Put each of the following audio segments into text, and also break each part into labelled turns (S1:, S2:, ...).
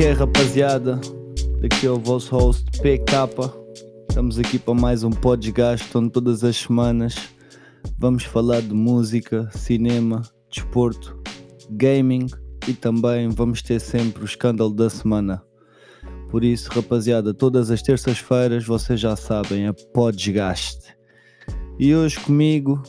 S1: é rapaziada, daqui é o vosso host PK. Estamos aqui para mais um podcast onde todas as semanas vamos falar de música, cinema, desporto, gaming e também vamos ter sempre o escândalo da semana. Por isso, rapaziada, todas as terças-feiras vocês já sabem, é podgaste. E hoje comigo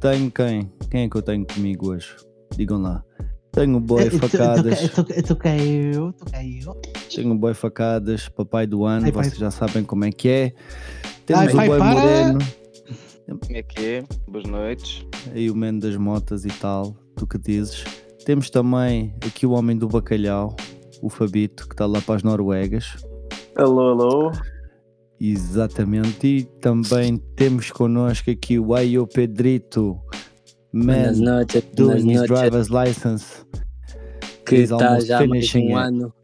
S1: tenho quem? Quem é que eu tenho comigo hoje? Digam lá. Tenho
S2: É,
S1: o boy facadas.
S2: Tu caiu, tu caiu.
S1: Tenho o boy facadas, papai do ano,
S2: Ai, pai.
S1: vocês já sabem como é que é. Temos
S2: Ai, pai,
S1: o boy
S2: para.
S1: moreno
S3: Como é que é? Boas noites.
S1: e o man das motas e tal, tu que dizes. Temos também aqui o homem do bacalhau, o Fabito, que está lá para as Noruegas.
S3: Alô, alô.
S1: Exatamente. E também temos connosco aqui o Ayo Pedrito, man
S4: Buenas noches, buenas
S1: doing his
S4: noches,
S1: driver's license.
S4: que
S1: he's
S4: está
S1: almost
S4: já há mais de
S1: finishing
S4: um
S1: it.
S4: ano,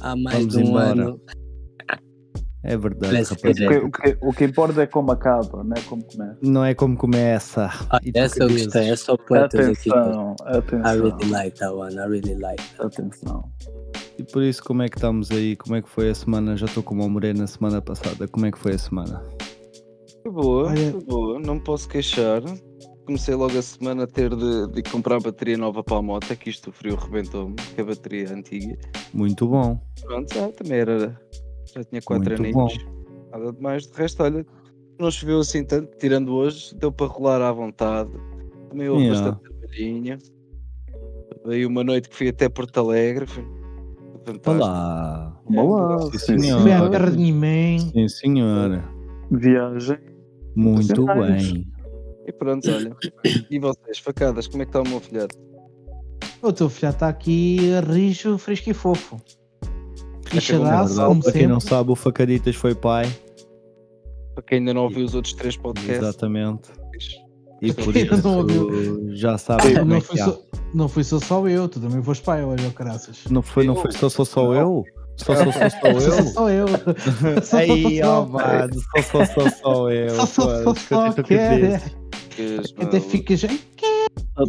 S4: há mais
S1: Vamos
S4: de um
S1: embora.
S4: ano.
S1: É verdade,
S4: Let's
S1: rapaz.
S4: get
S5: O que, o que- o que importa é como acaba, não é como começa.
S1: Não é como começa.
S4: Ah,
S1: E tu
S4: essa eu
S1: que dizes?
S4: gostei, é só poetas aqui.
S5: Atenção,
S4: I really
S5: atenção,
S4: like that one, I really like.
S5: atenção.
S1: E por isso, como é que estamos aí? Como é que foi a semana? Já estou com uma morena semana passada. Como é que foi a semana?
S3: Foi boa,
S2: Olha-
S3: foi boa. Não me posso queixar. Comecei logo a semana a ter de, de comprar bateria nova para a moto, é que isto o frio rebentou-me, que a bateria é antiga.
S1: Muito bom.
S3: Pronto, já, também era. Já tinha quatro
S1: Muito bom.
S3: aninhos. Nada de mais. De resto, olha, não choveu assim tanto, tirando hoje, deu para rolar à vontade. Também houve
S1: Yeah.
S3: bastante trabalhinho. Veio uma noite que fui até Porto Alegre. Foi fantástico.
S1: Olá.
S5: Boa,
S1: Sim,
S5: sim,
S1: senhor.
S2: Foi à
S1: Olha.
S2: terra de Nimém.
S1: Sim, senhora.
S5: Viagem.
S1: Muito
S5: Nice.
S1: bem.
S3: E pronto, olha. E vocês, facadas, como é que está o meu filhote?
S2: O teu filho está tá aqui rijo, fresco e fofo. E chadaço,
S1: Verdade.
S2: como
S1: Para quem
S2: sempre.
S1: não sabe, o Facaditas foi pai.
S3: Para quem ainda não ouviu os outros três podcasts,
S1: Exatamente. E
S3: Para
S1: por
S2: quem não
S1: isso
S2: ouviu.
S1: já sabem como é
S2: Não
S1: que
S2: foi,
S1: é.
S2: só, não foi só só eu, tu também foste pai hoje, ó, caraças.
S1: Não foi, não foi só, só, só eu? Só, só, só, só eu?
S2: Só só eu. Só,
S1: Aí,
S2: só,
S1: ó, mano, só, só, só, só eu.
S2: Só, só,
S1: pô, escuta
S2: só, só,
S1: o que eu
S2: que
S1: disse.
S2: é.
S3: que se
S1: Ah,
S2: Até
S3: não-
S2: ficas. "Ai,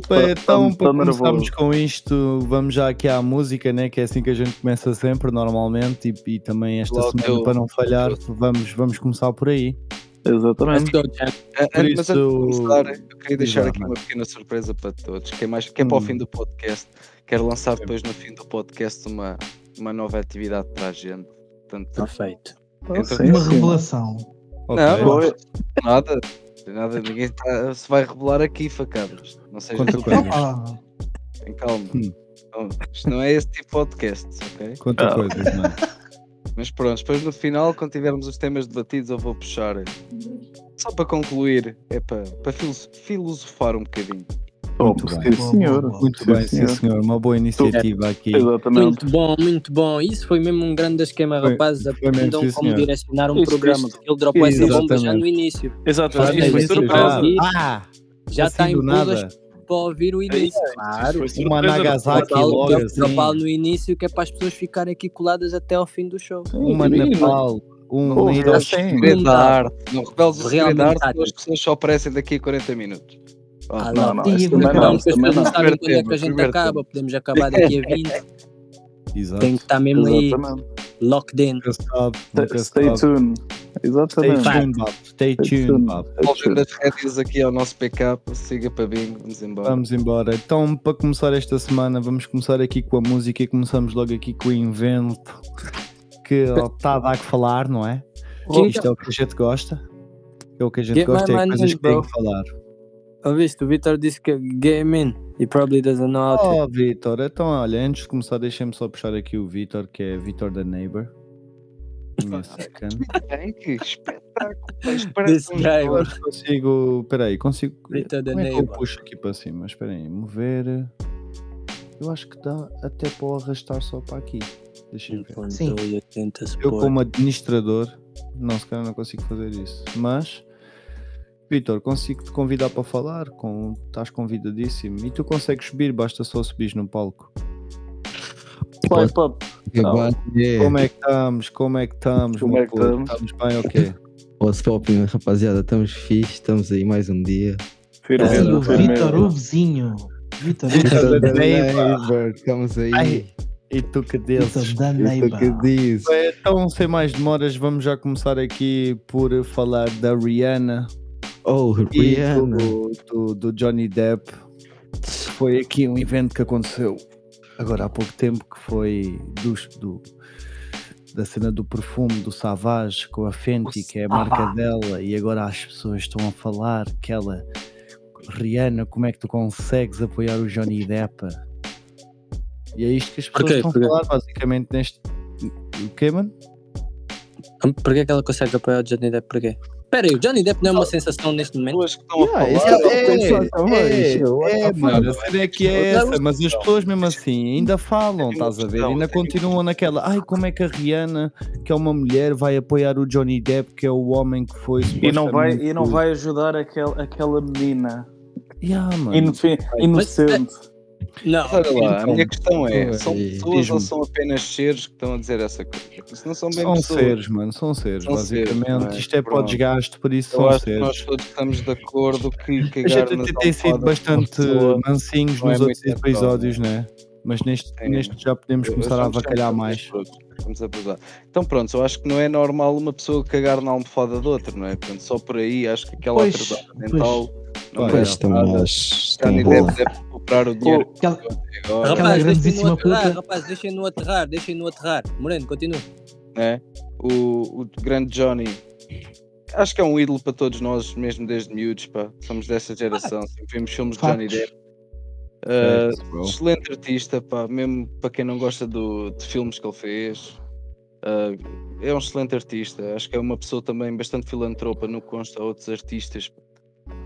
S1: Bem, então,
S5: Estou
S1: para começarmos
S5: nervoso.
S1: com isto, vamos já aqui à música, né? que é assim que a gente começa sempre, normalmente, e, e também esta
S3: Logo
S1: semana,
S3: eu-
S1: para não falhar, vamos, vamos começar por aí.
S4: Let's
S5: Exatamente.
S4: go, Jack.
S1: por
S3: Ah, ah, Mas antes de
S1: isso-
S3: começar, eu queria deixar
S1: Exato,
S3: aqui
S1: mano.
S3: uma pequena surpresa para todos, que é, mais, que é para o
S1: Hum.
S3: fim do podcast. Quero lançar depois no fim do podcast uma, uma nova atividade para a gente. Portanto,
S1: Ah,
S4: Perfeito.
S3: entre-
S5: Sim,
S2: Uma
S5: sim.
S2: revelação.
S1: Ok.
S3: Não,
S5: Foi.
S3: nada, nada, ninguém tá- se vai revelar aqui, facadas. Não seja
S1: Conta
S3: tu-
S1: coisas.
S2: Opa,
S3: Tem calma.
S1: Hum.
S3: Não, isto não é esse tipo de podcast, ok?
S1: Conta
S5: Ah.
S1: coisas, mano.
S3: Mas pronto, depois no final, quando tivermos os temas debatidos, eu vou puxar. Só para concluir, é para, para filos- filosofar um bocadinho.
S1: Muito
S5: Oh,
S1: bem.
S5: sim,
S2: Boa,
S5: senhor.
S2: boa, boa.
S1: Muito bem, sim, senhor. Uma boa iniciativa aqui.
S5: Exatamente.
S4: Muito bom, muito bom. Isso foi mesmo um grande esquema,
S1: Foi-
S4: rapazes.
S1: foi mesmo,
S4: Aprendam
S1: sim,
S4: como
S1: senhor.
S4: direcionar um
S5: Isso,
S4: programa.
S5: isso.
S4: Ele dropou essa bomba já
S1: Exatamente.
S4: no início.
S5: Exatamente.
S4: Olha,
S5: Isso foi
S4: isso
S5: surpresa.
S4: já-
S1: Ah,
S4: Já
S1: assim
S4: está em
S1: do nada.
S4: todas para ouvir o início.
S5: É Isso
S4: Claro.
S5: foi surpresa.
S1: Uma Nagasaki
S4: Dropá-lo
S1: logo assim.
S4: dropá-lo no início, que é para as pessoas ficarem aqui coladas até ao fim do show.
S1: Uma
S4: né,
S5: Sim,
S1: Nepal. Um
S5: Pô,
S1: Little
S5: assim.
S3: Segredo da
S4: dá.
S3: arte. Não reveles o segredo da
S4: Realmente
S3: arte,
S4: dá.
S3: as pessoas só aparecem daqui a 40 minutos. Oh,
S4: Ah,
S5: Não, não,
S2: E
S5: isso
S2: agora
S4: Não,
S5: também não.
S4: as
S5: isso
S4: pessoas
S5: também
S4: não
S5: não.
S4: sabem quando é que
S3: Primeiro
S4: a gente
S3: tempo.
S4: acaba. Podemos acabar daqui a 20.
S1: Exato.
S4: Tem que estar mesmo aí
S5: Exatamente.
S4: locked in.
S1: Nunca se sabe, nunca
S5: Stay-
S1: se
S5: Stay
S1: sabe.
S5: tuned.
S1: Stay
S5: Exatamente.
S1: tuned, Bob. Stay tuned, Bob.
S3: Devolvendo as rédeas aqui ao nosso backup, siga para bingo, vamos embora.
S1: Vamos embora. Então, para começar esta semana, vamos começar aqui com a música e começamos logo aqui com o invento que está a dar que falar, não é?
S4: Sim.
S1: Isto é o que a gente gosta. É o que a gente
S4: Get my
S1: gosta, é
S4: mind
S1: coisas
S4: on,
S1: que tem
S4: bro.
S1: que falar.
S4: Ouviste, o Vitor disse que é game in. He probably doesn't know how to.
S1: Oh, Vitor, então olha, antes de começar, deixem-me só puxar aqui o Vitor, que é Vitor da Neighbor. Um second.
S3: Ai, que espetáculo! Isto
S4: This
S3: parece um
S4: guy,
S3: jogo.
S4: mano.
S1: Mas consigo. Espera aí, consigo.
S4: Vitor da
S1: Como é que eu
S4: Neighbor.
S1: puxo aqui para cima? Espera aí, mover. Eu acho que dá até para o arrastar só para aqui. Deixa eu ver.
S2: Sim.
S4: Controle 80
S1: Eu,
S4: Sport.
S1: como administrador, não, se calhar não consigo fazer isso. Mas, Vitor, consigo te convidar para falar? Com, estás convidadíssimo. E tu consegues subir, basta só subir no palco.
S5: Vai, pá.
S6: Agora é
S1: Como é que estamos? Como é que estamos?
S5: Como
S1: meu
S5: é que
S1: puto?
S5: estamos?
S1: bem ou quê?
S6: What's Popping, rapaziada. Estamos fixe, estamos aí mais um dia.
S1: tá
S5: Firme,
S4: Sim,
S2: o
S5: firme.
S2: Vitor, o vizinho. Vitor, o
S1: Vitor
S2: vizinho.
S1: da Neighbor.
S6: Estamos aí.
S1: Ai, E tu que
S2: Little
S1: desses.
S2: da
S6: Isso que
S2: Neighbor.
S6: diz.
S1: É, Então, sem mais demoras, vamos já começar aqui por falar da Rihanna
S6: Oh,
S1: e
S6: Rihanna.
S1: do, do- do Johnny Depp. Foi aqui um evento que aconteceu agora há pouco tempo, que foi dos- do- da cena do perfume do Savage com a Fenty, que é a marca dela, e agora as pessoas estão a falar que ela... Rihanna, como é que tu consegues apoiar o Johnny Depp? E é isto que as pessoas
S4: Porquê?
S1: estão
S4: Porquê?
S1: a falar, basicamente, neste... O que, mano?
S4: Hum, Porquê que ela consegue apoiar o Johnny Depp? Porquê? Pera aí, o Johnny Depp não é uma sensação neste momento?
S3: Pessoas Ah, que estão a
S6: esse
S3: falar.
S6: é-
S3: tá
S1: é, é,
S6: é,
S1: mano, a cena é que é essa, mas as pessoas mesmo assim ainda falam, estás a ver? Ainda continuam naquela, ai, como é que a Rihanna, que é uma mulher, vai apoiar o Johnny Depp, que é o homem que foi
S5: E não vai, e não
S1: supostamente-
S5: vai ajudar aquele, aquela menina
S1: Yeah, mano.
S5: Infe- inocente.
S4: Não.
S3: Mas olha lá, a
S1: Então,
S3: minha questão é:
S6: então,
S3: são
S6: e-
S3: pessoas ou
S1: diz-me.
S3: são apenas seres que estão a dizer essa coisa? Se não são bem
S1: São
S3: pessoas,
S1: seres, mano, são seres,
S3: São seres,
S1: basicamente.
S3: não é?
S1: Isto é para o
S3: Pronto.
S1: desgaste, por isso
S3: eu
S1: são
S3: acho que nós
S1: seres.
S3: todos estamos de acordo que
S1: A
S3: cagar
S1: gente
S3: nas
S1: até tem sido
S3: almofadas de uma
S1: bastante
S3: pessoa-
S1: mansinhos
S3: não é
S1: nos outros
S3: muito natural,
S1: episódios, né? Mas neste,
S3: É.
S1: neste já podemos
S3: Eu- eu
S1: começar a
S3: sou um
S1: avacalhar
S3: bastante
S1: mais.
S3: absurdo. Vamos abusar. Então pronto, eu acho que não é normal uma pessoa cagar na almofada de outra, não é? Portanto, só por aí acho que aquela
S2: Pois,
S3: atrasada
S2: pois.
S3: mental não
S1: Olha,
S3: vai
S6: Pois
S3: ajudar
S6: estão
S3: nada.
S6: mas
S3: Já nem
S6: estão
S3: deve
S6: lá.
S3: deve recuperar o dinheiro
S2: Aquela-
S3: que agora,
S2: Aquela
S4: Rapaz, deixem-no
S2: grandíssima
S4: aterrar,
S2: puta.
S4: rapaz, deixem-no aterrar, deixem-no aterrar. Moreno, continua.
S3: né? O, o grande Johnny. Acho que é um ídolo para todos nós, mesmo desde miúdos, pá. Somos dessa geração, sempre vimos filmes de Johnny
S2: Factos.
S3: Depp. Ah,
S6: Facts, bro.
S3: excelente artista, pá, mesmo para quem não gosta do, de filmes que ele fez. Ah, é um excelente artista. Acho que é uma pessoa também bastante filantropa, no que consta a outros artistas.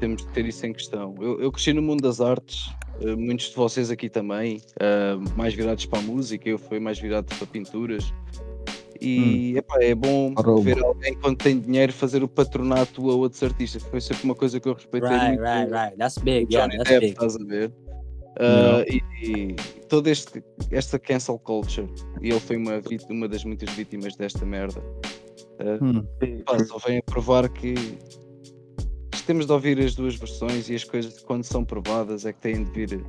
S3: Temos de ter isso em questão. Eu, eu cresci no mundo das artes, ah, muitos de vocês aqui também, ah, mais virados para a música, eu fui mais virado para pinturas. E epá, é bom
S6: Arroba.
S3: ver alguém quando tem dinheiro fazer o patronato a outros artistas. Foi sempre uma coisa que eu respeitei
S4: Right,
S3: muito.
S4: right, right. That's big, yeah,
S3: Johnny
S4: that's
S1: é
S3: Depp,
S4: big.
S3: estás a ver? Uh,
S6: Yeah.
S3: e, e toda este, esta cancel culture, e ele foi uma, vit- uma das muitas vítimas desta merda.
S1: Hum.
S3: Pá, só vem a provar que temos de ouvir as duas versões e as coisas quando são provadas é que têm de vir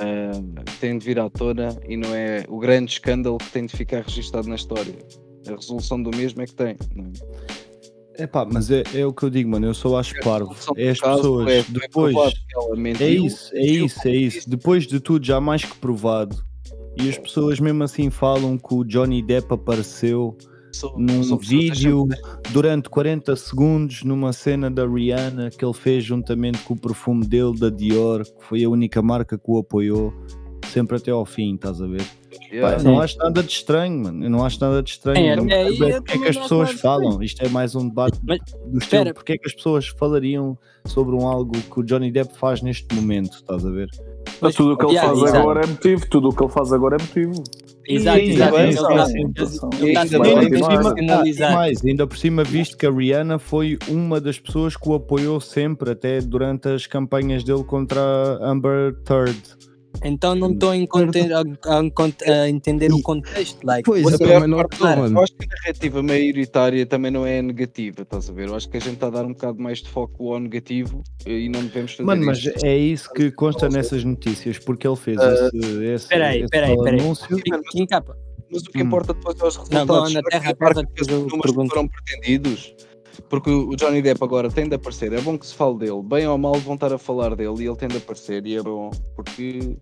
S3: ah, têm de vir à tona e não é o grande escândalo que tem de ficar registado na história. A resolução do mesmo é que tem. não é?
S1: Epá, mas é, é o que eu digo, mano. Eu só acho parvo.
S3: resolução do
S1: É as
S3: caso
S1: pessoas.
S3: é- é
S1: depois.
S3: provado que ela mentiu,
S1: É isso, é
S3: mentiu
S1: isso, é isso. Depois de tudo, já mais que provado. E as pessoas mesmo assim falam que o Johnny Depp apareceu
S3: sou-
S1: num
S3: sou-
S1: vídeo durante 40 segundos numa cena da Rihanna que ele fez juntamente com o perfume dele da Dior, que foi a única marca que o apoiou sempre até ao fim, estás a ver? Pá,
S3: Yeah.
S1: eu não acho nada de estranho, mano. Eu não acho nada de estranho.
S4: É,
S1: não
S4: até aí
S1: percebo
S4: eu
S1: porque é
S4: também
S1: que as
S4: não acho
S1: pessoas
S4: nada de estranho.
S1: falam? Isto é mais um debate
S4: Mas-
S1: do estilo.
S4: espera.
S1: Porque é que as pessoas falariam sobre um algo que o Johnny Depp faz neste momento? Estás a ver?
S5: Mas tudo o que ele
S4: Yeah,
S5: faz
S4: exato.
S5: agora é motivo. Tudo o que ele faz agora é motivo.
S4: Exato,
S1: Sim,
S4: exato.
S1: sim,
S4: Ele
S1: sim,
S4: tá-
S1: sim.
S4: ele-
S5: Sim,
S4: ele tá
S5: sim,
S4: sendo
S5: sim.
S1: ainda, por cima,
S4: institucionalizado.
S1: ah, e mais, ainda por cima, visto que a Rihanna foi uma das pessoas que o apoiou sempre, até durante as campanhas dele contra a Amber Third.
S4: Então não estou a, enconter- a- a encont- a entender o contexto. Like,
S6: Pois,
S4: what
S6: eu
S4: the-
S1: é
S3: maior
S6: também não
S3: parte-
S6: tô, mano.
S3: Eu acho que a narrativa maioritária também não é negativa, estás a ver? Eu acho que a gente está a dar um bocado mais de foco ao negativo e não devemos fazer
S1: Mano, mas
S3: isso.
S1: é isso que consta nessas notícias, porque ele fez
S4: Ah,
S1: esse, esse,
S4: espera aí,
S1: esse
S4: espera aí, espera aí.
S1: anúncio.
S4: Quem capa?
S3: Mas o que
S1: Hum.
S3: importa depois é os
S4: Não,
S3: resultados.
S4: vou na
S3: Será
S4: terra,
S3: que marca
S4: depois
S3: que esses
S4: eu
S3: números
S4: pergunto.
S3: foram pretendidos? Porque o Johnny Depp agora tem de aparecer. É bom que se fale dele. Bem ou mal vão estar a falar dele e ele tem de aparecer. E é bom, porque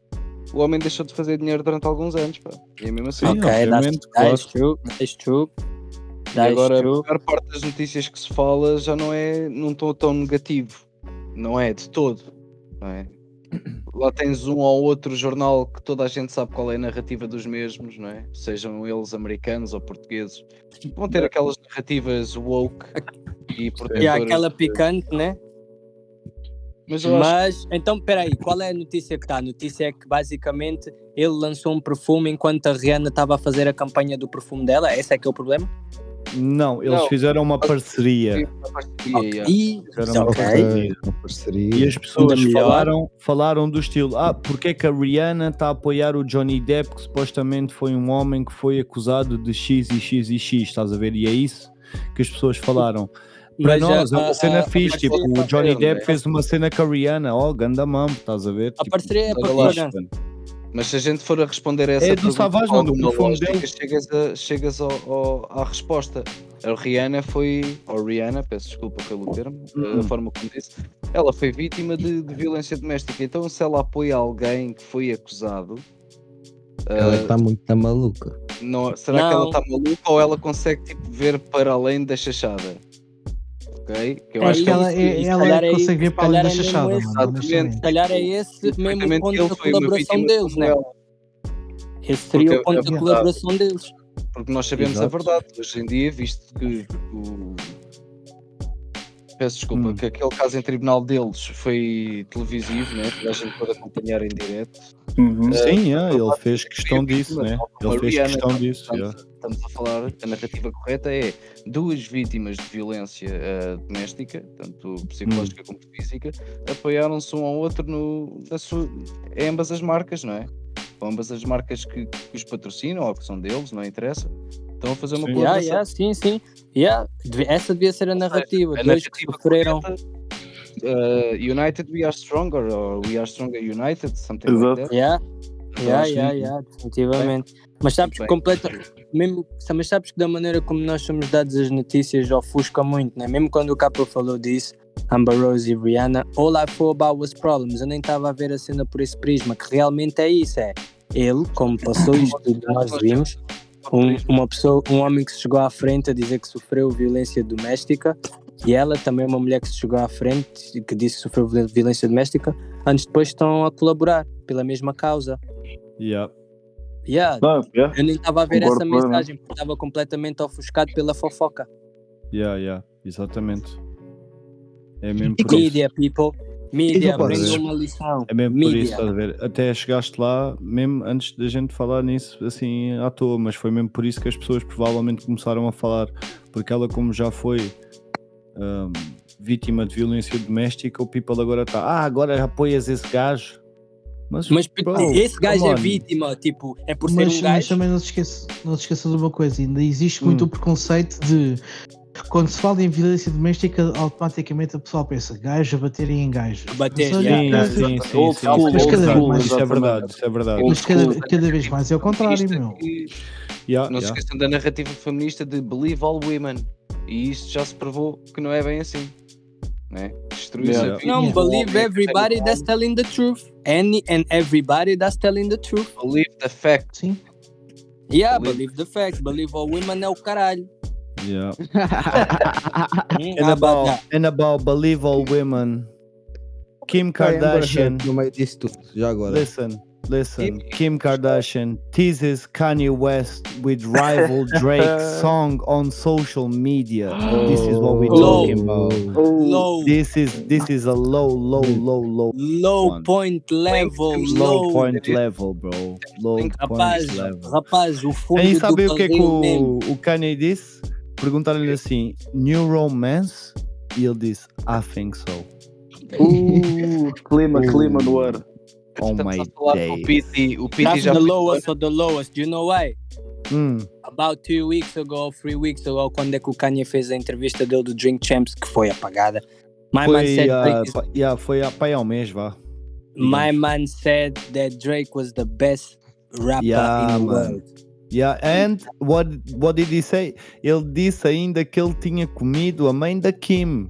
S3: o homem deixou de fazer dinheiro durante alguns anos. Pá. E é mesmo assim.
S1: Sim,
S4: ok, that's,
S1: obviamente,
S4: that is true, that is true.
S3: E
S4: That is
S3: agora
S4: true.
S3: a maior parte das notícias que se fala já não é num tom tão negativo, não é de todo, não é? Lá tens um ou outro jornal que toda a gente sabe qual é a narrativa dos mesmos, não é? Sejam eles americanos ou portugueses, vão ter aquelas narrativas woke e protetoras.
S4: E há aquela picante, né?
S3: é Mas eu acho
S4: Mas, então, peraí, qual é a notícia que está? A notícia é que, basicamente, ele lançou um perfume enquanto a Rihanna estava a fazer a campanha do perfume dela. Esse é que é o problema?
S1: Não, eles
S3: Não.
S1: fizeram uma parceria.
S3: que a é. parceria,
S4: Ok.
S3: yeah.
S4: E,
S1: Era uma
S4: ok.
S1: parceria.
S6: Uma
S1: E
S6: parceria.
S1: as pessoas
S4: Ainda melhor.
S1: falaram, falaram do estilo: ah, porque é que a Rihanna está a apoiar o Johnny Depp, que supostamente foi um homem que foi acusado de X e X e X, estás a ver? E é isso que as pessoas falaram. Para
S4: Mas a-
S1: nós, é
S4: a-
S1: uma cena
S4: tá a-
S1: fixe,
S4: a
S1: tipo,
S4: parceria-
S1: o Johnny
S3: verde,
S1: Depp
S3: é.
S1: fez uma cena com a Rihanna, ó, oh, ganda mambo, estás a ver?
S4: né? A
S1: Tipo,
S4: parceria é
S1: relaxa,
S4: propaganda.
S1: mano.
S3: Mas se a gente for a responder a essa
S1: É do
S3: pergunta
S1: Savage,
S3: com
S1: mano, do
S3: alguma
S1: profundo
S3: lógica, é chegas, a- chegas ao- ao- à resposta. A Rihanna foi, ou Rihanna, peço desculpa pelo termo,
S1: Uhum.
S3: a forma como disse, ela foi vítima de, de violência doméstica. Então, se ela apoia alguém que foi acusado,
S6: Ela
S3: ah,
S6: está muito tá maluca.
S3: não- será que ela
S4: Não.
S3: está maluca ou ela consegue tipo, ver para além da chachada? Ok? Que eu
S2: Eu
S4: É
S2: acho que
S4: isso,
S2: ela, é-
S4: isso.
S2: ela
S4: Se calhar é-
S2: consegue ver
S4: se
S2: para além da
S4: calhar é mesmo
S2: chachada,
S4: esse.
S2: mano. assim,
S3: Exatamente.
S4: Se calhar é esse mesmo o
S3: Perfeitamente,
S4: ponto da
S3: foi uma
S4: colaboração
S3: vítima
S4: deles,
S3: como
S4: né?
S3: ela,
S4: Esse seria
S3: Porque
S4: o ponto
S3: é
S4: da
S2: verdade.
S4: colaboração deles.
S3: Porque nós sabemos
S6: Exato.
S3: a verdade. Hoje em dia, visto que o. Peço desculpa,
S1: Hum.
S3: que aquele caso em tribunal deles foi televisivo, né? Toda a gente pode acompanhar em direto.
S5: Uhum.
S1: Sim, yeah, ele
S3: Savage
S1: fez
S3: foi
S1: questão
S3: vítima,
S1: disso, né?
S3: tal como
S1: Ele
S3: a
S1: fez
S3: Rihanna,
S1: questão
S3: tal-
S1: disso.
S3: tal-
S1: yeah.
S3: Estamos a falar, a narrativa correta é duas vítimas de violência eh, doméstica, tanto
S1: Hum.
S3: psicológica como física, apoiaram-se um ao outro no, na sua, em ambas as marcas, não é? Ambas as marcas que, que os patrocinam ou que são deles, não interessa. Estão a fazer uma
S1: Sim.
S4: Yeah,
S3: colaboração.
S4: yeah, sim, sim. Yeah. Deve- Essa devia ser a
S1: é
S4: narrativa.
S3: A
S4: Dois que
S1: tipo,
S3: narrativa
S4: sofreram.
S3: correta, uh, United we are stronger, or we are stronger united, something like
S5: Exato.
S3: that.
S4: Yeah. Yeah,
S3: Então, acho
S4: yeah, yeah, definitivamente. Mas sabes,
S3: Bem.
S4: completa, mesmo, mas sabes que da maneira como nós somos dados as notícias ofusca muito, né? Mesmo quando o Capa falou disso, Amber Rose e Rihanna, all I thought about was problems. Eu nem estava a ver a cena por esse prisma, que realmente é isso, é. Ele, como passou isto tudo que nós vimos, um, uma pessoa, um homem que se chegou à frente a dizer que sofreu violência doméstica e ela também uma mulher que se chegou à frente e que disse que sofreu vi- violência doméstica antes depois estão a colaborar pela mesma causa
S1: Yeah.
S4: yeah,
S5: Não, yeah.
S4: eu nem estava a ver
S5: Concordo
S4: essa
S5: plenamente.
S4: mensagem porque estava completamente ofuscado pela fofoca
S1: Yeah, yeah, exatamente. É mesmo por isso.
S4: media people media
S1: Isso, pá,
S4: aprendam
S1: é.
S4: uma lição
S1: É mesmo por
S4: Mídia.
S1: isso, estás a ver? Até chegaste lá, mesmo antes da gente falar nisso, assim, à toa, mas foi mesmo por isso que as pessoas provavelmente começaram a falar, porque ela, como já foi ahm, vítima de violência doméstica, o people agora está, ah, agora apoias esse gajo. Mas,
S4: mas
S1: bro,
S4: esse gajo
S1: come
S4: é
S1: on.
S4: vítima tipo é por
S2: mas,
S4: ser
S2: mas
S4: um gajo Hum.
S2: também não se, esqueça, não se esqueça de uma coisa, ainda existe muito o preconceito de quando se fala em violência doméstica, automaticamente a pessoa pensa gajo a baterem em gajo.
S4: A bater,
S2: Mas,
S4: yeah,
S1: Sim,
S2: olha,
S1: sim, sim, sim,
S5: Old
S1: sim,
S5: school,
S1: sim,
S2: old
S1: sim,
S2: school,
S1: Isso é
S5: exatamente.
S1: verdade, isso é verdade.
S2: Mas cada, cada
S4: né?
S2: vez mais é o contrário,
S3: Feminista
S2: meu.
S3: que-
S1: Yeah,
S3: Não se
S1: Ah, yeah.
S3: esqueçam da narrativa feminista de Believe All Women. E isto já se provou que não é bem assim. Né? Destruir
S5: Yeah.
S3: a vida.
S4: não
S3: do homem
S4: believe
S3: que
S4: everybody
S3: tem-
S4: that's telling the truth any and everybody that's telling the truth
S3: Believe the fact.
S2: Sim.
S4: Yeah,
S3: Believe-
S4: believe, the facts. Believe all women é o caralho.
S1: Yeah.
S4: Hum,
S1: And
S4: ah,
S1: about,
S4: baga.
S1: and about believe all women. Kim Kardashian.
S6: No meio disso tudo, já agora.
S1: Listen, listen. Kim Kardashian teases Kanye West with rival Drake's song on social media. This is what we
S6: Oh.
S1: talking about.
S4: Low,
S1: This is this is a low, low, low, low,
S4: low point level,
S1: low
S4: low.
S1: point level, bro. Low
S4: Rapaz,
S1: point level.
S4: rapaz, o fundo
S1: Aí
S4: do
S1: sabe o que é que
S4: barril mesmo.
S1: o, o Kanye disse? Perguntaram-lhe assim: New Romance? E ele disse: I think so.
S5: Uh, clima, clima no ar.
S1: Oh
S3: Estamos
S1: my
S3: a falar com o
S1: day.
S3: Pity. O Pity
S1: Tá
S4: That's
S3: já
S4: the
S3: fez-
S4: lowest of the lowest. Do you know why?
S1: Hum,
S4: About two weeks ago, three weeks ago, quando é que o Kanye fez a entrevista dele do Drink Champs, que foi apagada. My man
S1: foi,
S4: said
S1: ah,
S4: Drake is
S1: pa- yeah, foi a pai ao mês, vá.
S4: My man said that Drake was the best rapper
S1: Yeah,
S4: in the
S1: man.
S4: world.
S1: Yeah, and what, what did he say? Ele disse ainda que ele tinha comido a mãe da Kim.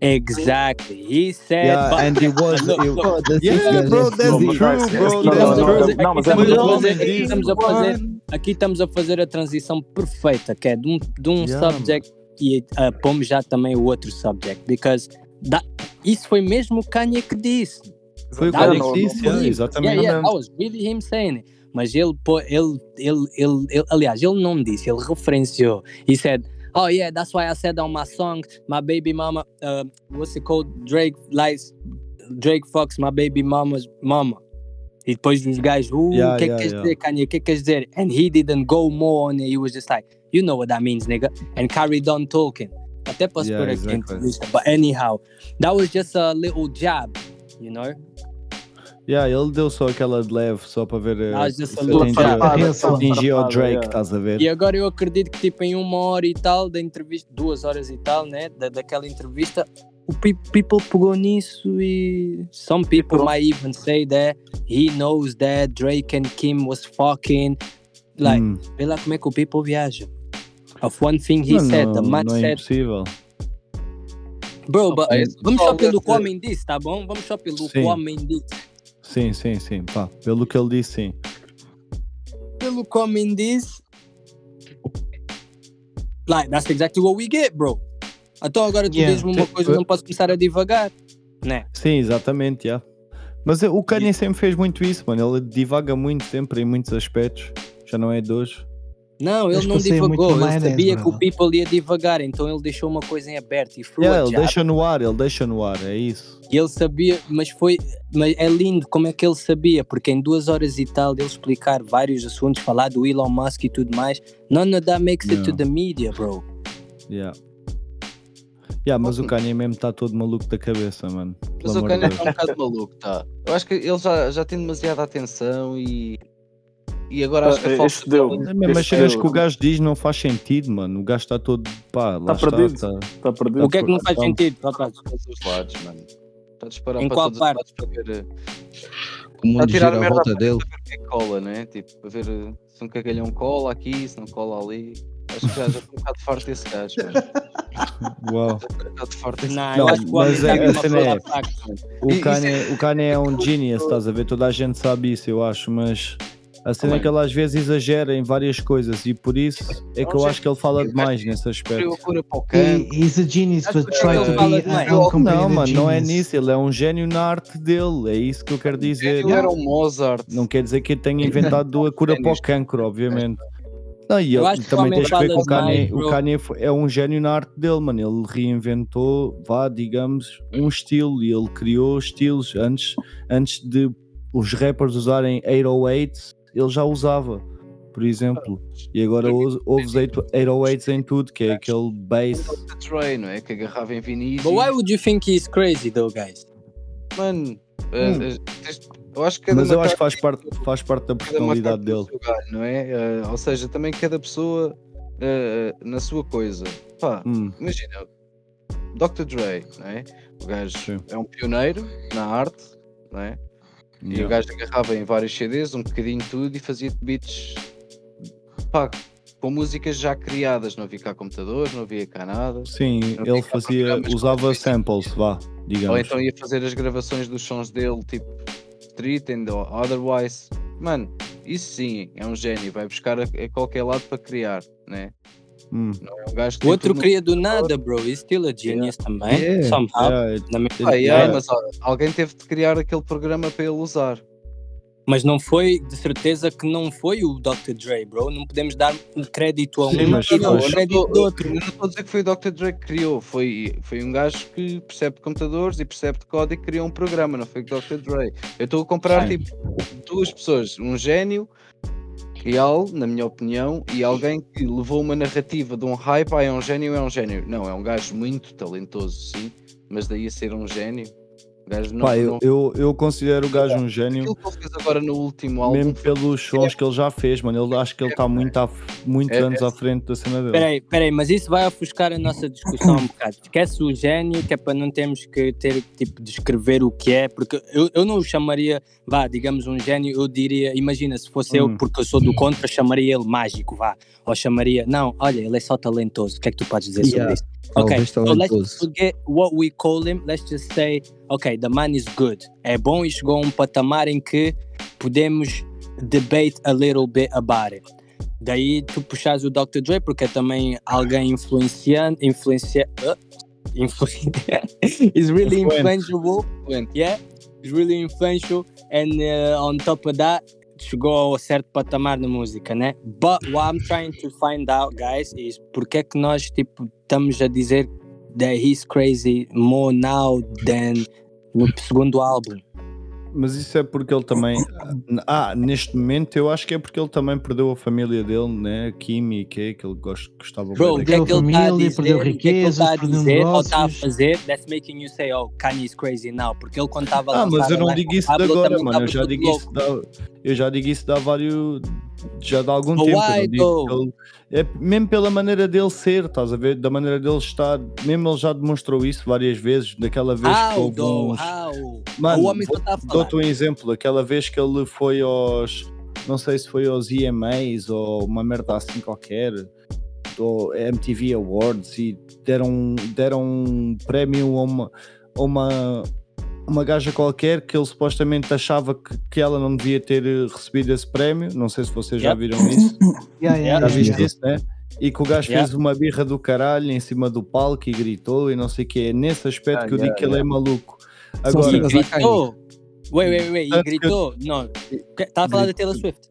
S4: Exactly. He said,
S1: Yeah,
S4: but-
S1: and he was.
S4: Look,
S1: he-
S4: look,
S1: yeah, bro, that's
S5: Não, mas
S1: true,
S5: vai ser.
S1: bro.
S5: Não,
S1: That's
S5: não,
S1: true.
S5: não, mas é
S1: Mas o
S4: Aqui estamos,
S1: homem
S4: a- aqui
S1: disse,
S4: estamos a fazer, aqui estamos a fazer a transição perfeita, que é de um, de um
S1: Yeah,
S4: subject e ah, pomos já também o outro subject, because da- isso foi mesmo o Kanye que disse.
S1: Foi o Kanye
S4: Dá-lhe
S5: não,
S1: que disse,
S4: não,
S1: yeah,
S4: não.
S1: exatamente.
S4: Yeah, yeah, that was really him saying it. Mas ele, pô- ele, ele, ele, ele- aliás, ele não disse, ele referenciou. He said, oh yeah, that's why I said on my song, my baby mama, uh, what's it called? Drake likes, Drake fucks my baby mama's mama. E depois os gajos, uh, o
S1: Yeah,
S4: que é que
S1: yeah,
S4: queres
S1: yeah.
S4: dizer, Kanye, o que é que queres dizer? And he didn't go more on it, he was just like, you know what that means, nigga. And carried on talking. Até posso
S1: Yeah,
S4: pôr aqui a
S1: exactly.
S4: entrevista, but anyhow, that was just a little jab, you know?
S1: Yeah, ele deu só aquela de leve, só para ver. eh,
S4: oh. Ah, já
S1: se
S4: saludo.
S1: atingia-
S5: Farpada,
S1: se atingia ao
S5: farpada,
S1: Drake,
S5: yeah.
S1: estás a ver?
S4: E agora eu acredito que tipo em uma hora e tal da entrevista, duas horas e tal, né? Da, daquela entrevista, o pe- people pegou nisso e some people might even say that he knows that Drake and Kim was fucking like
S1: Hum.
S4: vê lá como é que o people viaja of one thing he
S1: Não,
S4: said the
S1: não,
S4: man
S1: não é
S4: said
S1: impossível.
S4: bro but,
S3: Opa, esse
S4: vamos
S3: pessoal
S4: só pelo que o
S3: deve-
S4: homem disse tá bom vamos só pelo que
S1: Sim.
S4: o homem disse
S1: Sim, sim, sim. Pá, pelo que ele disse, sim.
S4: pelo que o homem disse like that's exactly what we get bro então agora tu
S2: Yeah.
S4: dizes-me uma
S1: Te-
S4: coisa não posso começar a divagar né
S1: Sim, exatamente, já. Mas eu- o Kanye sempre fez muito isso, mano. Ele divaga muito sempre em muitos aspectos. Já não é de hoje.
S4: Não, ele
S2: Acho que
S4: não
S2: eu sei muito
S4: divagou. Ele
S2: maionese,
S4: sabia que
S2: mano.
S4: o people ia divagar, então ele deixou uma coisa em aberto e foi
S1: Yeah,
S4: a
S1: ele
S4: jab.
S1: deixa no ar, ele deixa no ar, é isso.
S4: E ele sabia, mas foi. Mas é lindo como é que ele sabia, porque em duas horas e tal ele explicar vários assuntos, falar do Elon Musk e tudo mais. None of that makes it
S1: Yeah.
S4: to the media, bro.
S1: Yeah. Yeah, mas o Kanye mesmo está todo maluco da cabeça, mano. Pelo
S3: Mas o
S1: amor de
S3: Kanye
S1: Deus.
S3: está um bocado maluco, tá? Eu acho que ele já, já tem demasiada atenção e. E agora acho que a falta
S5: Este deu.
S1: É mesmo, as
S5: Este
S1: cenas
S5: deu.
S1: que o gajo diz não faz sentido, mano. O gajo está todo. Pá, lá
S5: Tá
S1: está.
S5: perdido.
S1: está.
S5: Está perdido.
S4: O que é que não faz
S1: Então,
S4: sentido?
S3: está
S4: por
S3: a
S4: acaso?
S3: todos os lados, mano. Está a disparar
S4: Em
S3: para
S4: qual
S3: todos
S4: parte?
S3: os lados para ver, eh,
S6: O
S3: Tá a
S6: mundo
S3: tirar
S6: gira à
S3: merda
S6: volta
S3: para
S6: dele.
S3: saber o que é que cola, né? Tipo, para ver eh, se um cagalhão cola aqui, se não cola ali. Acho que já já estou um bocado farto desse gajo, mano.
S1: Uau.
S3: Estou um bocado farto desse
S4: Não,
S1: Não,
S4: eu acho que o homem
S1: mas
S4: está
S1: é-
S4: mesmo a
S1: a cena é
S4: falar
S1: essa.
S4: fraco.
S1: O
S3: E-
S1: Kanye, o Kanye é um genius, estás a ver? Toda a gente sabe isso, eu acho, mas a cena é que ele às vezes exagera em várias coisas e por isso é que eu acho que ele fala demais nesse
S3: Abriu
S1: aspecto.
S3: a cura para o canto.
S2: He, he's a genius,
S4: Acho
S2: but
S4: que
S2: try
S4: ele
S2: to
S4: fala
S2: be an
S4: demais.
S2: uncomprehended
S1: Não, mano, não é
S2: genius.
S1: nisso, ele é um gênio na arte dele, é isso que eu quero dizer.
S3: Ele era um Mozart.
S1: Não quer dizer que ele tenha inventado a cura para o cancro, obviamente. Não, e
S4: Eu
S1: ele
S4: acho que
S1: também
S4: o homem
S1: tens que ver que o
S4: fala
S1: Kanye,
S4: demais,
S1: o
S4: bro.
S1: Kanye foi- é um gênio na arte dele, mano. Ele reinventou, vá, digamos, um estilo e ele criou estilos antes, antes de os rappers usarem 808s, ele já usava, por exemplo. E agora ou- ouves 8- 808s em tudo, que é aquele bass.
S3: Dr. Dre, não é? Que agarrava em Vinícius.
S4: But why would you think he's crazy, though, guys?
S3: Mano,
S1: Hum.
S3: eh, tens- eu acho que cada
S1: Mas eu
S3: macaco
S1: acho que faz
S3: tem
S1: parte,
S3: o seu-
S1: faz parte
S6: é
S1: da
S3: cada tá macaco
S1: personalidade
S3: tem o
S1: dele.
S3: seu galho, não é? Eh, ou seja, também cada pessoa eh, na sua coisa. Pá,
S1: Hum,
S3: imagina, Dr. Dre, não é? O gajo
S1: Sim.
S3: é um pioneiro na arte, não é? E o
S1: yeah.
S3: gajo agarrava em vários CDs, um bocadinho tudo, e fazia beats pá, com músicas já criadas. Não havia cá computadores, não havia cá nada.
S1: Sim,
S3: Não
S1: ele
S3: fica a
S1: fazia,
S3: procurar, mas
S1: usava
S3: como fez.
S1: samples, vá,
S3: Ou
S1: digamos.
S3: então ia fazer as gravações dos sons dele, tipo Street and or Otherwise. Mano, isso sim é um gênio. Vai buscar a, a qualquer lado para criar, né?
S1: Hum.
S3: Não é um gajo que.
S4: O
S3: tem
S4: outro
S3: tudo
S4: cria do nada, bro. He's still a genius também.
S1: Yeah,
S4: Somehow.
S1: yeah, it-
S4: Na minha-
S1: it-
S3: no... ah, yeah,
S1: yeah.
S3: mas ó, alguém teve de criar aquele programa para ele usar.
S4: Mas não foi, de certeza que não foi o Dr. Dre, bro. Não podemos dar um crédito a um
S1: Sim, mas-
S4: e não um
S1: mas-
S4: crédito do outro.
S3: Eu não estou a dizer que foi o Dr. Dre que criou, foi, foi um gajo que percebe de computadores e percebe de código e criou um programa, não foi o Dr. Dre. Eu estou a comparar
S4: Sim.
S3: tipo, duas pessoas, um gênio real, na minha opinião, e alguém que levou uma narrativa de um hype, ah, é um gênio, é um gênio. Não, é um gajo muito talentoso, sim, mas daí a ser um gênio, o gajo não.
S1: Pá, eu,
S3: não...
S1: eu, eu considero o gajo um gênio,
S3: Aquilo que ele fez agora no último álbum,
S1: mesmo pelos sons que ele já fez, mano. Ele acho que ele está muito à f- muitos
S3: É-
S1: anos à frente da cena dele.
S4: Peraí, peraí, mas isso vai ofuscar a nossa discussão um bocado. Esquece o gênio, que é para não termos que ter, tipo, descrever o que é, porque eu, eu não o chamaria, vá, digamos, um gênio, eu diria, imagina, se fosse
S1: Hum.
S4: eu, porque eu sou do contra, chamaria ele mágico, vá. Ou chamaria, não, olha, ele é só talentoso, o que é que tu podes dizer
S6: Yeah.
S4: sobre isso? Ok,
S6: Talvez
S4: so let's
S6: talentoso.
S4: forget what we call him, let's just say, ok, the man is good. É bom e chegou a um patamar em que podemos debate a little bit about it. Daí tu puxas o Dr. Dre, porque é também alguém influenciando, influencia, uh, influ- is really
S1: Influente.
S4: influential,
S3: influente.
S4: yeah, is really influential, and uh, on top of that, chegou a certo patamar na música, né? But what I'm trying to find out, guys, is porque é que nós, tipo, estamos a dizer that he's crazy more now than no segundo álbum.
S1: Mas isso é porque ele também. Ah, neste momento eu acho que é porque ele também perdeu a família dele, né? A Kim e que é que ele gosta- gostava
S4: Bro, o
S1: bué
S4: que
S1: da-
S4: é
S2: Perdeu
S4: que ele está a
S2: família,
S4: dizer?
S2: perdeu
S4: o que é que ele
S2: riquezas,
S4: está a
S2: perdeu
S4: dizer ou está a
S2: negócios.
S4: fazer? That's making you say, oh, Kanye is crazy now. Porque ele, quando estava
S1: Ah, mas eu não digo isso de agora, mano. Eu já digo
S4: digo
S1: isso de, eu já digo isso de há vários, já de algum
S4: Oh,
S1: tempo. eu
S4: why
S1: não digo que
S4: though?
S1: ele- é, mesmo pela maneira dele ser, estás a ver? Da maneira dele estar, mesmo ele já demonstrou isso várias vezes. Daquela vez que
S4: How,
S1: houve um
S4: though?
S1: uns-
S4: How?
S1: Mano,
S4: o homem
S1: vou-
S4: só tá está a
S5: Tá
S4: falar.
S1: Dou-te um exemplo, aquela vez que ele foi aos. Não sei se foi aos EMAs ou uma merda assim qualquer, ou MTV Awards, e deram, deram um prémio a uma, a uma, uma gaja qualquer que ele supostamente achava que, que ela não devia ter eh, recebido esse prémio. Não sei se vocês já
S4: Yep.
S1: viram isso.
S2: Yeah,
S1: Já
S2: yeah, yeah,
S1: viste
S2: yeah.
S1: isso, né? E que o gajo
S4: Yeah.
S1: fez uma birra do caralho em cima do palco e gritou e não sei o que. É nesse aspecto
S5: Ah,
S1: que eu digo
S5: yeah,
S1: que ele é maluco.
S6: São
S1: Agora,
S4: E
S6: cenas arcaicas.
S4: gritou. Wait, wait, wait. E
S1: Tanto que-
S4: gritou. Não. Está a falar da Taylor Swift.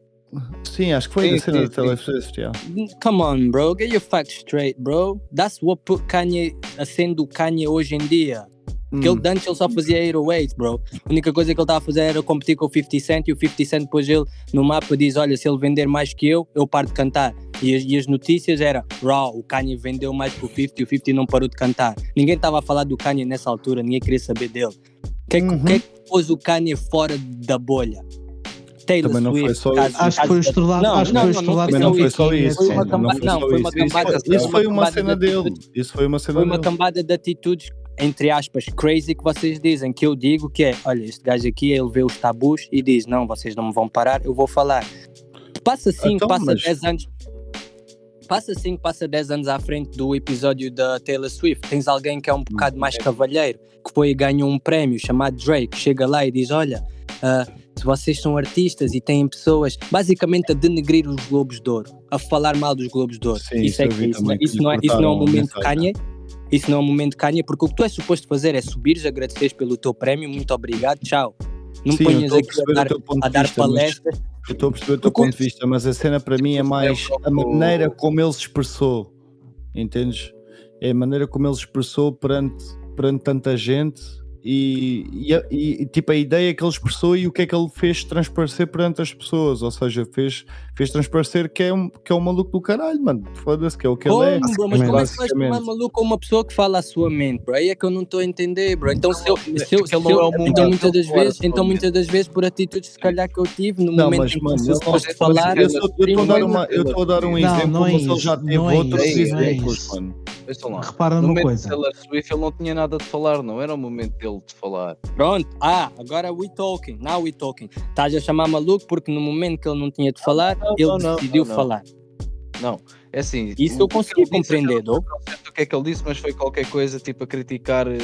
S1: Sim, acho que foi
S5: Sim,
S1: da cena
S5: sim,
S1: da Taylor Swift, yeah.
S4: Come on, bro. Get your facts straight, bro. That's what put Kanye a cena do Kanye hoje em dia. Porque
S1: Hum,
S4: ele antes ele só fazia 808, bro. A única coisa que ele estava a fazer era competir com o 50 Cent e o 50 Cent depois ele no mapa diz: Olha, se ele vender mais que eu, eu paro de cantar. E as, e as notícias era Raw, o Kanye vendeu mais que o 50 e o 50 não parou de cantar. Ninguém estava a falar do Kanye nessa altura, ninguém queria saber dele. O que, é que-
S1: Uhum.
S4: que é que pôs o Kanye fora da bolha? Taylor
S1: Também não foi
S4: Swift,
S1: só
S4: caso-
S2: Acho que foi o
S4: caso-
S2: estrelado.
S4: Não,
S2: acho que
S4: não,
S2: foi
S4: não, não
S2: estrelado.
S1: Mas não foi só
S2: Kanye,
S1: isso.
S4: Foi uma
S1: mano, não
S4: cambada-
S1: foi só
S4: não, foi uma
S1: isso. Isso foi-
S4: cambada-
S1: Isso foi uma
S4: cambada
S1: cena
S4: de
S1: dele.
S4: atitudes.
S1: Isso foi uma cena
S4: Foi uma
S1: dele.
S4: cambada de atitudes, entre aspas, crazy que vocês dizem, que eu digo que é, olha, este gajo aqui, ele vê os tabus e diz, não, vocês não me vão parar, eu vou falar. Passa 5,
S1: Então,
S4: passa
S1: mas-
S4: 10 anos... Passa 5, passa 10 anos à frente do episódio da Taylor Swift. Tens alguém
S1: Hum,
S4: que é um bocado mais cavalheiro, que foi e ganhou um prémio chamado Drake, chega lá e diz, olha... ah, se vocês são artistas e têm pessoas basicamente a denegrir os Globos de Ouro, a falar mal dos Globos de Ouro.
S1: Sim,
S4: isso,
S1: isso
S4: é
S1: eu
S4: que
S1: vi
S4: isso, não-
S1: também, que
S4: isso
S1: lhe
S4: não é, isso não é um
S1: cortaram a
S4: momento Kanye.
S1: mensagem.
S4: Isso não é um momento Kanye, porque o que tu és suposto fazer é subires, agradeceres pelo teu prémio, muito obrigado, tchau. Não me
S1: Sim, eu
S4: ponhas
S1: estou a
S4: aqui a
S1: perceber o
S4: dar,
S1: teu ponto
S4: a
S1: de
S4: dar
S1: vista. mas-
S4: palestras.
S1: Eu estou a perceber o teu
S4: Porque-
S1: ponto de vista, mas a cena para mim é mais a maneira como ele se expressou. Entendes? É a maneira como ele se expressou perante, perante tanta gente e, e a- e, tipo a ideia que ele expressou e o que é que ele fez transparecer perante as pessoas. Ou seja, fez, fez transparecer que é, um, que é um maluco do caralho, mano. Foda-se, que é o que
S4: Como,
S1: ele é.
S4: bro, mas como é que vais
S1: basicamente.
S4: chamar maluco a uma pessoa que fala a sua mente, bro? Aí é que eu não estou a entender, bro. Então, se eu, se eu,
S5: porque ele
S4: se eu-
S1: um
S5: não é o
S4: então
S5: momento,
S4: muitas das
S5: ele fala a
S4: vezes,
S5: sua
S4: então
S5: mente.
S4: muitas das vezes por atitudes se calhar que eu tive no
S1: Não,
S4: momento
S1: mas,
S4: em que
S1: mano,
S4: se
S1: ele não-
S4: foste falar,
S1: Eu sou- eu estou a dar uma- eu estou a dar um
S5: Não,
S1: exemplo,
S2: não é
S1: mas ele já
S2: isso,
S1: teve
S2: não é
S1: outros
S3: isso,
S2: não é
S1: exemplos,
S2: isso.
S1: mano.
S3: Vejam lá.
S2: Repara
S3: No
S2: numa
S3: momento
S2: coisa.
S3: da Taylor Swift ele não tinha nada de falar, não era o momento dele de falar.
S4: Pronto, ah, agora we talking, now we talking. Estás a chamar maluco porque no momento que ele não tinha de falar,
S3: não,
S4: ele
S3: não, não,
S4: decidiu
S3: não, não.
S4: falar.
S3: É assim.
S4: Isso eu
S3: o que ele
S4: consegui
S3: disse,
S4: compreender,
S3: eu
S4: dou.
S3: Não sei o que é que ele disse, mas foi qualquer coisa tipo a criticar eh,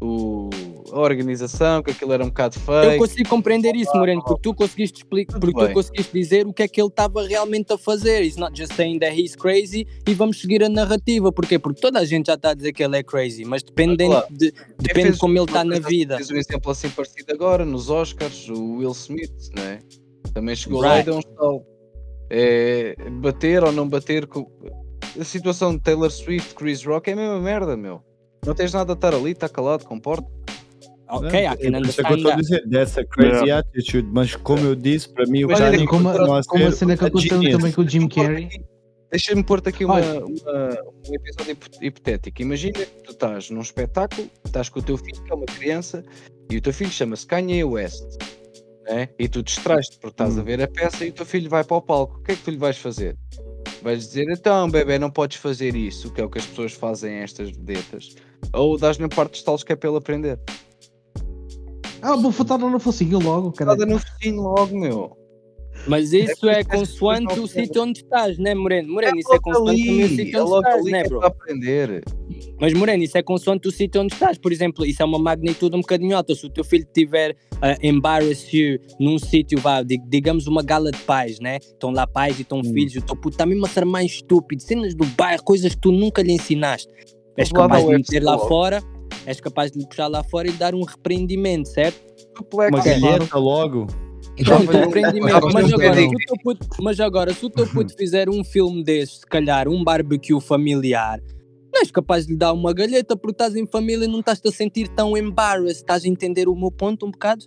S3: o, a organização, que aquilo era um bocado
S4: Eu
S3: feio.
S4: consigo compreender isso, Moreno, porque tu conseguiste explicar,
S3: Tudo
S4: porque tu
S3: bem.
S4: conseguiste dizer o que é que ele estava realmente a fazer. It's not just saying that he's crazy e vamos seguir a narrativa. Porquê? Porque toda a gente já está a dizer que ele é crazy, mas dependendo
S3: Claro.
S4: de, depende
S3: fez
S4: de como ele
S3: uma
S4: está na
S3: coisa-
S4: vida.
S3: Fiz um exemplo assim parecido agora nos Oscars, o Will Smith, né? Também chegou lá e
S4: Right.
S3: deu um estalo. É, bater ou não bater com. A situação de Taylor Swift, Chris Rock é a mesma merda, meu. Não tens nada a estar ali, está calado, comporta.
S4: Ok, I can
S1: Não, é por isso que eu
S4: understand
S1: estou a
S4: that.
S1: dizer, that's a crazy attitude, mas como eu disse, para mim o
S3: Mas
S1: Kanye
S3: olha,
S2: como,
S1: continua a
S2: como a
S1: ser
S2: cena que
S1: a
S2: aconteceu
S1: genius.
S2: também com o Jim Carrey.
S3: Deixa-me pôr-te aqui uma,
S2: Olha.
S3: uma- um episódio hipo- hipotético. Imagina que tu estás num espetáculo, estás com o teu filho, que é uma criança, e o teu filho chama-se Kanye West. Né? E tu distrais-te porque estás a
S2: Hum.
S3: ver a peça e o teu filho vai para o palco. O que é que tu lhe vais fazer? Vais dizer, então, bebê, não podes fazer isso, que é o que as pessoas fazem a estas vedetas. Ou dás-lhe um par de estalos que é para ele aprender.
S2: Ah, vou faltar no focinho logo, cara.
S3: Nada no focinho logo, meu.
S4: Mas isso
S3: É
S4: é
S3: por isso que as
S4: consoante
S3: pessoas não
S4: o sítio onde estás, né, Moreno? Moreno, isso é
S3: logo
S4: consoante também o
S3: ali, é
S4: sítio
S3: logo
S4: onde estás,
S3: ali que
S4: né,
S3: é
S4: bro?
S3: para aprender.
S4: Mas Moreno, isso é consoante o sítio onde estás. Por exemplo, isso é uma magnitude um bocadinho alta. Se o teu filho tiver ah, embarrass you num sítio, vá, di- digamos uma gala de pais, né? Estão lá pais e estão
S3: Hum.
S4: filhos, o teu puto está mesmo a ser mais estúpido. Cenas do bairro, coisas que tu nunca lhe ensinaste. És
S3: Vou lá
S4: capaz
S3: dar
S4: de
S3: o
S4: lhe meter lá
S3: F-Score.
S4: fora, és capaz de lhe puxar lá fora e lhe dar um repreendimento, certo?
S1: Uma
S3: Complexo.
S1: galheta logo.
S4: Pronto,
S3: Dava-lhe um-
S4: repreendimento.
S3: dava-lhe
S4: Mas
S3: um
S4: agora, se
S3: dedinho.
S4: o teu puto, mas agora, se o teu puto fizer um filme desse, se calhar um barbecue familiar, não és capaz de lhe dar uma galheta porque estás em família e não estás-te a sentir tão embarrassed. Estás a entender o meu ponto um bocado?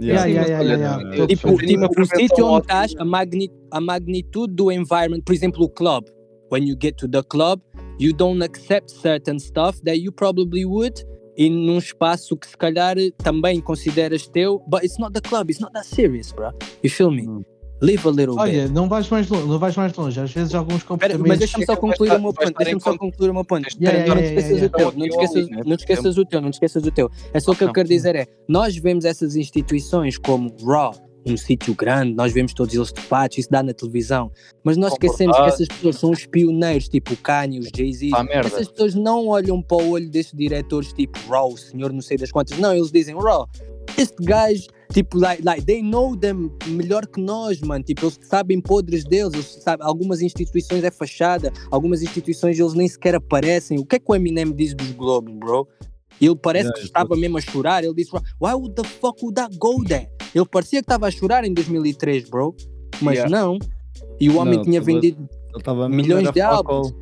S2: Yeah,
S1: Yeah.
S2: yeah, yeah,
S3: olha,
S2: yeah,
S1: não,
S2: yeah.
S3: eu-
S4: Tipo,
S3: Sim,
S4: tipo,
S3: uma
S4: o sítio
S3: prevenção
S4: onde estás, a, magni a magnitude do environment, por exemplo, o club. When you get to the club, you don't accept certain stuff that you probably would e num espaço que se calhar também consideras teu, but it's not the club, it's not that serious, bro. You feel me? Live a little bit.
S2: Olha, não vais mais longe, não vais mais longe. Às vezes alguns
S4: Espera,
S2: comportamentos.
S4: mas deixa-me só
S3: Vai
S4: concluir
S3: estar-
S4: o meu
S3: vai
S4: ponto.
S3: estar em
S4: Deixa-me só
S3: conta.
S4: concluir o meu ponto.
S3: Yeah,
S4: Espera,
S2: yeah,
S4: não te
S2: yeah,
S4: esqueças
S2: yeah,
S4: o teu,
S3: yeah.
S4: não te esqueças-
S3: Não,
S4: não te esqueças o teu, não te esqueças o teu. É só o que eu
S3: né? Não.
S4: quero dizer é, nós vemos essas instituições como Raw, um sítio grande, nós vemos todos eles de fato, isso dá na televisão, mas nós esquecemos que essas pessoas são os pioneiros, tipo o Kanye, os Jay-Z,
S3: Pá, merda.
S4: essas pessoas não olham para o olho desses diretores tipo Raw, o senhor não sei das quantas. Não, eles dizem Raw, este gajo, tipo, like, like, they know them melhor que nós, mano. Tipo, eles sabem podres deles, eles sabem, algumas instituições é fachada, algumas instituições eles nem sequer aparecem. O que é que o Eminem diz dos Globos, bro? Ele parece que estava mesmo a chorar. Ele disse, why would the fuck would that go there? Ele parecia que estava a chorar em 2003, bro. Mas
S3: Yeah. tá
S4: não. E o homem
S1: Não,
S4: tinha
S1: aquilo-
S4: vendido
S1: Ele tava
S4: Milhões
S1: era
S4: de
S1: foco ao-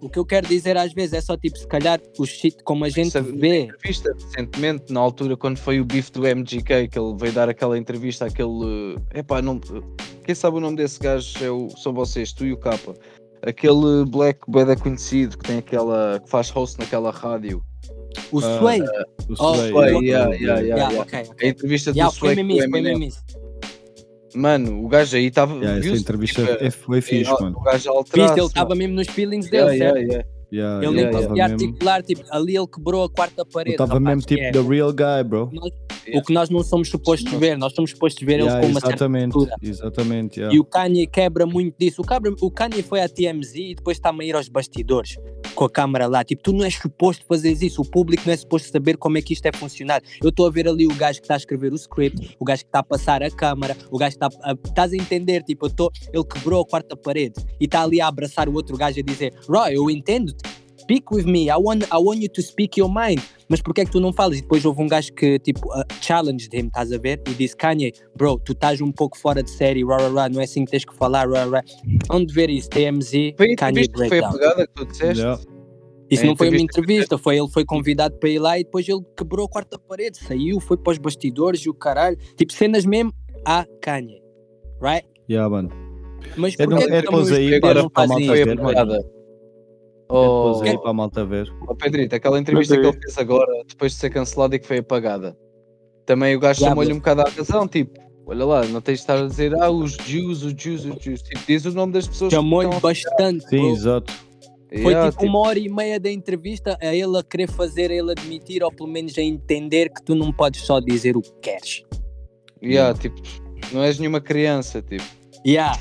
S4: o que eu quero dizer às vezes é só tipo, se calhar o shit como a gente
S3: Sabe-
S4: vê.
S3: entrevista recentemente, na altura, quando foi o bife do MGK, que ele veio dar aquela entrevista àquele. eh, Epá, não. Quem sabe o nome desse gajo é o- são vocês, tu e o Capa. Aquele black beda conhecido que tem aquela. que faz host naquela rádio.
S4: O
S1: Ah,
S4: Sway.
S1: o
S4: Oh,
S1: Slay.
S4: Slay,
S3: yeah, yeah, yeah.
S4: Yeah, ok,
S3: A
S4: ok.
S3: entrevista do
S4: Yeah, foi
S3: Sway
S4: mesmo
S3: com o
S4: isso, foi
S3: Eminem.
S4: mesmo isso.
S3: Mano, o gajo aí estava.
S1: Yeah, essa entrevista é- foi fixe, mano.
S3: O gajo alterado.
S4: Viste, ele estava mesmo nos feelings dele,
S3: Yeah,
S4: certo?
S3: yeah, yeah.
S1: Yeah,
S4: Ele nem
S1: ele
S3: yeah,
S1: tava
S4: conseguia
S1: mesmo.
S4: articular, tipo, ali ele quebrou a quarta parede.
S1: Ele tava
S4: rapaz,
S1: mesmo
S4: que
S1: tipo
S4: é
S1: the real guy, bro.
S4: O que nós não somos supostos ver, nós somos supostos ver
S1: Yeah,
S4: eles com uma certa
S1: exatamente,
S4: postura.
S1: exatamente. yeah.
S4: E o Kanye quebra muito disso. O, cabra, o Kanye foi à TMZ e depois está-me a ir aos bastidores com a câmara lá. Tipo, tu não és suposto fazer isso. O público não é suposto saber como é que isto é funcionar. Eu estou a ver ali o gajo que está a escrever o script, o gajo que está a passar a câmara, o gajo que está a. Estás a entender? Tipo, eu tô, ele quebrou a quarta parede e está ali a abraçar o outro gajo e a dizer: Roy, eu entendo-te. Speak with me, I want, I want you to speak your mind. Mas porquê é que tu não falas? E depois houve um gajo que, tipo, uh, challenged him, estás a ver? E disse: Kanye, bro, tu estás um pouco fora de série, rá, rá, rá, não é assim que tens que falar, rá, rá. Onde ver isso? TMZ,
S3: Foi a
S4: Kanye
S3: entrevista que foi a
S4: Breakdown.
S3: pegada que tu disseste.
S1: Yeah.
S4: Isso
S3: É,
S4: não foi uma
S3: entrevista-
S4: entrevista, foi ele foi convidado para ir lá e depois ele quebrou a quarta parede, saiu, foi para os bastidores e o caralho. Tipo, cenas mesmo a Kanye, right?
S1: Yeah, mano.
S4: Mas
S1: É,
S4: porquê
S1: não,
S4: que
S1: é
S3: um
S4: também os
S1: depois aí
S4: youtubers
S1: para
S4: não
S1: para a malta
S4: fazem
S3: Foi
S4: isso?
S3: a
S1: ver, mano.
S3: pegada.
S1: É
S3: Oh,
S1: depois aí para a malta ver.
S3: oh, Pedrito, aquela entrevista que
S5: Mas é-
S3: ele fez agora, depois de ser cancelada e que foi apagada. Também o gajo
S4: Yeah,
S3: chamou-lhe um bocado a razão, tipo, olha lá, não tens de estar a dizer, ah, os Jews, os Jews, os Jews. Tipo, diz o nome das pessoas. que
S4: Chamou-lhe
S3: estão
S4: bastante,
S1: Sim,
S4: bro.
S1: exato.
S3: a-
S4: Foi
S3: Yeah,
S4: tipo uma hora e meia da entrevista a ele a querer fazer, a ele admitir ou pelo menos a entender que tu não podes só dizer o que queres.
S3: yeah, tipo, não és nenhuma criança, tipo.
S4: Yeah.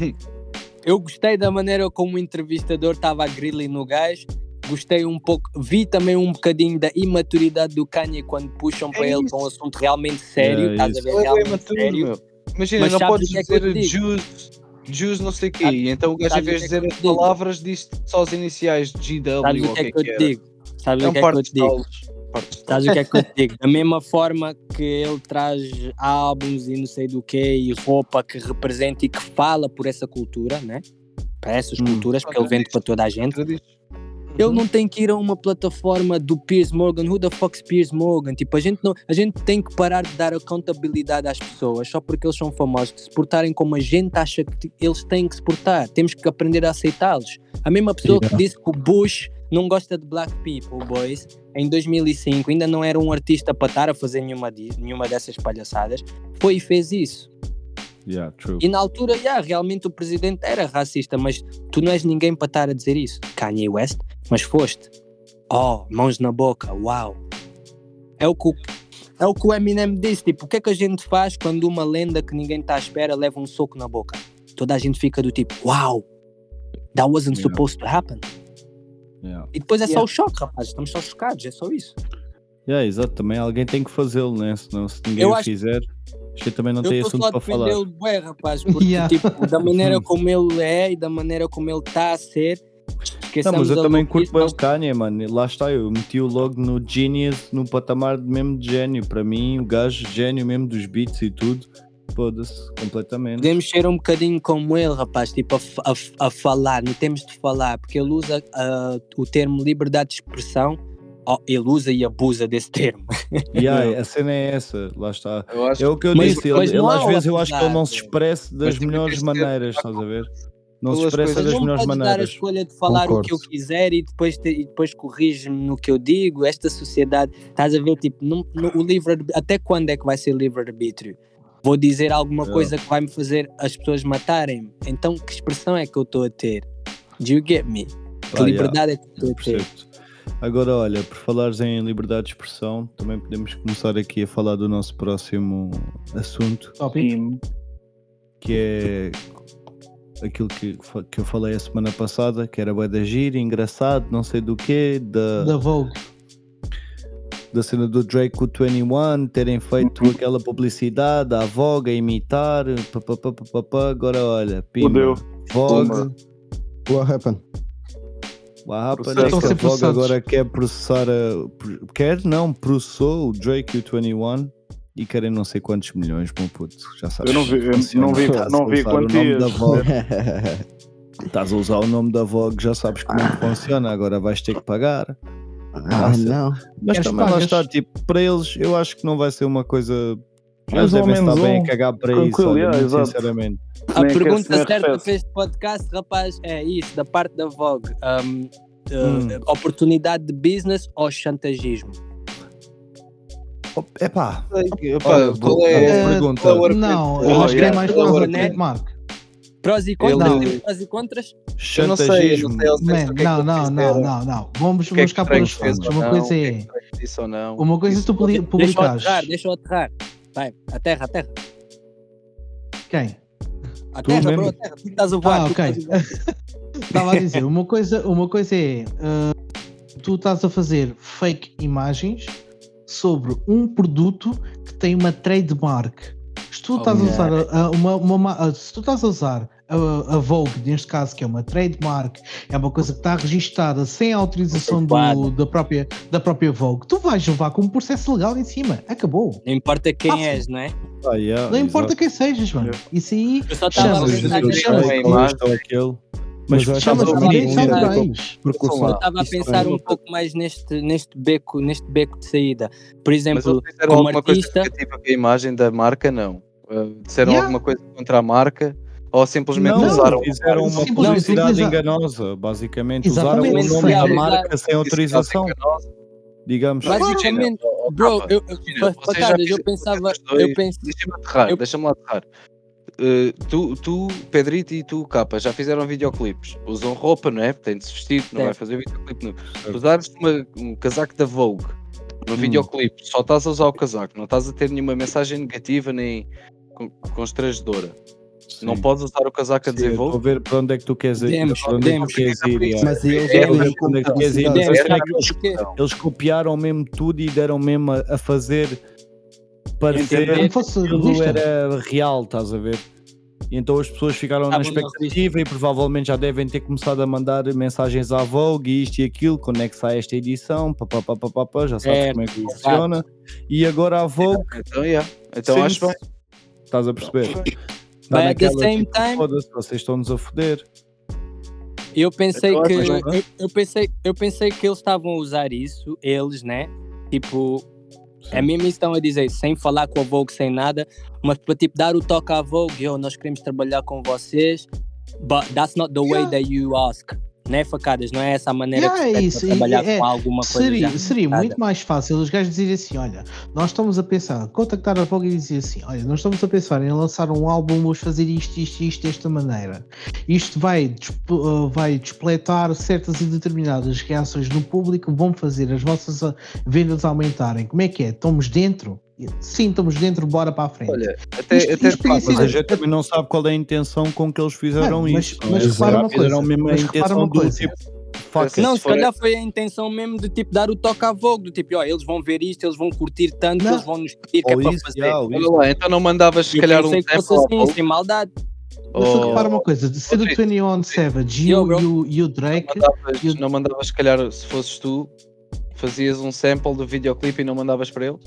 S4: Eu gostei da maneira como o entrevistador estava a grilling no gás. Gostei um pouco, vi também um bocadinho da imaturidade do Kanye quando puxam para ele para um assunto realmente
S1: É
S4: sério. estás a
S1: isso.
S4: ver?
S3: Ele é
S4: Realmente
S3: imaturo,
S4: sério.
S3: meu. Imagina,
S4: Mas
S3: não
S4: sabes
S3: podes
S4: o que é que eu
S3: dizer
S4: te digo?
S3: Jews, Jews não sei o quê.
S4: Sabes-
S3: E então o gajo, em
S4: sabes o
S3: vez de
S4: que é
S3: dizer
S4: que
S3: as
S4: eu te digo?
S3: palavras, diz só os iniciais de GW
S4: Sabes
S3: ou
S4: o que é que eu te
S3: era.
S4: digo? Sabes
S3: É
S4: o
S3: um
S4: que é que
S3: par
S4: eu
S3: de
S4: te digo?
S3: talos. Partes
S4: Sabes o que é que eu te digo? Da mesma forma que ele traz álbuns e não sei do que e roupa que representa e que fala por essa cultura, né? Para essas
S1: Hum.
S4: culturas, porque ele vende para toda a gente.
S3: Eu disse.
S4: Ele não tem que ir a uma plataforma do Piers Morgan. Who the fuck's Piers Morgan? Tipo, a gente, não, a gente tem que parar de dar accountabilidade às pessoas só porque eles são famosos, de se portarem como a gente acha que ti- eles têm que se portar. Temos que aprender a aceitá-los. A mesma pessoa que disse que o Bush não gosta de black people, boys, em 2005, ainda não era um artista para estar a fazer nenhuma, di- nenhuma dessas palhaçadas, foi e fez isso.
S1: Yeah, true.
S4: E na altura, yeah, realmente o presidente era racista, mas tu não és ninguém para estar a dizer isso. Kanye West, mas foste. Oh, mãos na boca, uau. É o que o, é o, que o Eminem disse, tipo, o que é que a gente faz quando uma lenda que ninguém está à espera leva um soco na boca? Toda a gente fica do tipo, uau, that wasn't
S1: Yeah.
S4: supposed to happen.
S1: Yeah.
S4: E depois é só
S5: Yeah.
S4: o choque, rapaz, estamos só chocados, é só isso.
S1: Yeah, exato. Também alguém tem que fazê-lo, né? Senão, se ninguém
S4: Eu
S1: o
S4: acho-
S1: fizer, acho que também não
S4: Eu
S1: tem
S4: estou só
S1: assunto
S4: a
S1: para falar.
S4: defendê-lo bem, rapaz, porque
S2: Yeah.
S4: tipo, da maneira como ele é e da maneira como ele está a ser,
S1: Não,
S4: esqueçamos
S1: mas eu
S4: a
S1: também
S4: louquice,
S1: curto bem
S4: nós
S1: o Kanye, mano. Lá está, eu meti-o logo no genius, no patamar de mesmo de gênio. Para mim, o gajo gênio mesmo dos beats e tudo. Foda-se, completamente.
S4: Podemos ser um bocadinho como ele, rapaz, tipo a, f- a f- a falar, não temos de falar, porque ele usa ah, o termo liberdade de expressão, Oh, ele usa e abusa desse termo.
S1: Yeah, a cena é essa, lá está.
S3: Eu acho
S1: É o que eu
S4: Mas
S1: disse, ele,
S4: depois
S1: ele
S4: não há
S1: às
S4: o
S1: vezes eu acho que ele não se
S4: apesar,
S1: expressa das
S3: Mas também
S1: melhores
S3: tens
S4: é
S3: de ter
S1: maneiras, estás a ver? Não se
S3: pelas
S1: expressa
S3: coisas.
S1: das
S4: Mas não
S1: melhores
S4: podes dar a
S1: maneiras.
S4: escolha de falar o que eu
S6: Concordo.
S4: quiser e depois, te- e depois corrige-me no que eu digo. Esta sociedade, estás a ver, tipo, não- não- o livre até quando é que vai ser livre-arbítrio? vou dizer alguma
S1: Yeah.
S4: coisa que vai me fazer as pessoas matarem-me. Então, que expressão é que eu estou a ter? Do you get me? Que
S1: Ah, yeah.
S4: liberdade é que eu estou a ter?
S1: Percebo-te. Agora, olha, por falares em liberdade de expressão, também podemos começar aqui a falar do nosso próximo assunto,
S2: Tópico.
S5: Sim.
S1: que é aquilo que, fa- que eu falei a semana passada, que era bué da gira, engraçado, não sei do quê,
S3: uh,
S1: da,
S2: Da Vogue.
S1: da cena do Drake com o 21, terem feito aquela publicidade à Vogue, a imitar, pá, pá, pá, pá, pá, pá. agora olha,
S5: Fudeu.
S1: pima, Vogue,
S5: Toma.
S6: What happened?
S1: Ah, rapaz,
S3: Processos.
S1: é que a
S2: Estão a ser
S1: Vogue
S2: processados.
S1: agora quer processar a- pro- Quer não, processou o Drake e o 21 e querem não sei quantos milhões, bom puto, já sabes.
S5: Eu não vi- eu não
S1: funciona.
S5: vi-
S1: Estás
S5: não
S1: a
S5: vi
S1: usar o nome
S5: quantias.
S1: da Vogue, Estás a usar o nome da Vogue, já sabes como é que funciona, agora vais ter que pagar.
S6: ah, não.
S1: Mas
S2: Queres
S1: também lá
S2: pagas?
S1: está, tipo, para eles eu acho que não vai ser uma coisa. Eles
S5: Mais ou
S1: devem estar
S5: menos
S1: bem
S5: um.
S1: a cagar para isso,
S5: Tranquilo,
S1: olha,
S5: yeah,
S1: muito
S5: exato.
S1: sinceramente.
S4: A
S5: Nem quer
S4: pergunta
S5: sequer
S4: certa
S5: refere-se.
S4: para este podcast, rapaz, é isso, da parte da Vogue. Um, uh,
S1: Hum.
S4: Oportunidade de business ou chantagismo?
S1: É pá,
S3: Epá, qual é?
S2: É,
S1: pergunta.
S3: qual é?
S2: Não, eu
S3: Olha,
S2: acho que é mais
S3: olha,
S2: fácil
S3: olha,
S2: que Marco.
S4: Prós e contras?
S2: Ele-
S4: Temos prós e contras?
S3: Eu não sei, eu
S1: chantagismo.
S3: não sei ao
S2: Man,
S3: certo o que é que
S2: não,
S3: eles
S2: não,
S3: fizeram,
S2: não, não, não. Vamos,
S3: o que é
S2: vamos
S3: que
S2: cá para os
S3: Drake fez
S2: fundos.
S3: ou
S2: Uma
S3: não, o
S2: coisa
S3: que é
S2: é.
S3: que Drake disse ou não.
S2: Uma coisa é tu publi-
S4: Deixa eu
S2: publicares.
S3: né?
S4: aterrar, deixa eu aterrar. Vai, aterra, aterra.
S2: Quem?
S4: Aterra,
S1: mesmo?
S4: bro, aterra. Tu estás a voar.
S2: Ah,
S4: tu
S2: ok.
S4: estás a voar.
S2: Estava a dizer, uma coisa, uma coisa é. ah, tu estás a fazer fake imagens sobre um produto que tem uma trademark. Se tu
S4: Oh,
S2: estás a
S4: yeah.
S2: usar a- a- uma, uma ma- a- se tu estás a usar a, a Vogue, neste caso, que é uma trademark, é uma coisa que está registada sem a autorização do-
S4: Aprovada.
S2: da, própria, da própria Vogue, tu vais levar com um processo legal em cima. Acabou.
S4: Não importa quem
S2: Fácil.
S4: és, não é?
S1: Ah, yeah,
S2: Não importa
S1: exato.
S2: quem sejas, mano. Isso aí
S4: Eu só estava a
S2: Chama-se-
S4: pensar
S1: Chama-se-
S4: nessa
S2: chama-se-
S4: coisa.
S1: Mas ou aquele. Mas um
S6: Mas eu acho
S2: chama-se
S4: Chama-se-
S2: direitos
S4: Chama-se-
S2: autorais.
S4: Eu estava a pensar um pouco mais neste, neste, beco, neste beco de saída. Por
S3: Mas eles
S4: exemplo,
S3: disseram
S4: como
S3: alguma
S4: artista-
S3: coisa negativa com a imagem da marca, não. Uh, disseram
S2: Yeah.
S3: alguma coisa contra a marca ou simplesmente um
S2: Não,
S3: usaram.
S1: fizeram uma
S2: Simplesmente
S1: publicidade
S2: utilizaram-
S1: enganosa, basicamente.
S2: Exatamente,
S1: Usaram o nome da
S4: sim.
S1: marca sem autorização, digamos.
S4: basicamente,
S3: Ah,
S4: bro, eu, eu,
S3: Imagina, vocês já
S4: patadas, eu
S3: fizeram
S4: pensava,
S3: vocês dois.
S4: eu pensei,
S3: Deixa-me aterrar,
S4: Eu-
S3: deixa-me lá aterrar. Uh, tu, tu, Pedrito e tu, Capa, já fizeram videoclipes. Usam roupa, não é? Tem de se vestir, não
S4: Certo.
S3: vai fazer videoclipe. Não. Usares uma- um casaco da Vogue no
S1: Hum.
S3: videoclipe, só estás a usar o casaco, não estás a ter nenhuma mensagem negativa nem con- constrangedora.
S1: Sim.
S3: Não podes usar o
S1: Sim,
S3: casaco a
S1: eu
S3: dizer
S1: Estou a
S3: Vogue.
S1: ver para onde é que tu queres ir.
S4: Demos,
S1: para onde é que
S4: demos.
S1: tu queres ir, yeah.
S6: Mas eles
S3: É,
S1: Estou a
S6: devem
S1: ver para onde é que queres ir.
S6: publicidade.
S1: Mas será
S4: Demos,
S1: que eles-
S4: porque-
S1: Eles copiaram mesmo tudo e deram mesmo a, a fazer
S3: Entender.
S1: parecer
S2: Como fosse
S1: que aquilo
S2: revista.
S1: É, era real, estás a ver? E Então as pessoas ficaram na
S4: Estavam na
S1: expectativa e provavelmente já devem ter começado a mandar mensagens à Vogue e isto e aquilo, quando é que sai esta edição, pá, pá, pá, pá, pá, pá, já sabes
S4: Certo,
S1: como é que
S4: exato.
S1: funciona. E agora a Vogue,
S3: Então, yeah. então
S1: Sim,
S3: acho bem.
S1: estás a perceber? Está
S4: But at the
S1: naquela,
S4: same
S1: tipo,
S4: time,
S1: foda-se, vocês estão-nos a foder.
S4: eu pensei
S3: Eu
S4: que
S3: acho
S1: que-
S4: eu, eu pensei, eu pensei que eles estavam a usar isso, eles, né? Tipo, é mesmo isso que estão a dizer, sem falar com a Vogue, sem nada, mas para tipo dar o toque à Vogue, "Yo, nós queremos trabalhar com vocês, but that's not the way
S2: Yeah.
S4: that you ask. Né, facadas? Não é essa a maneira
S2: Yeah,
S4: que
S2: é
S4: se
S2: isso,
S4: pede
S2: e-
S4: para trabalhar
S2: é-
S4: com alguma coisa.
S2: Seria,
S4: já
S2: seria
S4: montada.
S2: muito mais fácil os gajos dizerem assim: olha, nós estamos a pensar, contactar a Vogue e dizer assim: olha, nós estamos a pensar em lançar um álbum, vamos fazer isto, isto, isto, desta maneira. Isto vai, desp- uh, vai despletar certas e determinadas reações no público, vão fazer as vossas uh, vendas aumentarem. Como é que é? Estamos dentro? Sim, estamos dentro, bora para a frente.
S3: Olha, até,
S2: Isto-
S3: até
S2: isto tem
S3: pá,
S2: sido-
S1: Mas a gente também não sabe qual é a intenção com que eles fizeram
S2: Mano, mas-
S1: isso. é?
S2: mas
S1: eles
S2: repara uma
S1: fizeram
S2: coisa,
S1: mesmo a
S2: mas repara
S1: intenção
S2: uma
S1: do
S2: coisa.
S1: tipo, fuck it.
S4: Não,
S3: se
S4: se
S3: for-
S4: calhar foi a intenção mesmo de tipo dar o toque à Vogue, do tipo, ó, eles vão ver isto, eles vão curtir tanto,
S2: Não.
S4: eles vão nos pedir que é
S1: Ou
S4: para
S1: isso,
S4: fazer.
S1: yeah, ou
S3: Olha
S1: isso.
S3: lá, então não mandavas se
S4: Eu
S3: calhar um
S4: pensei que
S3: tempo
S4: fosse assim, sem maldade.
S2: Mas
S4: oh,
S2: só repara
S3: ou
S2: uma coisa: de ser o
S3: Rodrigo,
S2: 21 Savage e
S4: Yo,
S2: o-
S4: bro.
S2: e o- e o
S3: não
S2: Drake.
S3: mandavas,
S2: eu-
S3: não mandavas se calhar se fosses tu, fazias um sample do videoclipe e não mandavas para ele?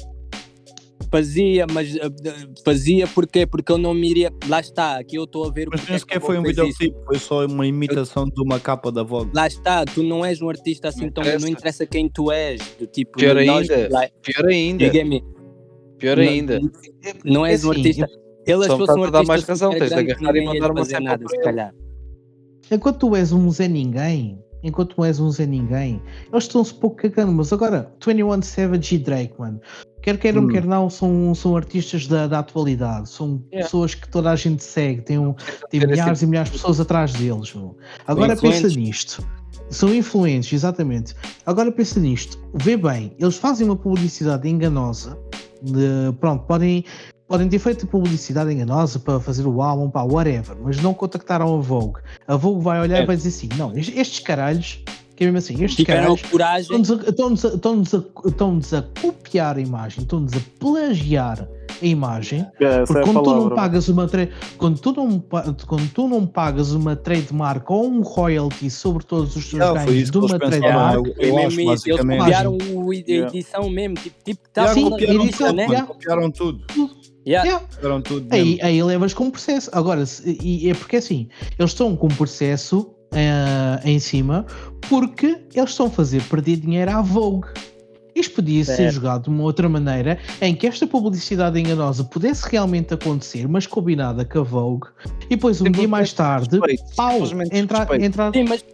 S4: Fazia, mas eh, eh, fazia porquê? Porque eu não me iria. Lá está, aqui eu estou a ver o é
S1: Mas nem sequer
S2: é
S4: porquê a
S1: foi um
S4: Vogue fez isso.
S1: videoclipe, foi só uma imitação de uma capa da Vogue.
S4: Lá está, tu não és um artista assim,
S3: Não
S4: então
S3: interessa.
S4: não interessa quem tu és. Do tipo,
S3: Pior
S4: nós-
S3: ainda,
S4: lá-
S3: Pior ainda,
S4: diga-me,
S3: pior ainda.
S4: Não, não és um
S2: Assim,
S4: artista. Ele
S3: só me
S4: achou-se um
S3: estás a dar
S4: artista.
S3: mais razão,
S4: super
S3: tens de
S4: grande que
S3: agarrar e
S4: ninguém ia
S3: mandar uma
S4: fazer
S3: cena
S4: nada,
S3: para
S4: se
S3: ele.
S4: calhar.
S2: Enquanto tu és um Zé Ninguém, enquanto tu és um Zé Ninguém, eles estão-se um pouco cagando, mas agora, 21 Savage e Drake, mano, quer queiram,
S1: Hum.
S2: quer não, são, são artistas da, da atualidade, são
S3: Yeah.
S2: pessoas que toda a gente segue, tem, um, tem
S3: É. Quer dizer,
S2: milhares e milhares de pessoas atrás deles, meu. Agora pensa
S3: influentes.
S2: nisto. São influentes, exatamente. Agora pensa nisto. Vê bem, eles fazem uma publicidade enganosa. de- pronto, podem, podem ter feito publicidade enganosa para fazer o álbum, pá, whatever, mas não contactaram a Vogue. A Vogue vai olhar e
S3: É.
S2: vai dizer assim: não, est- estes caralhos, que é mesmo assim, estes
S4: Tiveram
S2: caralhos
S4: a Tipo, coragem.
S2: estão-nos a, estão-nos a- estão-nos a- estão-nos a copiar a imagem, estão-nos a plagiar a imagem.
S5: É, essa
S2: Porque
S5: é a
S2: quando tu não
S5: palavra.
S2: pagas uma tra- quando tu não pa- quando tu não pagas uma trademark ou um royalty sobre todos os teus
S1: Não, foi
S2: ganhos
S1: isso
S2: de
S1: que eles
S2: uma
S1: pensaram. né?
S2: trademark,
S1: Eu,
S4: Foi
S1: eu acho,
S4: mesmo isso. Eles
S1: basicamente.
S2: copiaram
S4: copiaram o- a
S5: Yeah.
S4: edição mesmo. Tipo, tipo tá
S1: Yeah,
S2: Sim,
S4: falando
S1: copiaram
S2: isso,
S1: tudo,
S4: né?
S1: mano,
S2: Yeah.
S1: copiaram tudo.
S4: Yeah.
S2: yeah,
S1: Copiaram tudo
S2: aí,
S1: mesmo.
S2: aí levas com processo. Agora, se- e é porque assim, eles estão com processo eh, em cima porque eles estão a fazer perder dinheiro à Vogue. Isto podia ser
S4: Certo.
S2: jogado de uma outra maneira em que esta publicidade enganosa pudesse realmente acontecer, mas combinada com a Vogue, e depois um dia mais tarde,
S3: Respeito,
S2: pau,
S3: simplesmente
S2: entrar,
S3: desrespeito.
S2: entrar
S4: Sim, mas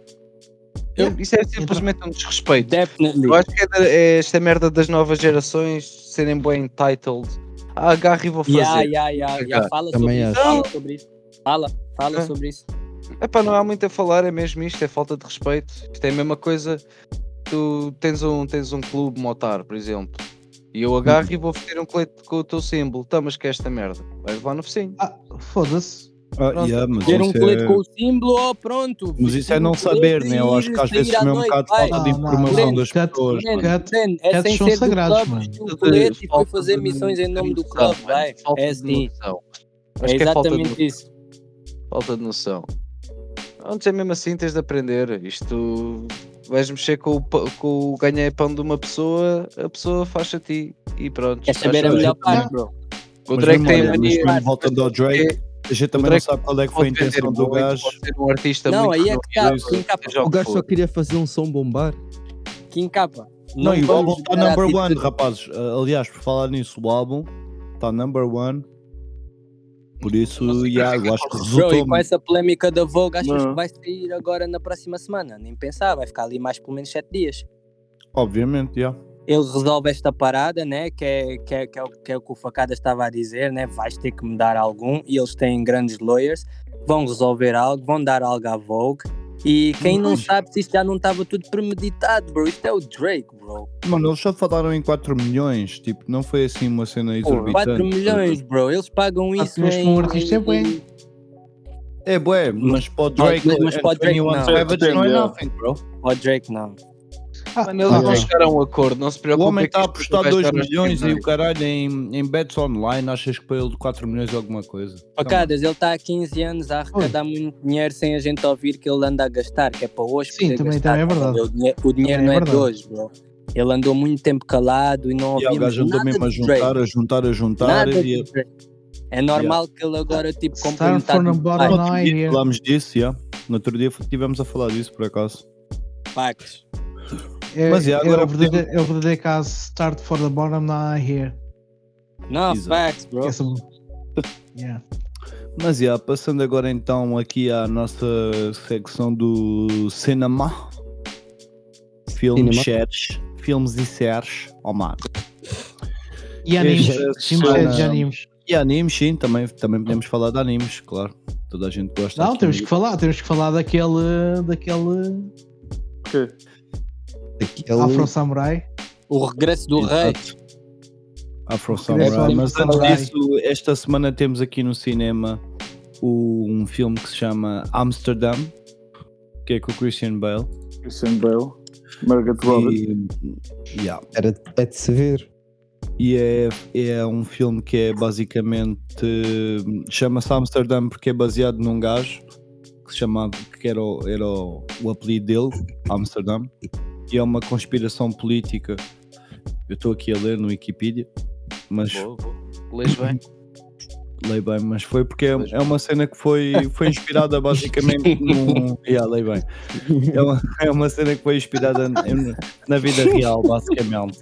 S3: Eu- isso é simplesmente um desrespeito.
S4: definitely.
S3: Eu acho que é, da- é esta merda das novas gerações serem bem entitled. Ah, agarro e vou fazer.
S4: Yeah, yeah, yeah, yeah.
S3: Cara,
S4: Fala sobre
S6: também
S4: isso.
S3: acho.
S4: Fala sobre isso. Fala, fala
S3: É.
S4: sobre isso.
S3: Epá, não há muito a falar, é mesmo isto, é falta de respeito. Isto é a mesma coisa. Tu tens um, tens um clube motar, por exemplo, e eu agarro e vou vestir um colete com o teu símbolo. Tá, mas que é esta merda? Vais levar no focinho.
S2: Ah, foda-se.
S1: Ah, yeah, mas
S4: Ter um
S1: isso é-
S4: colete com o símbolo, oh, pronto.
S1: Mas isso é não saber, né? Eu acho que às vezes também é um bocado de falta de
S2: Não, não,
S1: informação
S4: não.
S1: das
S2: Cat-
S1: pessoas.
S4: Man,
S1: mano.
S2: Cat-
S4: man, é
S2: Cats
S4: sem
S2: são
S4: ser do
S2: sagrados,
S4: clube,
S2: mano.
S4: vestiu o colete e foi
S3: Falta
S4: fazer
S3: de
S4: missões em nome do
S3: noção,
S4: clube, vai.
S3: mano. Falta
S4: É
S3: de
S4: assim.
S3: noção.
S4: É
S3: Acho que é falta de noção.
S4: exatamente isso.
S3: falta de noção. Antes é mesmo assim, tens de aprender. Isto vais mexer com o, pa- com o ganhar pão de uma pessoa, a pessoa faz a ti e pronto.
S4: Quer saber a
S3: Acho-
S4: melhor
S2: Yeah.
S4: parte, bro?
S3: O
S4: é
S1: Mas
S3: Drake
S1: mesmo,
S3: tem a
S1: olha, mas
S3: mania.
S1: mesmo voltando ao Drake, a gente também não
S3: Drake
S1: sabe qual é que foi a
S3: Pode vender
S1: intenção do
S3: muito,
S1: gajo.
S3: pode ser um artista
S4: Não,
S3: muito
S4: aí é que tá.
S3: renomado,
S4: Kim Capa.
S3: seja
S6: O gajo
S3: que
S6: só
S3: for.
S6: queria fazer um som bombar.
S4: Kim Capa.
S1: Não, e o
S4: vamos
S1: álbum está
S4: dar a
S1: number
S4: atitude-
S1: one, rapazes. Ah, Aliás, por falar nisso, o álbum está number one. Por
S3: Não
S1: isso,
S3: sei
S1: yeah,
S3: como é
S1: eu acho
S3: que
S1: que
S4: Bro, e
S1: resultou.
S4: com essa polémica da Vogue, achas
S5: Não.
S4: que vai sair agora na próxima semana? Nem pensar, vai ficar ali mais pelo menos 7 dias.
S1: Obviamente, yeah.
S4: Ele resolve esta parada, né? Que é, que, é, que, é, o- que é o que o Facada estava a dizer, né? Vais ter que mudar algum. E eles têm grandes lawyers, vão resolver algo, vão dar algo à Vogue. E quem não sabe se isto já não estava tudo premeditado, bro. Isto é o Drake, bro.
S1: Mano, eles só falaram em 4 milhões. Tipo, não foi assim uma cena exorbitante. tá?
S4: 4 milhões, bro. Eles pagam
S2: Ah,
S4: isso.
S2: mas
S4: em-
S2: para um artista é bem.
S1: É, bué, mas para o Drake,
S4: mas- mas para o Drake,
S1: 21
S4: não.
S1: Savage não é
S5: Depende, é.
S1: nothing, bro.
S4: Ó, Drake, não.
S2: Ah,
S3: Mano, eles
S6: Ah,
S3: não
S6: ok.
S3: chegaram a um acordo, não se
S1: O
S3: preocupem.
S1: homem
S3: que
S1: está a
S3: isto
S1: apostar
S3: vai um
S1: 2
S3: estar nos
S1: milhões e o
S3: jornais.
S1: caralho em, em bets online. Achas que para ele 4 milhões é alguma coisa?
S4: Facadas, ele está há 15 anos a arrecadar muito dinheiro sem a gente ouvir que ele anda a gastar, que é para hoje.
S2: Sim,
S4: poder
S2: também-
S4: gastar,
S2: também é
S4: tá
S2: verdade.
S4: vendo? O dinhe- O
S2: Também
S4: dinheiro
S2: é
S4: não é, de
S2: verdade.
S4: hoje, bro. Ele andou muito tempo calado e não
S1: E o
S4: ouvimos
S1: gajo andou
S4: nada
S1: mesmo a
S4: de Drake.
S1: juntar, a juntar, a juntar.
S4: Nada de
S1: e
S4: Drake. É normal que ele agora, tipo, compre
S2: Start
S4: metade
S2: from
S4: do
S2: the bottom.
S1: No
S4: pai.
S1: outro
S2: Não,
S1: dia
S2: é.
S1: falámos disso, yeah. No outro dia estivemos a falar disso, por acaso.
S4: Pactos.
S2: é,
S1: Mas, yeah,
S2: é
S1: agora
S2: o verdadeiro, é o verdadeiro caso. Start for the bottom, now I hear.
S4: Não,
S1: Exato.
S4: facts,
S6: é
S4: bro.
S2: Essa- Yeah.
S1: Mas, yeah, passando agora então aqui à nossa secção do cinema. Filmes,
S6: Cinema.
S1: séries. Filmes e séries. Oh, mano.
S2: E animes.
S1: Esta
S2: Filmes
S1: semana-
S2: de animes.
S1: E animes, sim, também, também podemos falar de animes, claro. Toda a gente gosta.
S2: Não,
S1: aqui.
S2: temos que falar, temos que falar daquele. daquele.
S6: Aquele...
S2: Afro Samurai.
S4: O regresso do
S1: Exato.
S4: rei.
S1: Afro
S2: Regresso
S1: Samurai.
S2: ao
S1: Mas antes
S2: Samurai.
S1: disso, esta semana temos aqui no cinema o- um filme que se chama Amsterdam, que é com o Christian Bale.
S5: Christian Bale, Margaret Robbie.
S1: E, yeah.
S6: Era é de se ver.
S1: E é, é um filme que é basicamente. Chama-se Amsterdam porque é baseado num gajo que se chamava. que era, o- era o, o apelido dele, Amsterdam. E é uma conspiração política. Eu estou aqui a ler no Wikipedia, mas
S3: Boa, boa. Lês bem.
S1: Lei bem, mas foi porque é,
S3: Pois.
S1: é uma cena que foi, foi inspirada basicamente num. Yeah, lei bem. É uma, é uma cena que foi inspirada na, na vida real, basicamente.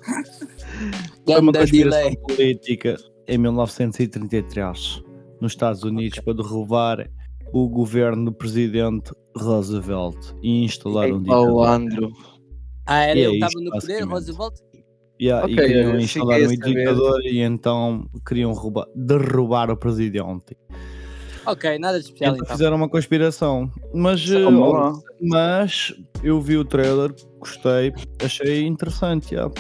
S1: Foi uma
S4: Ganda
S1: conspiração
S4: delay.
S1: política em 1933 nos Estados Unidos para derrubar o governo do presidente Roosevelt e instalaram um
S3: Ao
S1: ditador.
S3: Andro.
S4: Ah, era
S1: E é
S4: ele
S1: isto,
S4: que estava no poder,
S1: basicamente.
S4: Roosevelt?
S1: Yeah, e
S3: Ok,
S1: queriam
S3: olha,
S1: instalar
S3: fiquei
S1: um
S3: a saber.
S1: ditador e então queriam roubar- derrubar o presidente.
S4: Ok, nada de especial
S1: Então
S4: então.
S1: fizeram uma conspiração. Mas, eh,
S5: Toma Então, lá.
S1: mas eu vi o trailer, gostei, achei interessante. Yeah.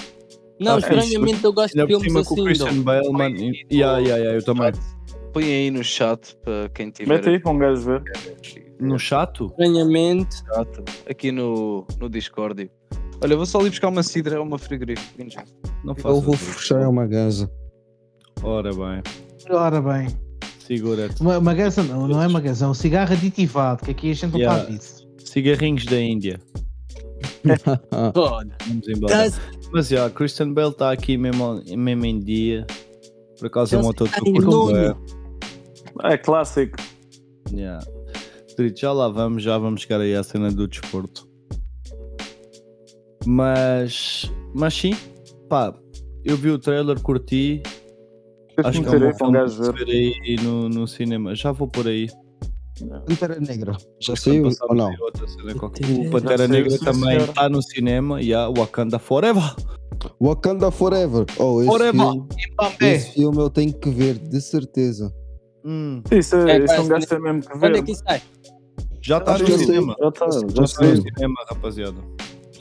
S4: Não,
S1: tá fixe.
S4: estranhamente eu gosto de
S1: Ainda por cima
S4: filmes
S1: com o
S4: assim.
S1: Christian
S4: dog.
S1: Bale, mano. Yeah, yeah, yeah, eu também.
S3: Põe aí no chat para quem tiver.
S5: Mete aí para um gajo ver.
S1: No chato?
S4: Estranhamente.
S3: Exato. Aqui no, no Discord. Olha, vou só ali buscar uma cidra, uma frigorífica.
S1: Não faço.
S6: Eu vou
S1: isso.
S6: fechar uma gaza.
S1: Ora bem,
S2: Ora bem,
S1: segura-te.
S2: uma, uma gaza não, não é uma gaza, é um cigarro aditivado, que aqui a gente não
S1: Yeah.
S2: faz isso.
S1: Cigarrinhos da Índia. Ah.
S4: Foda.
S1: Vamos embora.
S4: Tá-
S1: Mas já, Christian Bale está aqui mesmo, mesmo em dia. Por acaso é um
S4: Ele
S1: autor que
S4: está
S1: eu
S4: em
S1: curto.
S4: nono.
S1: bué.
S5: É clássico.
S1: Yeah. Dito, já lá vamos, já vamos chegar aí à cena do desporto. Mas, mas sim, pá, eu vi o trailer, curti. Acho
S5: Deixa-me
S1: que é um
S5: meter
S1: bom
S5: aí para
S1: filme
S5: um
S1: para
S5: gajo
S1: se
S5: ver.
S1: ver aí no, no cinema. Já vou por aí.
S6: Pantera Negra. Já saiu
S1: Passamos
S6: ou não?
S1: aí outra cena qualquer.
S4: Sim.
S1: O Pantera
S5: Já saiu,
S1: Negra
S5: sim,
S1: também
S5: senhora.
S1: está no cinema. E yeah, Wakanda Forever.
S6: Wakanda Forever. Oh, esse,
S1: Forever.
S6: Filme,
S2: Também,
S6: esse filme eu tenho que ver, de certeza.
S1: Hum,
S5: Isso é,
S4: É
S5: isso é um
S4: quase-
S5: gajo tem mesmo que
S4: Quando é
S5: ver.
S4: que isso sai?
S1: já está
S6: Acho
S1: no
S6: que já saiu.
S1: cinema.
S5: Ah, Já está,
S1: Já
S5: já
S1: está no
S5: saiu.
S1: cinema, rapaziada.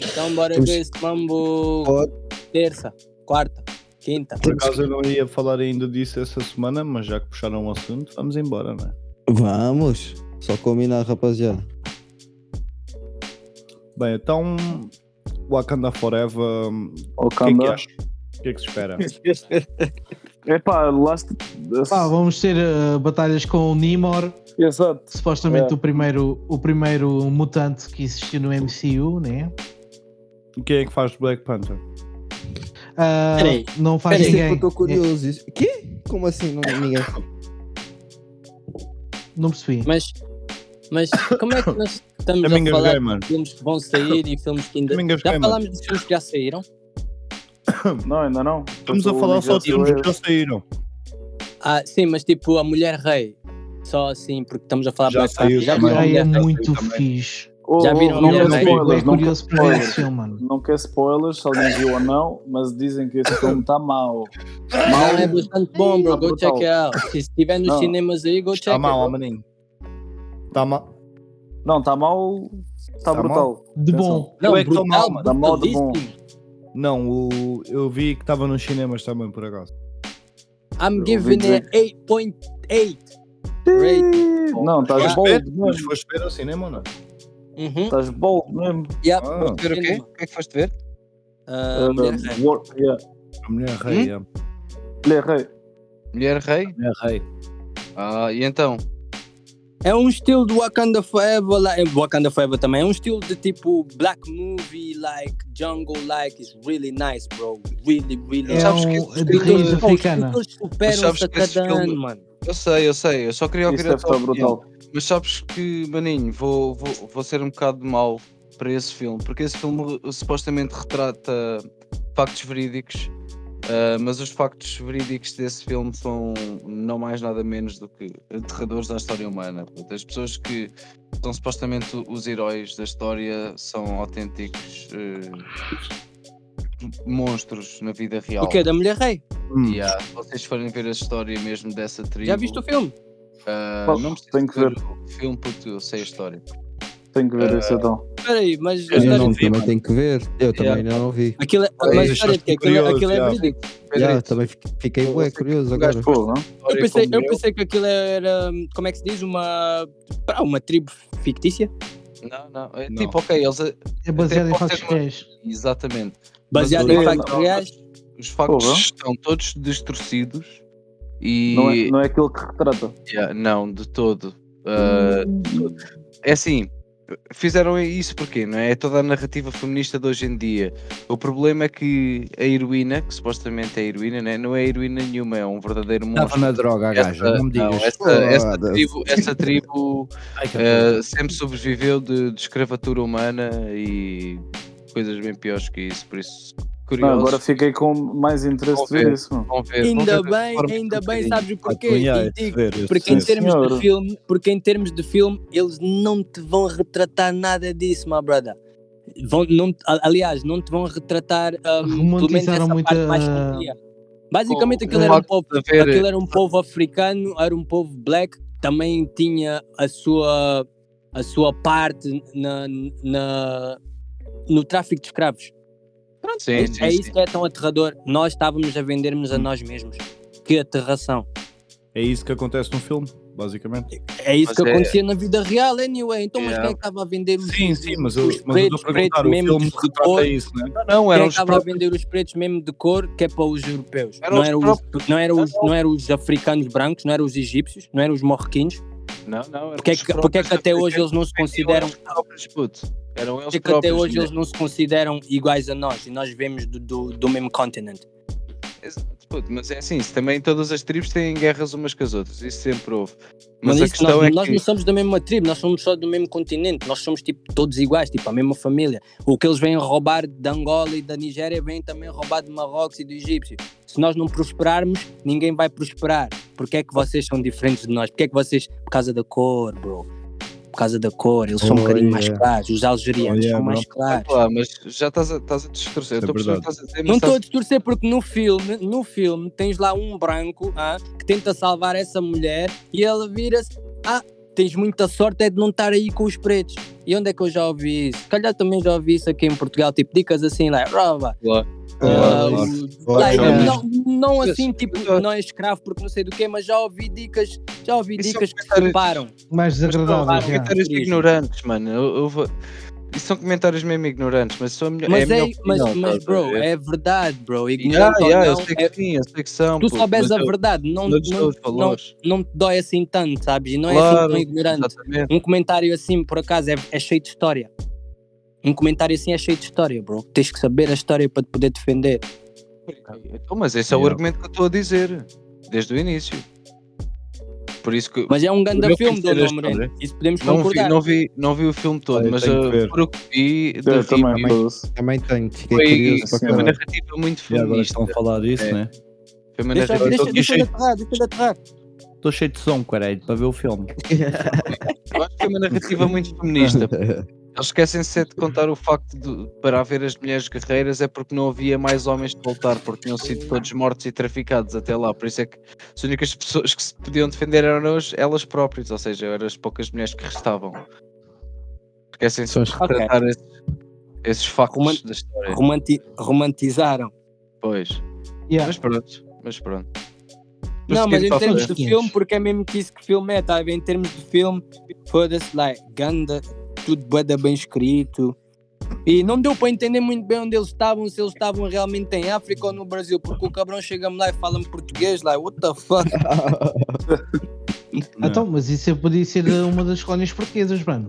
S4: Então bora
S6: Temos-
S4: ver esse mambo
S6: Pode.
S4: terça, quarta, quinta.
S1: Por acaso eu não ia falar ainda disso essa semana, mas já que puxaram o assunto, vamos embora, não é?
S6: Vamos. Só combinar, rapaziada.
S1: Bem, então Wakanda Forever, hum, o que é que
S5: Wakanda.
S1: achas? O que é que se espera?
S5: Epá, last.
S2: Pá, vamos ter eh, batalhas com o Nimor,
S5: Exato.
S2: supostamente
S5: É.
S2: o, primeiro, o primeiro mutante que existiu no MCU, né?
S1: Quem é que faz de Black Panther?
S2: Ah,
S4: Peraí,
S2: não faz
S4: peraí.
S6: Isso é
S2: ninguém.
S6: que eu tô
S2: É,
S6: curioso. Isso- Quê? Como assim? Não, ninguém.
S2: não percebi.
S4: Mas, mas como é que nós estamos
S1: Eu me
S4: a falar
S1: engasguei,
S4: de
S1: mano.
S4: filmes que vão sair e filmes que ainda.
S1: Eu me engasguei,
S4: Já
S1: mano.
S4: falámos dos filmes que já saíram?
S5: Não, ainda não.
S1: Estamos a
S5: Eu sou o
S1: falar só de
S5: Miguel
S1: filmes que já saíram.
S4: Ah, sim, mas tipo a Mulher Rei. Só assim, porque estamos a falar
S1: Já
S4: Black Panther.
S1: saiu
S4: Já
S1: também.
S4: viram a
S2: Ai, é
S4: Mulher Rei?
S2: muito
S1: também.
S2: fixe.
S5: Oh,
S4: Já
S5: oh,
S4: viram né?
S5: não
S4: Mulher
S5: quer
S2: Eu
S4: Rei?
S2: fico bem
S5: spoilers,
S2: é
S5: não quer
S2: curioso para ver esse
S5: spoilers.
S2: filme, mano.
S5: Não quer spoilers, se alguém viu ou não, mas dizem que esse filme está mau.
S4: Não, é bastante bom, bro.
S5: Tá
S4: Go
S5: brutal.
S4: check it out. Se estiver nos
S5: Não.
S4: cinemas aí, go check
S1: Está
S4: it
S1: Tá mal,
S4: out.
S1: maninho. Está mal.
S5: Não, está mau, está
S1: Tá
S5: brutal.
S2: De bom.
S1: Eu é que tô mal,
S4: brutal,
S1: mano.
S5: Dá mal de bom.
S4: brutalíssimo.
S1: Não, o... eu vi que estava nos cinemas também, por acaso.
S4: I'm
S5: Eu
S4: giving
S5: ouvi
S4: it 8.8 rating.
S5: Não, estás
S1: Mas
S5: bold
S1: espera, Mas
S5: mesmo.
S1: foste ver ao cinema ou não?
S4: Uhum.
S5: Estás bold mesmo.
S4: Yep.
S1: Ah.
S4: no
S3: Foste ver o quê?
S4: cinema.
S3: O que é que foste ver?
S4: Ah,
S5: Uh,
S4: Mulher Rei.
S5: war- yeah.
S1: A mulher rei, é. A
S5: Mulher rei.
S3: Mulher Rei?
S1: mulher rei.
S3: Ah, e então?
S4: É um estilo do Wakanda Forever, like, Wakanda Forever também. É um estilo de tipo black movie, like jungle, like. It's really nice, bro. Really, really.
S2: É
S3: Sabes que
S2: um
S3: esses
S2: de raiz
S3: escritores-
S2: africana.
S4: Os escritores
S3: Mas sabes
S4: superam-se a
S3: que esse
S4: cada
S3: filme-
S4: ano, mano.
S3: Eu sei, eu sei. Eu só queria
S5: Isso
S3: ouvir
S5: deve
S3: a tua
S5: estar
S3: opinião.
S5: brutal.
S3: Mas sabes que, maninho, vou, vou, vou ser um bocado mau para esse filme, porque esse filme eh, supostamente retrata factos verídicos, ah, mas os factos verídicos desse filme são não mais nada menos do que aterradores da história humana. Portanto, as pessoas que são supostamente os heróis da história são autênticos eh, monstros na vida real.
S4: O quê? Da Mulher Rei?
S1: Hum.
S3: E, ah, se vocês forem ver a história mesmo dessa tribo,
S4: Já viste o filme?
S3: ah,
S5: Pá,
S3: não preciso
S5: tenho que
S3: ver o filme porque eu sei a história.
S5: Tenho que ver isso então.
S4: Espera aí, mas.
S1: Eu
S4: a
S6: Eu
S4: história-
S6: não,
S1: vi,
S6: também
S1: mano.
S6: tenho que ver. Eu também ainda não vi.
S4: Aquilo é,
S3: Olha,
S4: mas
S1: deixaste-me
S4: espera, porque aquilo,
S1: curioso,
S4: aquilo é
S1: já.
S4: verídico.
S3: Pedrito,
S6: Já, também fi- fiquei
S3: Eu
S6: ué,
S3: sei que
S6: curioso
S3: um gajo
S6: agora.
S5: Pô, não?
S4: Eu
S3: história
S4: pensei,
S3: como
S4: eu
S3: eu.
S4: pensei que aquilo era, hum, como é que se diz, uma, pá, uma tribo fictícia,
S3: Não, não. É
S1: Não.
S3: tipo, ok, eles.
S2: É baseado em
S3: pode
S2: fatos
S3: ser-
S2: reais.
S3: Exatamente.
S4: baseada
S3: Mas
S4: em
S5: eu-
S4: factos
S3: não,
S4: reais.
S3: Os factos
S5: Porra.
S3: estão todos destruídos e.
S5: Não é, não é aquilo que retrata.
S3: Yeah, não, de todo. Ah,
S4: Hum.
S3: é assim, fizeram isso porque não é? É toda a narrativa feminista de hoje em dia. O problema é que a heroína, que supostamente é heroína, né? não é heroína nenhuma, é um verdadeiro
S1: Estava
S3: monstro.
S1: na droga, a gaja,
S3: Essa-
S1: não me
S3: não,
S1: digas.
S3: essa, essa
S6: Foda-se.
S3: tribo, essa tribo
S1: Ai,
S4: é
S1: que
S3: Uh, sempre sobreviveu de, de escravatura humana e coisas bem piores que isso, por isso curiosos.
S5: Não, agora fiquei com mais interesse de ver
S3: Ok.
S5: isso, mano.
S3: Vão ver, vão
S4: Ainda
S3: ver.
S4: bem,
S3: Forma
S4: ainda
S3: que
S4: bem,
S3: tem.
S4: sabes o
S1: Ah, tu,
S4: porquê?
S1: yeah,
S4: E digo,
S1: ver esse
S4: porque em
S1: processo.
S4: termos
S5: Senhora.
S4: de filme, porque em termos de filme, eles não te vão retratar nada disso, my brother. Vão, não, a- aliás, não te vão retratar um, pelo menos essa
S2: Romantizaram muito
S4: parte
S2: a-
S4: mais sombria. Basicamente
S3: O-
S4: aquilo
S2: o
S4: era um
S3: facto
S4: povo,
S3: de haver-
S4: aquilo era um povo africano, era um povo black, também tinha a sua a sua parte na, na no tráfico de escravos. Pronto,
S3: Sim,
S4: é,
S3: sim,
S4: é
S3: sim.
S4: isso que é tão aterrador. Nós estávamos a vendermos a nós mesmos. Que aterração.
S1: É isso que acontece no filme, basicamente.
S4: É isso
S3: Mas
S4: que
S3: é-
S4: acontecia na vida real, anyway. Então, mas
S3: Yeah.
S4: quem é que estava a vender os,
S1: Sim, sim, mas eu,
S4: os
S1: mas eu estou
S4: pretos,
S1: a perguntar,
S4: pretos
S1: o
S4: mesmo
S1: filme
S4: de
S1: retrata
S4: cor?
S1: isso, né?
S3: Não, não,
S4: Quem é
S3: eram
S4: que
S3: os
S4: estava a
S3: próprios.
S4: vender os pretos mesmo de cor, que é para os europeus?
S3: Eram
S4: não,
S3: os
S4: era os, não, era os, não era os africanos brancos, não eram os egípcios, não eram os marroquinos.
S3: Não, não, eram
S4: Porque é
S3: os
S4: que, porque é que
S3: próprios
S4: até hoje
S3: africanos
S4: eles não se
S3: que vendiam
S4: consideram.
S3: aos próprios, puto. Eram eles
S4: Porque é que até
S3: próprios,
S4: hoje
S3: né?
S4: eles não se consideram iguais a nós e nós vemos do, do, do mesmo continente.
S3: Exato, puto, mas é assim, isso também todas as tribos têm guerras umas com as outras, isso sempre houve.
S4: Mas,
S3: Mas, a
S4: isso, nós,
S3: questão é
S4: nós
S3: que
S4: não somos da mesma tribo, nós somos só do mesmo continente, nós somos tipo todos iguais, tipo a mesma família. O que eles vêm roubar de Angola e da Nigéria vêm também roubar de Marrocos e do Egípcio. Se nós não prosperarmos, ninguém vai prosperar. Porque é que vocês são diferentes de nós? Porque é que vocês, por causa da cor, bro? Por causa da cor, eles são um
S6: Oh,
S4: bocadinho mais
S6: yeah.
S4: claros. Os algerianos
S1: Oh, yeah,
S4: são mais
S1: bro.
S4: claros.
S3: Claro, mas já estás a, estás a distorcer.
S1: Isso é
S3: Eu estou a perceber o que
S1: verdade.
S3: estás a dizer, mas
S4: Não estou a
S3: estás...
S4: distorcer porque no filme, no filme, tens lá um branco ah, que tenta salvar essa mulher e ela vira-se. Ah, tens muita sorte é de não estar aí com os pretos. E onde é que eu já ouvi isso? Se calhar também já ouvi isso aqui em Portugal, tipo dicas assim lá, rova.
S3: Claro.
S4: ah,
S1: Claro.
S4: o- lá,
S2: Claro.
S4: não, não assim,
S3: Mas-
S4: tipo, não é escravo porque não sei do quê, mas já ouvi dicas, já ouvi
S3: Isso é
S4: dicas que
S3: comentário-
S4: separam.
S2: mais desagradável.
S4: Mas
S2: já.
S3: Comentários
S4: Mesmo.
S3: ignorantes, mano. Eu, eu vou... Isso são comentários mesmo ignorantes, mas são a minha-
S4: Mas,
S3: é a
S4: é,
S3: minha
S4: mas,
S3: opinião,
S4: mas,
S3: estás a
S4: bro,
S3: ver?
S4: é verdade, bro.
S3: Yeah,
S4: Ignorante ou
S3: yeah, eu
S4: não,
S3: sei
S4: é-
S3: que sim, eu sei que são.
S4: tu
S3: puto,
S4: soubes
S3: mas
S4: a
S3: eu-
S4: verdade, não,
S3: Não te dou
S4: não,
S3: os
S4: não,
S3: valores.
S4: não te dói assim tanto, sabes? E não é assim
S3: Claro,
S4: tão ignorante.
S3: Exatamente.
S4: Um comentário assim, por acaso, é, é cheio de história. Um comentário assim é cheio de história, bro. Tens que saber a história para te poder defender.
S3: Então, mas esse é o
S1: Yeah.
S3: argumento que eu estou a dizer, desde o início. Por isso que
S4: Mas é um grande
S3: Eu
S4: filme,
S3: conhecer a
S4: Dona Moreno.
S3: história.
S4: Isso podemos
S3: não vi,
S4: concordar.
S3: não, vi, não vi o filme todo,
S1: Olha,
S3: mas
S1: Ah, tenho que
S3: uh,
S1: ver.
S3: por o que vi, do
S5: Eu
S3: review,
S5: também, foda-se. assim,
S6: Também tenho, fiquei
S3: foi
S6: curioso
S3: isso,
S6: para
S3: foi uma
S6: caralho.
S3: narrativa muito
S1: E agora então?
S3: feminista.
S1: estão a falar disso,
S3: É.
S1: né?
S3: Foi uma
S4: Deixa,
S3: narrativa
S1: tô
S4: deixa,
S1: aqui
S4: deixa ele
S1: cheio.
S4: aterrar, deixa ele aterrar.
S1: Estou cheio de som, caralho, para ver o filme.
S3: Eu acho que é uma narrativa muito feminista. Eles esquecem-se de contar o facto de para haver as mulheres guerreiras é porque não havia mais homens de voltar, porque tinham sido todos mortos e traficados até lá. Por isso é que as únicas pessoas que se podiam defender eram as- elas próprias, ou seja, eram as poucas mulheres que restavam. Esquecem-se
S6: São
S3: de
S6: as-
S3: retratar esses, esses factos
S4: Roman-
S3: da história.
S4: Romanti- romantizaram.
S3: Pois.
S2: Yeah.
S3: Mas pronto, mas pronto.
S4: Não, mas em
S3: seguimos à
S4: termos
S3: frente.
S4: de
S2: Quinhentos.
S4: filme, porque é mesmo que isso que filme é, tá? Em termos de filme, foda-se, like, ganda, tudo bué da bem escrito. E não deu para entender muito bem onde eles estavam, se eles estavam realmente em África ou no Brasil, porque o cabrão chega-me lá e fala-me português, like, what the fuck?
S2: Então, mas isso podia ser uma das colónias portuguesas, mano.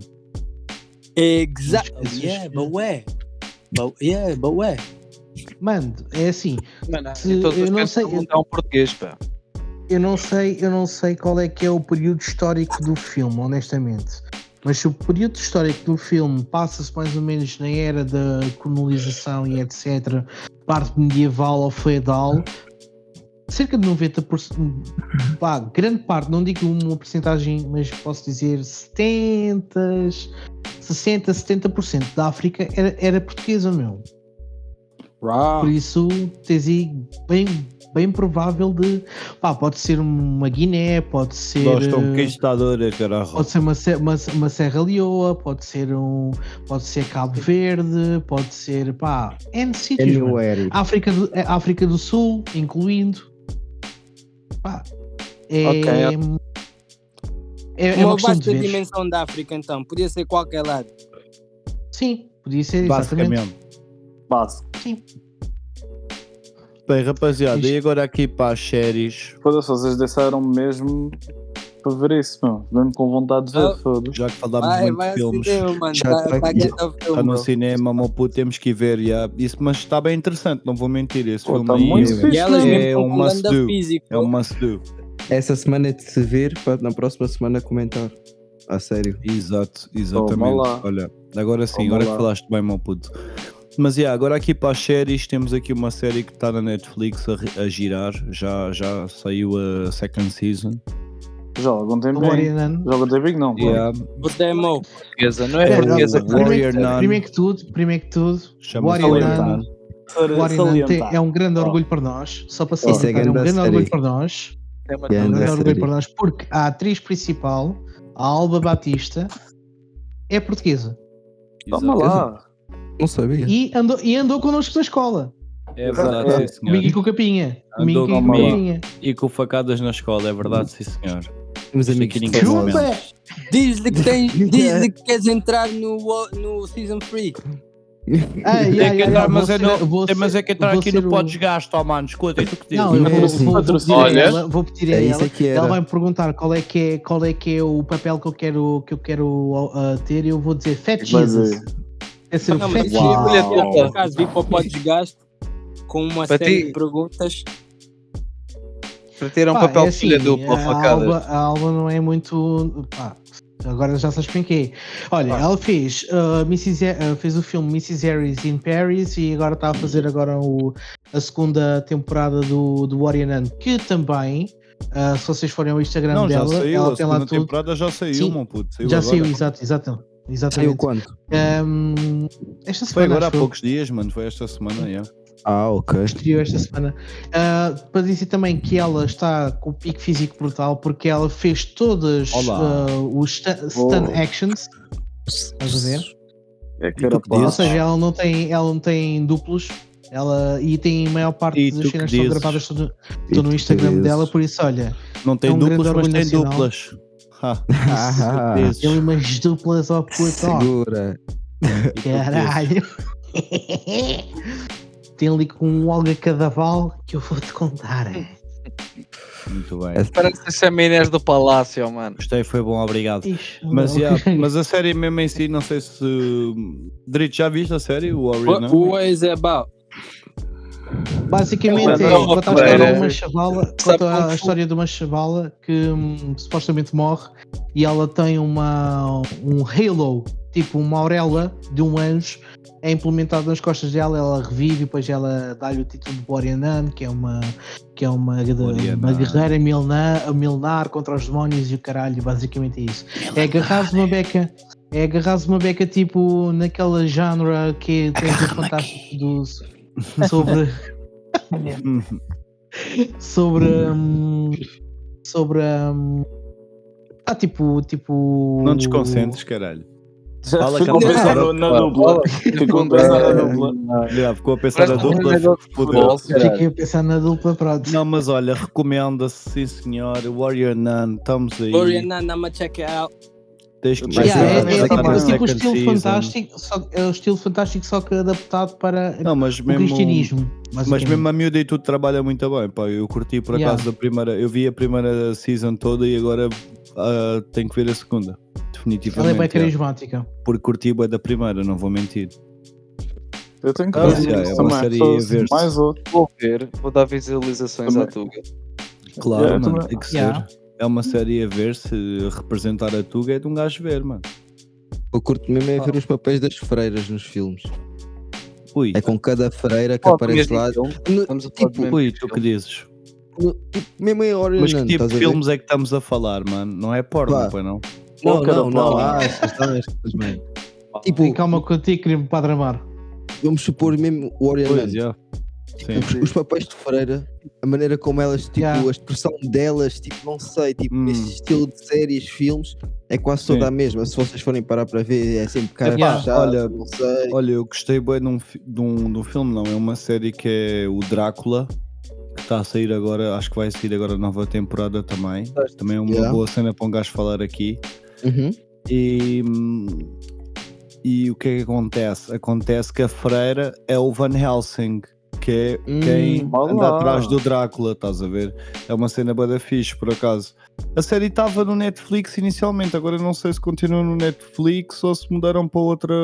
S4: Exato.
S2: Mas esses-
S4: Oh, Yeah, but ué. But, yeah, but ué.
S2: Mano, é assim,
S3: Mano, em
S2: Se-
S3: todos
S2: eu
S3: os
S2: não
S3: cantos
S2: sei-
S3: do mundo há um português, pá.
S2: eu não sei, eu não sei qual é que é o período histórico do filme, honestamente. Mas se o período histórico do filme passa-se mais ou menos na era da colonização e etc, parte medieval ou feudal, cerca de 90%, pá, grande parte, não digo uma porcentagem, mas posso dizer 70, 60, 70% da África era, era portuguesa, meu. Por isso, tens aí bem, bem provável de. Pá, pode ser uma Guiné, pode ser.
S1: Nós estão
S2: eh,
S1: conquistadores, caralho.
S2: Pode ser uma, Se- uma, uma Serra Leoa, pode ser um. Pode ser Cabo Verde, pode ser. Pá, N sítios. mano.
S6: Anywhere.
S2: África, do, eh, África do Sul, incluindo. Pá. É.
S3: Ok.
S2: É, é uma
S4: Uma
S2: questão de
S4: vasta
S2: ver.
S4: dimensão da África, então, podia ser qualquer lado.
S2: Sim, podia ser exatamente.
S1: Basicamente.
S5: Basta.
S1: Bem, rapaziada,
S2: Isto-
S1: e agora aqui para as séries,
S5: Foda-se, vocês deixaram mesmo para ver isso, meu. Mesmo com vontade de
S4: Ah.
S5: ver, foda-se.
S1: já que falámos
S4: Vai,
S1: muito
S4: vai
S1: de
S4: ao
S1: filmes.
S4: cinema, mano.
S6: Já
S4: Vai,
S6: tá-
S4: vai
S6: já-
S4: ao
S1: Está
S4: filme,
S1: no
S4: bro.
S1: cinema, meu puto, temos que ir ver, já. isso, mas está bem interessante, não vou mentir. Esse
S5: Pô,
S1: filme
S5: tá
S1: aí
S5: muito
S1: é-
S5: fixe.
S4: E elas
S1: É
S4: mesmo estão
S1: um
S4: com
S1: must
S4: ganda
S1: do.
S4: físico.
S1: é um must do.
S6: Essa semana é de se ver, para na próxima semana comentar. A sério.
S1: Exato, exatamente.
S5: lá.
S1: Olha, agora sim,
S5: Toma
S1: agora
S5: lá.
S1: que falaste bem, meu puto. Mas yeah, agora aqui para as séries, temos aqui uma série que está na Netflix a, re- a girar, já, já saiu a second season.
S4: é-
S5: Já há algum tempo. hein?
S2: Mandalorian.
S5: Já há algum tempo em que não. pô.
S1: Yeah,
S4: Você é mau.
S3: Portuguesa, não é
S2: Espera,
S3: portuguesa
S1: não,
S3: que
S1: não.
S3: não.
S1: Warrior
S2: Primeiro
S1: Nun.
S2: primeiro que tudo, primeiro que tudo,
S1: chama-se
S2: Warrior
S1: Atlanta.
S2: Nun.
S5: Sali-
S2: Warrior Nun tem-
S5: salientar.
S2: é um grande
S5: Oh.
S2: orgulho para nós, só para
S6: Isso é
S2: salientar, é um
S6: grande
S2: grande
S6: série.
S2: orgulho para nós,
S6: É
S2: é um
S6: grande
S2: grande orgulho
S6: série.
S2: para nós, porque a atriz principal, a Alba Batista, é portuguesa
S5: Toma lá.
S6: Não sabia.
S2: e andou, e andou connosco na escola,
S1: É verdade,
S5: É.
S1: sim
S2: comigo e
S1: senhor.
S2: com o Capinha,
S1: Andou
S2: comigo e com o
S5: comigo.
S2: Capinha.
S1: E com facadas na escola, é verdade, sim senhor.
S6: Temos
S1: Isto
S6: amigos
S1: aqui ninguém
S6: famosos.
S1: comenta.
S4: Diz-lhe que, tens, diz-lhe que queres entrar no, wo- no Season 3.
S2: Ah,
S1: Tem
S2: yeah,
S1: que
S2: yeah,
S6: tá,
S1: entrar,
S2: yeah,
S1: mas
S2: vou
S1: é
S2: ser-
S1: no-
S2: vou
S1: tem- mas
S2: ser-
S1: é tipo que entrar
S2: vou
S1: aqui
S2: ser
S1: no
S2: o-
S1: podes gasto, ó mano, escuta, e tu que dizes?
S2: Não, eu vou,
S6: Sim.
S2: vou- vou pedir a
S5: Olha.
S2: ela, vou pedir a
S6: É
S2: ela.
S6: isso aqui
S2: Ela vai
S6: era.
S2: me perguntar qual é que é, qual é, que é o papel que eu quero, que eu quero ah, ter e eu vou dizer Fat
S5: Vai
S2: Jesus.
S6: uh,
S5: dizer.
S2: É ser o
S4: Não,
S2: Fat
S4: mas
S5: Uau.
S2: Jesus.
S4: olha, eu, por acaso vim para o pó de gasto com uma
S3: Para
S4: série
S3: ti.
S4: de perguntas.
S3: Para ter um
S2: Pá,
S3: papel
S2: é
S3: de filha
S2: assim,
S3: dupla,
S2: a
S3: facada.
S2: Alba, a Alba não é muito. pá, agora já sabes quem que é. Olha, ela fez, ah, Mrs. E- ah, fez o filme Mrs. Harris in Paris e agora está a fazer agora o, a segunda temporada do, do Warrior Nun, que também, ah, se vocês forem ao Instagram
S1: Não, já
S2: dela,
S1: saiu,
S2: ela
S1: a
S2: tem lá
S1: segunda
S2: tudo.
S1: temporada já saiu,
S2: Sim.
S1: meu puto.
S2: já
S1: agora.
S2: saiu, exato, exato,
S6: Saiu
S2: exatamente.
S6: quanto?
S2: Ahm, esta
S1: Foi
S2: semana
S1: agora há
S2: acho eu,
S1: poucos dias, mano, foi esta semana, é. yeah.
S6: Ah, ok.
S2: estreou esta semana. Ah, para dizer também que ela está com um pico físico brutal porque ela fez todos
S1: Olá.
S2: ah, os sta- stunt
S5: Boa.
S2: actions. Estás a ver?
S5: É que era
S1: que
S5: pá.
S2: Ou
S1: dizes?
S2: seja, ela não tem, ela não tem duplos. Ela, e tem a maior parte
S1: E tu
S2: das
S1: que
S2: cenas que são
S1: dizes?
S2: gravadas estão no,
S6: E
S2: estão no
S6: tu
S2: Instagram
S6: dizes?
S2: dela, por isso olha,
S1: Não tem
S2: É um grande
S1: duplas, mas
S2: orgulho
S1: tem
S2: nacional.
S1: duplas. Ha,
S6: Ah,
S1: que dizes?
S2: ele e umas duplas ao puto, ó.
S6: Segura.
S1: E tu que dizes?
S2: Caralho! Tem ali com um Olga Cadaval que eu vou-te contar. é.
S1: Muito bem.
S6: Essa-
S3: Parece que chama Inês do Palácio, mano.
S1: Gostei, foi bom, obrigado. Mas, yeah, mas a série mesmo em si, não sei se. Drito, já viste a série? O Warrior,
S4: What,
S1: não?
S4: what is it about?
S2: Basicamente é
S3: Não,
S2: conta a
S3: não,
S2: história de
S3: não.
S2: uma chavala,
S3: Sabe
S2: conta
S3: como é
S2: a
S3: foi?
S2: história de uma chavala que hum, supostamente morre e ela tem uma um halo, tipo uma auréola de um anjo, é implementado nas costas dela, ela revive e depois ela dá-lhe o título de Boreanan, que é uma que é uma,
S1: Boreanan.
S2: uma guerreira milenar, milenar contra os demónios e o caralho, basicamente é isso. É agarrar-se uma beca, é agarrar-se uma beca tipo naquela genre que é, tem do fantástico dos sobre
S1: Hum,
S2: sobre hum, sobre hum, ah tipo tipo
S1: Não te concentres, caralho.
S5: Já
S1: Fala, é
S5: ficou a
S1: cara.
S5: pensar
S3: Fala.
S5: na dupla. Ficou a pensar na dupla.
S1: Já ficou a pensar a
S3: Parece um
S1: dupla.
S3: jogador de
S1: fudeu.
S3: futebol, caralho.
S2: Fiquei a pensar na dupla pronto.
S1: Não, mas olha, recomenda-se, sim senhor. Warrior Nun, estamos aí.
S4: Gloria Nana, I'ma check it out.
S1: Tens que
S5: Mas
S2: Yeah,
S5: eu
S2: é, é
S5: também já
S1: Tá
S2: tipo,
S5: tava
S1: na
S2: é
S5: pensando
S2: tipo o
S1: second
S2: estilo
S1: season.
S2: fantástico, só que- é o estilo fantástico só que adaptado para
S1: Não, mas
S2: o
S1: mesmo.
S2: cristianismo.
S1: Mas
S2: basicamente.
S1: mesmo a miúda e tudo trabalha muito bem, pá. Eu curti por
S2: Yeah.
S1: acaso da primeira. Eu vi a primeira season toda e agora ah, tenho que ver a segunda. assim,
S2: ela é bem
S1: Definitivamente. yeah.
S2: carismática.
S1: Porque curti bem da primeira, não vou mentir.
S5: Eu tenho que
S3: Ah,
S5: ver
S1: já, é
S5: isso
S1: uma
S5: também.
S1: série
S5: Sou-
S1: verde.
S5: Mais outro.
S3: Vou ver, vou dar visualizações
S5: Também.
S3: à Tuga.
S1: Claro,
S5: Yeah,
S1: mano,
S5: também.
S1: tem que ser.
S2: Yeah.
S1: É uma série a ver se representar a Tuga é de um gajo ver, mano.
S6: Eu curto mesmo
S1: Oh.
S6: é ver os papéis das freiras nos filmes.
S1: Ui,
S6: É com cada freira que
S3: Fala do
S6: aparece
S3: Oh, mesmo
S6: lá.
S3: filme,
S6: No-
S3: Estamos a falar do
S6: tipo,
S3: mesmo
S1: ui, tu que
S3: filme.
S1: dizes.
S6: no- tipo, mesmo em Orion.
S1: Mas que tipo
S6: estás
S1: de
S6: a ver?
S1: filmes é que estamos a falar, mano? Não é porno,
S6: Pá.
S1: pois não?
S6: Não,
S5: Boca da
S6: não, não.
S5: Paula.
S6: Ah, estas são estas, mano.
S1: Oh,
S6: Tipo,
S2: E calma contigo, querido Padre Amar.
S6: vamos supor mesmo o Orion.
S1: Pois, já. Sim.
S6: Os, os papéis de Freira, a maneira como elas, tipo,
S2: Yeah.
S6: a expressão delas, tipo, não sei, tipo,
S1: Hum.
S6: este estilo de séries, filmes, é quase
S1: Sim.
S6: toda a mesma. Se vocês forem parar para ver, é sempre cara
S1: Epá,
S6: fechada,
S1: olha,
S6: não sei.
S1: Olha, eu gostei bem de um, fi- de, um, de um filme, não. É uma série que é o Drácula, que está a sair agora, acho que vai sair agora a nova temporada também. Também é uma
S6: Yeah.
S1: boa cena para um gajo falar aqui.
S6: Uhum.
S1: E, hum, e o que é que acontece? Acontece que a freira é o Van Helsing, que é quem
S5: Hum,
S1: anda
S5: olá.
S1: atrás do Drácula, estás a ver? É uma cena bada fixe, por acaso. A série estava no Netflix inicialmente, agora não sei se continua no Netflix ou se mudaram para outra.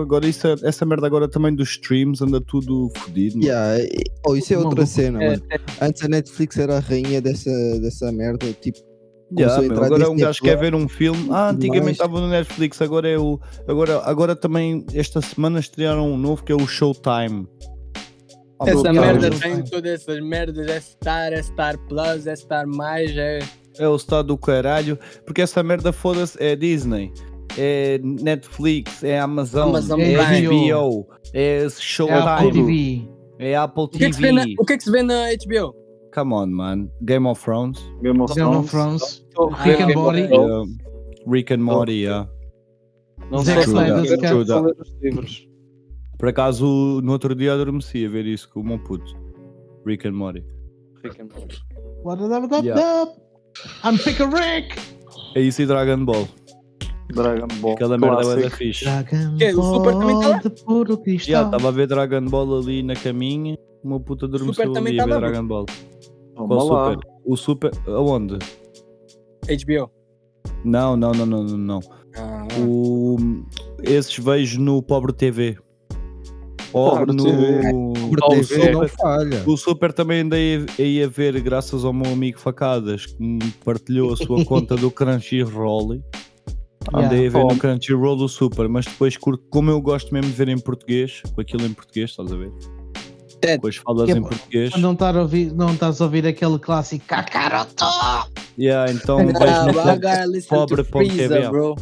S1: Agora, isso é- essa merda agora também dos streams anda tudo fodido. mano.
S6: Yeah, e- oh, isso é
S2: Uma
S6: outra
S2: boa-
S6: cena,
S3: É,
S6: mano. Antes a Netflix era a rainha dessa, dessa merda, tipo,
S1: Yeah,
S7: Começou a
S1: meu,
S7: entrar
S1: agora um
S7: Disney
S1: gajo quer
S7: Plus.
S1: ver um filme. Ah, antigamente
S7: Mas-
S1: estava no Netflix, agora é o. Agora, agora também, esta semana estrearam um novo que é o Showtime. Ah,
S4: Essa
S1: bro,
S4: merda
S1: cara,
S4: tem todas essas merdas. É Star, é Star Plus, é Star Mais, é.
S1: É o estado do caralho, porque essa merda foda-se é Disney, é Netflix, é Amazon,
S4: Amazon
S1: é
S2: Prime.
S1: HBO, é
S2: É a Apple
S1: Showtime,
S2: TV.
S1: é Apple
S4: O que, é que se vê na,
S1: TV.
S4: o que é que se vê na HBO?
S1: Come on, man. Game of Thrones,
S5: Game of
S2: Game of Thrones.
S5: Thrones.
S3: Ah,
S2: Rick and
S3: ok,
S2: Morty.
S4: Oh.
S3: bom.
S1: yeah. Rick and Morty, yeah.
S3: Não
S2: Zack
S3: sei se
S1: Snyder's
S3: eu quero
S1: Cut.
S3: só ler os livros.
S1: Por acaso, no outro dia adormeci a ver isso com o meu puto. Rick and Morty.
S3: Rick and Morty.
S2: What da- da- da-
S1: Yeah.
S2: da- I'm Picker Rick!
S1: É isso e Dragon Ball.
S5: Dragon Ball.
S1: Aquela merda é bué da
S5: clássico.
S1: fixe.
S2: Dragon
S4: Que, o Super também tá
S2: Ball
S4: lá?
S2: de puro
S1: Já, tá
S2: cristal.
S1: estava a ver Dragon Ball ali na caminha. Uma puta
S4: Super
S1: adormeceu
S4: também
S1: ali a
S4: tá
S1: ver
S4: lá, bro.
S1: Dragon Ball.
S5: Vamos
S1: Qual
S5: lá.
S1: super? O super. Aonde?
S4: HBO.
S1: Não, não, não, não, não. não.
S4: Ah,
S1: O... Esses vejo no Pobre TV. Ou
S5: Pobre
S1: no.
S5: TV.
S1: Ou
S7: Pobre
S1: o
S7: TV não
S1: Super.
S7: falha.
S1: O Super também andei a- aí a ver, graças ao meu amigo Facadas, que me partilhou a sua conta do Crunchyroll. Andei a ver no Crunchyroll do Super, mas depois curto, como eu gosto mesmo de ver em português, com aquilo em português, estás a ver?
S4: Ted.
S1: Depois falas
S2: Yeah,
S1: em
S2: bro.
S1: português.
S2: Não estás a ouvir, não estás a ouvir aquele clássico "Ah, Kakaroto!
S1: Yeah, então
S4: ah,
S1: vejo no
S4: but I gotta listen to
S1: Pobre ponto TV,
S4: Freeza, bro.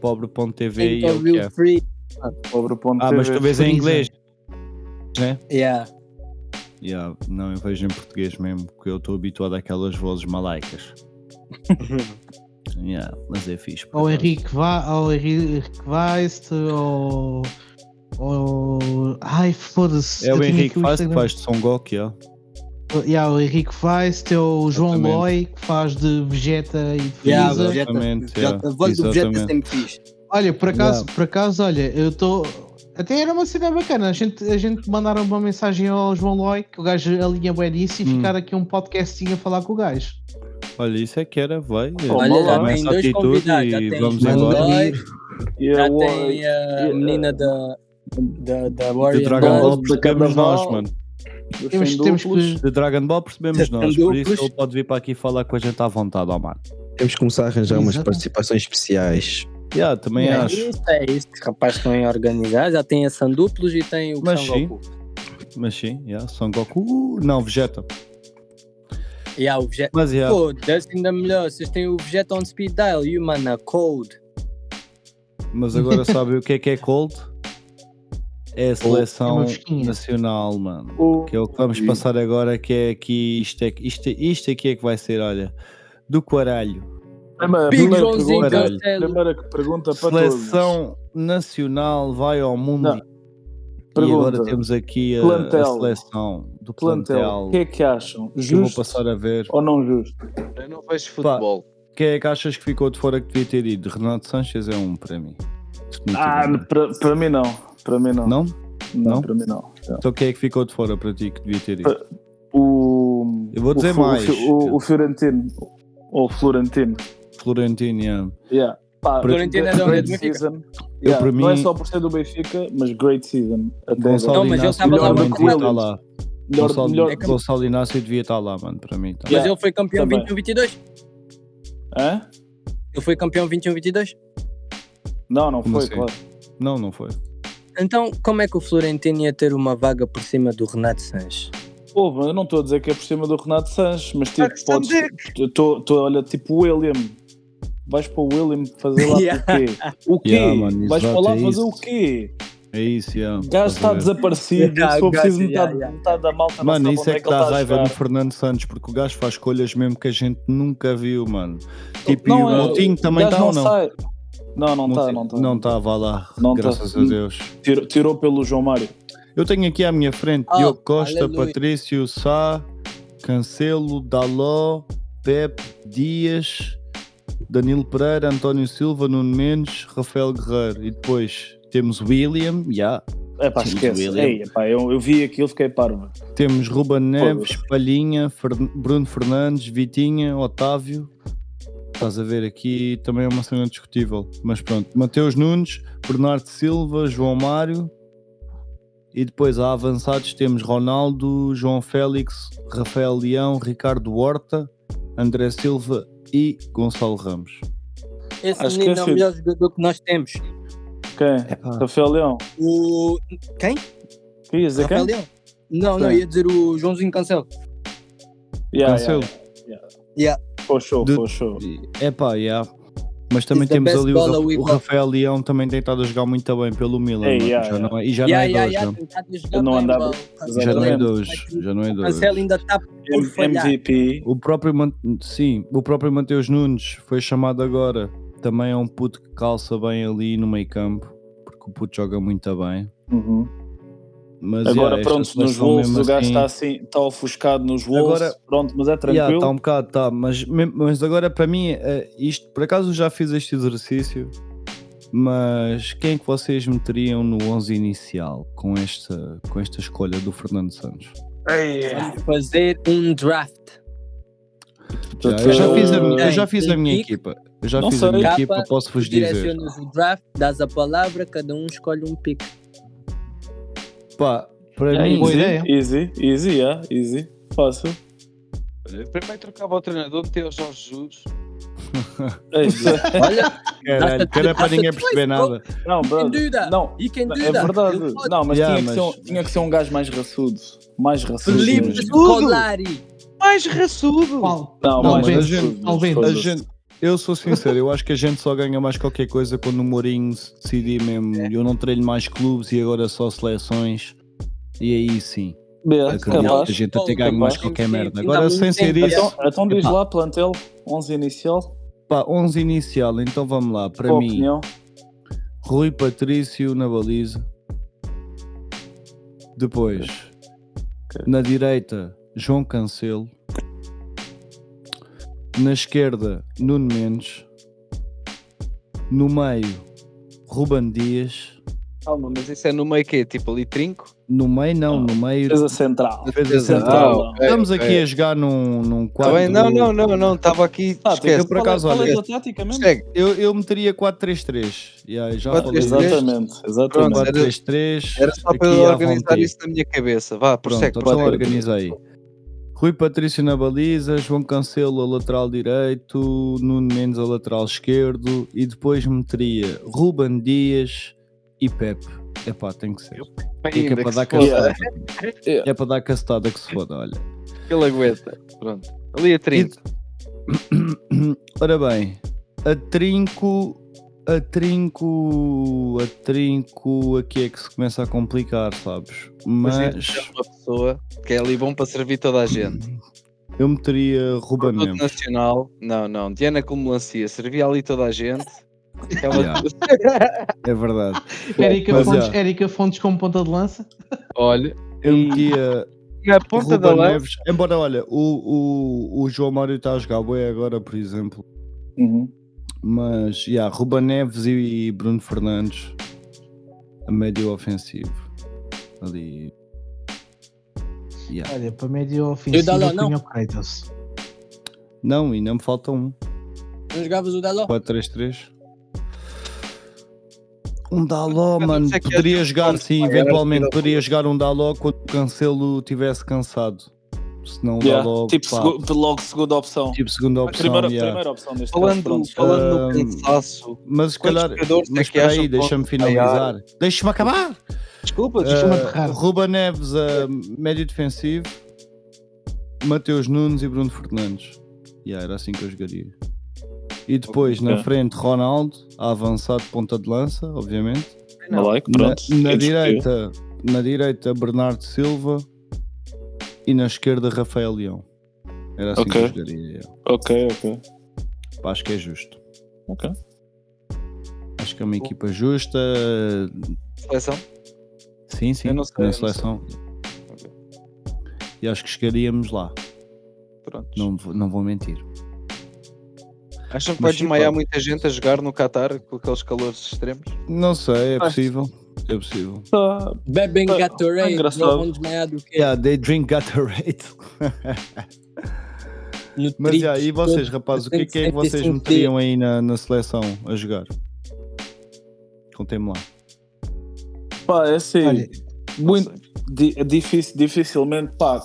S1: pobre.tv
S4: Tem
S1: e
S4: que
S1: é o que
S4: ouvir
S1: é.
S4: o Free.
S5: Pobre ponto
S1: Ah, mas tu
S5: TV.
S1: vês em
S2: Freeza.
S1: inglês?
S4: Yeah.
S1: Yeah, não, eu vejo em português mesmo, porque eu estou habituado àquelas vozes malaicas. yeah, mas é fixe. por
S2: Ou
S1: acaso.
S2: Henrique Va ou Henrique Weist, ou. ou. Ai, foda-se.
S1: É
S2: eu
S1: o
S2: tinha aqui
S4: um
S1: Henrique Faz que
S2: Instagram.
S1: faz de Son Goku, yeah.
S2: Yeah, o Henrique Weist, é o João
S1: Exatamente.
S2: Loy, que faz de Vegeta e Freeza.
S4: Yeah, tá-
S1: Exatamente,
S4: Vegeta.
S1: yeah,
S4: A voz do projeto é
S1: exatamente.
S4: sempre fixe.
S2: Olha, por acaso, por acaso, olha, eu estou. Até era uma cena bacana. A gente, a gente mandaram uma mensagem ao João Loy, que o gajo alinha bem disso, e
S1: Hum.
S2: ficar aqui um podcastinho a falar com o gajo.
S1: Olha, isso é que era, vai.
S4: Olha, já
S1: Toma
S4: tem
S1: essa
S4: dois
S1: atitude
S4: convidados. Já
S1: e
S4: tem
S1: vamos
S4: João
S1: embora.
S4: Lloyd,
S5: E é
S4: já
S5: o-
S4: tem a menina da, da, da
S1: De
S4: Warrior
S1: Dragon Ball
S5: Ball,
S1: percebemos
S5: Dragon
S1: nós,
S5: Ball.
S1: mano.
S5: dos
S2: Temos, temos que.
S5: senduplos.
S1: De Dragon Ball percebemos nós. Por isso
S4: Duplos.
S1: ele pode vir para aqui falar com a gente à vontade, ó, mano.
S6: Temos que começar a arranjar umas
S2: Exatamente.
S6: participações especiais.
S1: Yeah, também
S2: Yeah.
S1: acho.
S4: Isso é isso, rapaz estão a organizar. Já tem a Sanduplos e tem o
S1: Mas
S4: São
S1: sim.
S4: Goku.
S1: Mas sim, yeah, Son Goku. Uh, não, Vegeta.
S4: E há o Vegeta.
S1: Mas yeah,
S4: Pô,
S5: Oh.
S4: desse ainda melhor. Vocês têm o Vegeta on Speed Dial e o Mana Cold.
S1: mas agora sabe o que é que é Cold?
S5: Oh,
S1: É a
S2: É
S1: seleção
S2: uma fresquinha.
S1: nacional, mano.
S5: O-
S1: Que é o que vamos passar agora, que é aqui. Isto, é, isto, isto aqui é que vai ser, olha. Do Quaralho.
S5: Primeira,
S4: Big
S5: primeira
S4: Joãozinho
S5: pergunta,
S1: caralho.
S4: Cancelo.
S5: primeira pergunta para todos.
S1: Seleção nacional vai ao mundo.
S5: Não.
S1: E
S5: Pergunta.
S1: agora temos aqui a,
S5: Plantel.
S1: a seleção do
S5: Plantel,
S1: plantel.
S5: o que é que acham?
S1: que eu vou
S5: Justo
S1: passar a ver.
S5: ou não justo?
S3: Eu não vejo futebol.
S1: Quem é que achas que ficou de fora que devia ter ido? Renato Sanches é um para mim.
S5: Ah,
S1: Definitivamente.
S5: para para mim não. Para mim não.
S1: não?
S5: Não,
S1: Não?
S5: para mim não. Não.
S1: Então quem é que ficou de fora para ti que devia ter ido?
S5: O,
S1: Eu vou
S5: o
S1: dizer
S5: Fu- o
S1: mais.
S5: Fi- O, o Fiorentino. Ou o Florentino.
S1: Florentino. yeah.
S5: Yeah. Pá,
S4: Florentino é da onde é do
S5: great
S4: Benfica.
S5: season. Yeah,
S1: para
S5: Não é
S1: mim-
S5: só por ser do Benfica, mas great season. Até
S1: Gonçalo
S4: Não, mas ele
S1: Inácio
S4: estava lá
S1: também
S5: no
S1: devia
S5: Coelho.
S1: estar lá.
S5: agora.
S1: Gonçalo,
S5: Melhor,
S4: É
S5: melhor...
S4: que-
S1: Gonçalo Inácio devia estar lá, mano, para mim. Tá.
S5: Yeah.
S4: Mas ele foi campeão
S5: também.
S4: 21-22.
S5: Hã?
S4: Ele foi campeão 21-22.
S5: Não, não
S1: Como
S5: foi,
S1: assim?
S5: claro.
S1: Não, não foi.
S4: Então, como é que o Florentino ia ter uma vaga por cima do Renato Sanches?
S5: Pô, eu não estou a dizer que é por cima do Renato Sanches, mas tipo,
S4: Claro que
S5: podes. Estou, olha, tipo o William. Vais para o William fazer lá
S4: Yeah.
S5: o quê? O quê?
S1: Yeah, mano,
S5: Vais para
S1: exato,
S5: lá
S1: é
S5: fazer
S1: isso.
S5: o quê?
S1: É isso, yeah.
S5: O gajo está
S1: Estás a ver?
S5: desaparecido,
S4: Yeah,
S5: se for
S4: o gajo,
S5: preciso metade,
S4: yeah, yeah.
S5: metade da malta não
S1: Mano,
S5: sabe
S1: isso
S5: onde
S1: é
S5: é
S1: que dá
S5: ele está
S1: raiva
S5: a
S1: no
S5: jogar.
S1: Fernando Santos, porque o gajo faz escolhas mesmo que a gente nunca viu, mano. Tipo, e o
S5: é,
S1: Moutinho também
S5: gajo
S1: está ou não?
S5: sai. Não, não está,
S1: Moutinho-
S5: não está.
S1: Não está, vá lá,
S5: Não tá.
S1: graças a Deus.
S5: Tirou, tirou pelo João Mário.
S1: Eu tenho aqui à minha frente
S4: Ah,
S1: Diogo Costa,
S4: aleluia.
S1: Patrício, Sá, Cancelo, Daló, Pepe, Dias, Danilo Pereira, António Silva, Nuno Mendes, Rafael Guerreiro. E depois temos William, já.
S5: É pá,
S1: Sim,
S5: esquece.
S1: William.
S5: Ei, epá, eu, eu vi aquilo, fiquei parvo.
S1: Temos Ruben Neves,
S5: Foda-se.
S1: Palhinha, Fern- Bruno Fernandes, Vitinha, Otávio. Estás a ver aqui também é uma cena discutível. Mas pronto, Mateus Nunes, Bernardo Silva, João Mário. E depois a avançados temos Ronaldo, João Félix, Rafael Leão, Ricardo Horta, André Silva e Gonçalo Ramos.
S4: Esse
S5: Acho que
S4: menino é o
S5: esse-
S4: melhor jogador que nós temos.
S1: É
S5: Quem? Rafael Leão.
S4: O. Quem?
S5: Querias dizer
S4: Rafael
S5: quem?
S4: Leão? Não, não,
S5: Quem?
S4: ia dizer o Joãozinho Cancelo.
S5: Yeah,
S1: Cancelo.
S5: Yeah, yeah. Pô, show,
S1: Do-
S5: pô, show.
S1: É pá, yeah. Mas também
S4: He's the
S1: temos
S4: best
S1: ali o,
S4: baller
S1: Ra-
S4: we
S1: o
S4: got.
S1: Rafael Leão também tem estado a jogar muito bem pelo Milan.
S5: Ei,
S1: mano.
S5: yeah,
S1: já
S5: yeah.
S1: Não é- e já
S4: Yeah,
S1: não é
S4: yeah,
S1: dois,
S4: yeah,
S1: não.
S4: tem estado a
S5: Eu
S4: jogar
S5: não
S4: bem,
S5: andava-
S4: bro.
S5: Já
S1: já não é
S5: Exatamente.
S1: dois. Já não é
S4: O
S1: dois.
S4: Cancelo ainda tá está por
S5: M-
S4: falhar.
S5: MVP.
S1: O próprio, Man- sim, o próprio Mateus Nunes foi chamado agora. Também é um puto que calça bem ali no meio campo, porque o puto joga muito bem.
S5: Uhum.
S1: Mas,
S5: Agora,
S1: yeah, esta
S5: pronto, nos
S1: seleção
S5: Wolves
S1: mesmo
S5: o gajo
S1: assim-
S5: está assim, está ofuscado nos Wolves,
S1: Agora-
S5: pronto, mas é
S1: Yeah,
S5: tranquilo.
S1: tá um bocado, tá, mas, mem- mas agora para mim, eh, isto, por acaso eu já fiz este exercício, mas quem é que vocês meteriam no 11 inicial com esta, com esta escolha do Fernando Santos?
S4: Vamos fazer um draft.
S1: Já,
S5: Portanto,
S1: um- eu, já
S5: eh,
S1: fiz a minha, eu
S4: Quem?
S1: já fiz a minha
S4: Henrique?
S1: equipa, eu já
S5: Não
S1: fiz
S5: sei.
S1: a minha
S4: Capa,
S1: equipa, posso-vos dizer.
S4: Direcionas o draft, dás a palavra, cada um escolhe um pick.
S1: Pá, para
S2: É,
S1: mim,
S2: boa
S5: easy,
S2: ideia.
S5: Easy, easy, yeah, easy. Fácil.
S3: Olha, Primeiro trocava o treinador, metia o Jorge Jesus.
S5: É isso.
S4: Olha,
S1: caralho, que era para ninguém perceber nada.
S5: não,
S4: quem
S5: brother.
S4: dúvida?
S5: Não,
S4: E quem
S5: não,
S4: dúvida?
S5: é verdade. Não, mas,
S1: Yeah,
S5: tinha que
S1: mas-
S5: ser um, tinha que ser um gajo mais raçudo. Mais raçudo.
S4: Felipe
S5: mesmo.
S4: Scolari.
S3: Mais raçudo!
S2: Qual?
S5: Não,
S1: Não,
S5: mais
S1: mas a
S5: raçudo,
S1: gente-
S5: mas
S2: Alvin, a
S1: A
S5: foda-se.
S1: gente- eu sou sincero, eu acho que a gente só ganha mais qualquer coisa quando o Mourinho se decidir mesmo.
S4: É.
S1: Eu não treino mais clubes e agora só seleções. E aí sim,
S5: Yeah,
S1: acredito
S5: capaz.
S1: que a gente até ganha
S5: capaz.
S1: mais qualquer
S4: Sim,
S1: merda.
S4: sim,
S1: Agora,
S4: dá
S1: sem
S4: muito
S1: ser
S4: tempo.
S1: isso,
S5: Então, então diz
S1: Epá.
S5: lá, plantel, 11 inicial,
S1: pá, 11 inicial, então vamos lá. Para
S5: tua
S1: mim,
S5: opinião.
S1: Rui Patrício na baliza. Depois, na direita, João Cancelo. Na esquerda, Nuno Mendes. No meio, Ruban Dias.
S3: Calma, mas isso é no meio que Tipo ali trinco?
S1: No meio,
S3: Ah.
S1: não, no meio.
S5: Defesa central.
S1: Defesa
S3: Então,
S5: central.
S1: central. Estamos aqui a jogar num, num
S3: Tá
S1: quadro.
S3: bem? Não, não, não, não, estava aqui.
S5: Ah, tem que-
S3: esquece.
S1: por acaso,
S5: qual é,
S1: olha,
S5: qual é a tua tática mesmo?
S3: Segue.
S1: Eu, eu meteria 4-3-3. Yeah, já falei disso.
S3: 4-3-3.
S5: Exatamente, exatamente.
S1: é
S3: Pronto, era-
S1: 4-3-3.
S3: Era só
S1: aqui
S3: para eu
S1: à
S3: organizar
S1: vontade.
S3: isso na minha cabeça. Vá,
S1: Pronto,
S3: prossegue.
S1: então
S3: prossegue.
S1: organizei. Rui Patrício na baliza, João Cancelo a lateral direito, Nuno Mendes a lateral esquerdo e depois meteria Ruban Dias e Pepe. Epá, tem que ser.
S3: Ainda
S1: É que é para
S3: se
S1: dar
S3: foda.
S1: castada.
S5: Yeah.
S1: É para dar castada que se foda, olha.
S3: Ele aguenta. Pronto. Ali a
S1: E-
S3: 30.
S1: Ora bem, a trinco, a trinco, a trinco, aqui é que se começa a complicar, sabes?
S3: Mas
S1: Mas
S3: é uma pessoa que é ali bom para servir toda a gente.
S1: eu meteria Ruben
S3: Produto
S1: Mendes.
S3: nacional. Não, não. Diana Comelancia servia ali toda a gente. Ficava
S1: Yeah.
S3: tudo-
S1: É verdade.
S2: Érica
S1: Mas,
S2: Fontes,
S1: ah.
S2: Érica Fontes como ponta de lança?
S3: Olha.
S1: Eu metia.
S3: Na ponta
S1: Ruben
S3: da lã.
S1: Neves, embora olha, o, o, o João Mário está a jogar bem agora, por exemplo.
S5: Uhum.
S1: Mas yeah, Ruben Neves e Bruno Fernandes a médio ofensivo. Ali. Yeah.
S2: Olha, para médio
S4: Eu dá
S2: ofensivo,
S4: lá,
S2: eu punha o Kratos.
S1: Não, e não me falta um.
S4: Não jogavas o Daló?
S1: 4-3-3. Um Daló, mano.
S3: Mas é que
S1: Poderia jogar,
S3: ponto,
S1: sim,
S3: pá, era tipo-
S1: eventualmente.
S3: tira-
S1: Poderia jogar um Daló quando o Cancelo tivesse cansado. Senão o
S5: Yeah,
S1: Daló.
S5: tipo,
S1: pá,
S5: segu- logo segunda opção.
S1: tipo segunda opção.
S5: primeira,
S1: yeah.
S5: primeira opção
S1: tá
S5: deste caso,
S3: Falando,
S5: pronto.
S3: falando do
S1: Ahm,
S3: cansaço.
S1: Mas se
S3: Quantos
S1: calhar.
S3: jogadores é
S1: Mas
S3: que
S1: espera
S3: acham
S1: aí,
S3: que
S1: deixa-me
S3: podem falhar?
S1: finalizar. Deixa-me acabar!
S3: Desculpa, desculpa.
S2: Deixa-me
S1: Eh,
S2: aterrar.
S1: Ruba Neves, a médio defensivo. Mateus Nunes e Bruno Fernandes. Yeah, era assim que eu jogaria. E depois, na
S5: Ok.
S1: frente, Ronaldo, a avançado ponta de lança, obviamente.
S3: Não.
S5: Malaico,
S1: Na,
S5: pronto.
S1: na
S5: Tem que escolher.
S1: direita, na direita, Bernardo Silva. E na esquerda, Rafael Leão. Era assim que
S5: Ok.
S1: eu jogaria. yeah.
S5: Ok, ok.
S1: Pá, acho que é justo.
S5: Ok.
S1: Acho que é uma equipa justa.
S3: Seleção.
S1: Sim, sim,
S3: Eu não sei, eu
S1: na
S3: não
S1: seleção. E acho que chegaríamos lá,
S3: Pronto.
S1: não, vou- não vou mentir.
S3: Acham que
S1: Mas
S3: vai
S1: sim,
S3: desmaiar
S1: pá.
S3: muita gente a jogar no Qatar com aqueles calores extremos?
S1: Não sei, é
S5: Acho-
S1: possível. É possível.
S5: Tá,
S4: Bebem
S5: Ah,
S4: Gatorade,
S5: engraçado.
S4: não vão desmaiar do quê?
S1: Yeah, they drink Gatorade.
S4: No
S1: Mas
S4: trips,
S1: yeah, e vocês, rapazes, o que é que, é que vocês
S4: 175
S1: meteriam aí na, na seleção a jogar? Contem-me lá.
S5: pá, é assim.
S2: Olha,
S5: muito di- difícil, dificilmente, pá.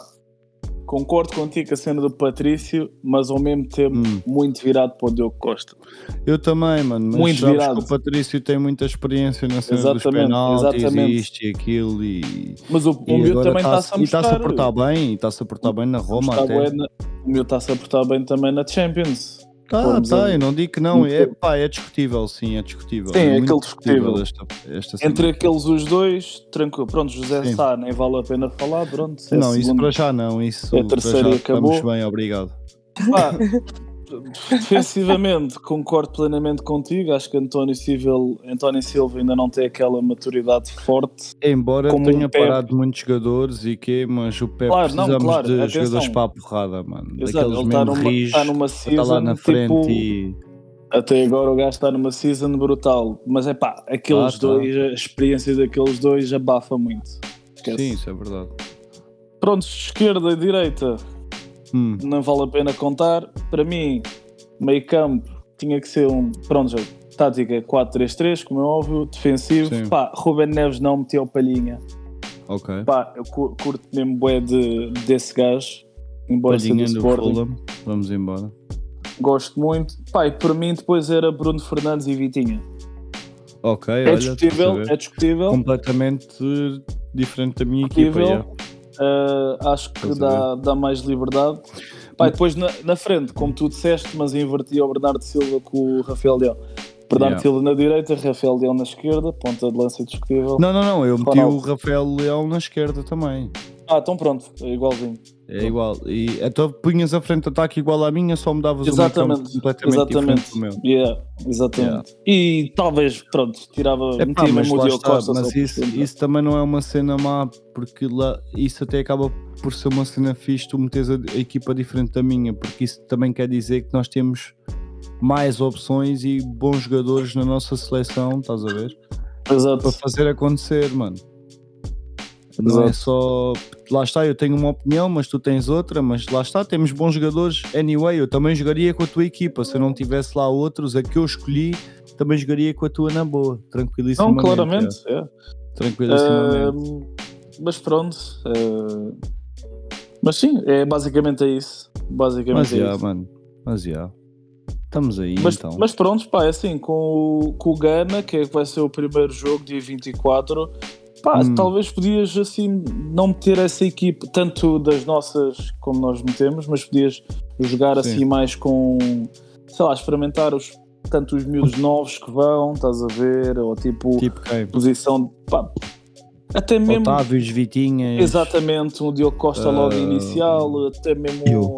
S5: Concordo contigo com a cena do Patrício, mas ao mesmo tempo
S1: Hum.
S5: muito virado para o Diogo Costa.
S1: Eu também, mano. Mas
S5: Muito
S1: sabes
S5: virado.
S1: que o Patrício tem muita experiência na cena dos
S5: Exatamente,
S1: penaltis,
S5: exatamente.
S1: e isto e aquilo e.
S5: Mas o, o
S1: e
S5: miúdo
S1: agora
S5: também está-se
S1: tá-se-
S5: a
S1: e tá-se a
S5: mostrar.
S1: portar bem, e está-se a portar bem na Roma
S5: Está
S1: até.
S5: bué na- o miúdo está-se a portar bem também na Champions.
S1: Tá,
S5: Formos
S1: tá,
S5: ali.
S1: eu não digo que não. É,
S5: Muito.
S1: pá, é discutível, sim, é discutível.
S5: Sim, é
S1: muito
S5: aquele discutível.
S1: Esta, esta cena.
S5: Entre aqueles os dois, tranquilo. Pronto, José
S1: Sim.
S5: Sá, nem vale a pena falar. Pronto, é
S1: não, isso
S5: segundo.
S1: para já não, isso para
S5: É
S1: já
S5: terceiro e
S1: estamos
S5: acabou.
S1: bem, obrigado.
S5: Pá, defensivamente, concordo plenamente contigo. Acho que António Silva, António Silva ainda não tem aquela maturidade forte.
S1: Embora
S5: Como
S1: tenha
S5: o Pepe.
S1: parado muitos jogadores e quê, mas o Pepe
S5: Claro, não,
S1: precisamos
S5: claro,
S1: de
S5: atenção.
S1: jogadores para a porrada, mano.
S5: Exato,
S1: Daqueles
S5: ele está
S1: mesmo
S5: numa, tá
S1: rijos,
S5: numa
S1: está
S5: season,
S1: lá na frente
S5: tipo,
S1: e...
S5: até agora o gajo está numa season brutal. Mas é pá,
S1: Ah,
S5: aqueles
S1: tá.
S5: dois, a experiência daqueles dois abafa muito. Esquece.
S1: Sim, isso é verdade.
S5: Pronto, esquerda e direita,
S1: Hum,
S5: não vale a pena contar. Para mim, meio campo tinha que ser um. Pronto, já, tática 4-3-3, como é óbvio, defensivo.
S1: Sim.
S5: Pá, Ruben Neves não meteu palhinha.
S1: ok.
S5: Pá, eu cu- curto mesmo bué de, desse gajo. Embora seja do
S1: Palhinha do
S5: Sporting,
S1: Fulham, vamos embora.
S5: gosto muito. Pá, e para mim depois era Bruno Fernandes e Vitinha.
S1: Ok,
S5: É
S1: olha,
S5: discutível,
S1: estás a ver?
S5: é discutível.
S1: completamente diferente da minha equipa.
S5: Discutível.
S1: yeah.
S5: Ah, acho que
S1: Estás
S5: dá, dá mais liberdade. Pá, e depois na, na frente, como tu disseste, mas inverti o Bernardo Silva com o Rafael Leão. Bernardo
S1: Yeah.
S5: Silva na direita, Rafael Leão na esquerda, ponta de lança discutível.
S1: Não, não, não, eu meti
S5: Ronaldo.
S1: o Rafael Leão na esquerda também.
S5: Ah, então pronto, é igualzinho.
S1: É igual. E então punhas a frente de ataque igual à minha, só mudavas o meio campo
S5: Exatamente,
S1: um completamente diferente
S5: exatamente.
S1: do meu.
S5: Yeah, exatamente. E talvez, pronto, tirava,
S1: É pá,
S5: metia
S1: mas
S5: mesmo o
S1: lá
S5: Diogo
S1: está,
S5: Costa.
S1: mas
S5: só
S1: isso,
S5: por cima.
S1: isso também não é uma cena má, porque lá, isso até acaba por ser uma cena fixe, tu metes a, a equipa diferente da minha, porque isso também quer dizer que nós temos mais opções e bons jogadores na nossa seleção, estás a ver?
S5: Exato.
S1: para fazer acontecer, mano. Não é
S5: Exato.
S1: só. Lá está, eu tenho uma opinião, mas tu tens outra, mas lá está, temos bons jogadores. Anyway, eu também jogaria com a tua equipa. Se eu não tivesse lá outros, a que eu escolhi, também jogaria com a tua na boa.
S5: Não,
S1: Tranquilíssimamente.
S5: claramente. é.
S1: é. Tranquilíssimamente.
S5: Ah, mas pronto. ah, mas sim, é basicamente é isso. Basicamente
S1: mas
S5: é
S1: já,
S5: isso.
S1: mano. Mas já. Estamos aí
S5: Mas,
S1: então.
S5: mas pronto, pá, é assim, com o, com o Gana, que é que vai ser o primeiro jogo, dia 24, pá,
S1: Hum.
S5: talvez podias assim não meter essa equipe, tanto das nossas como nós metemos, mas podias jogar
S1: Sim.
S5: assim mais com, sei lá, experimentar os, tanto os miúdos novos que vão, estás a ver, ou tipo,
S1: Tipo quem?
S5: posição, pá, até mesmo
S1: Otávio, Vitinha.
S5: Exatamente, um Diogo Costa logo
S1: Ah,
S5: inicial, até mesmo
S6: Diogo.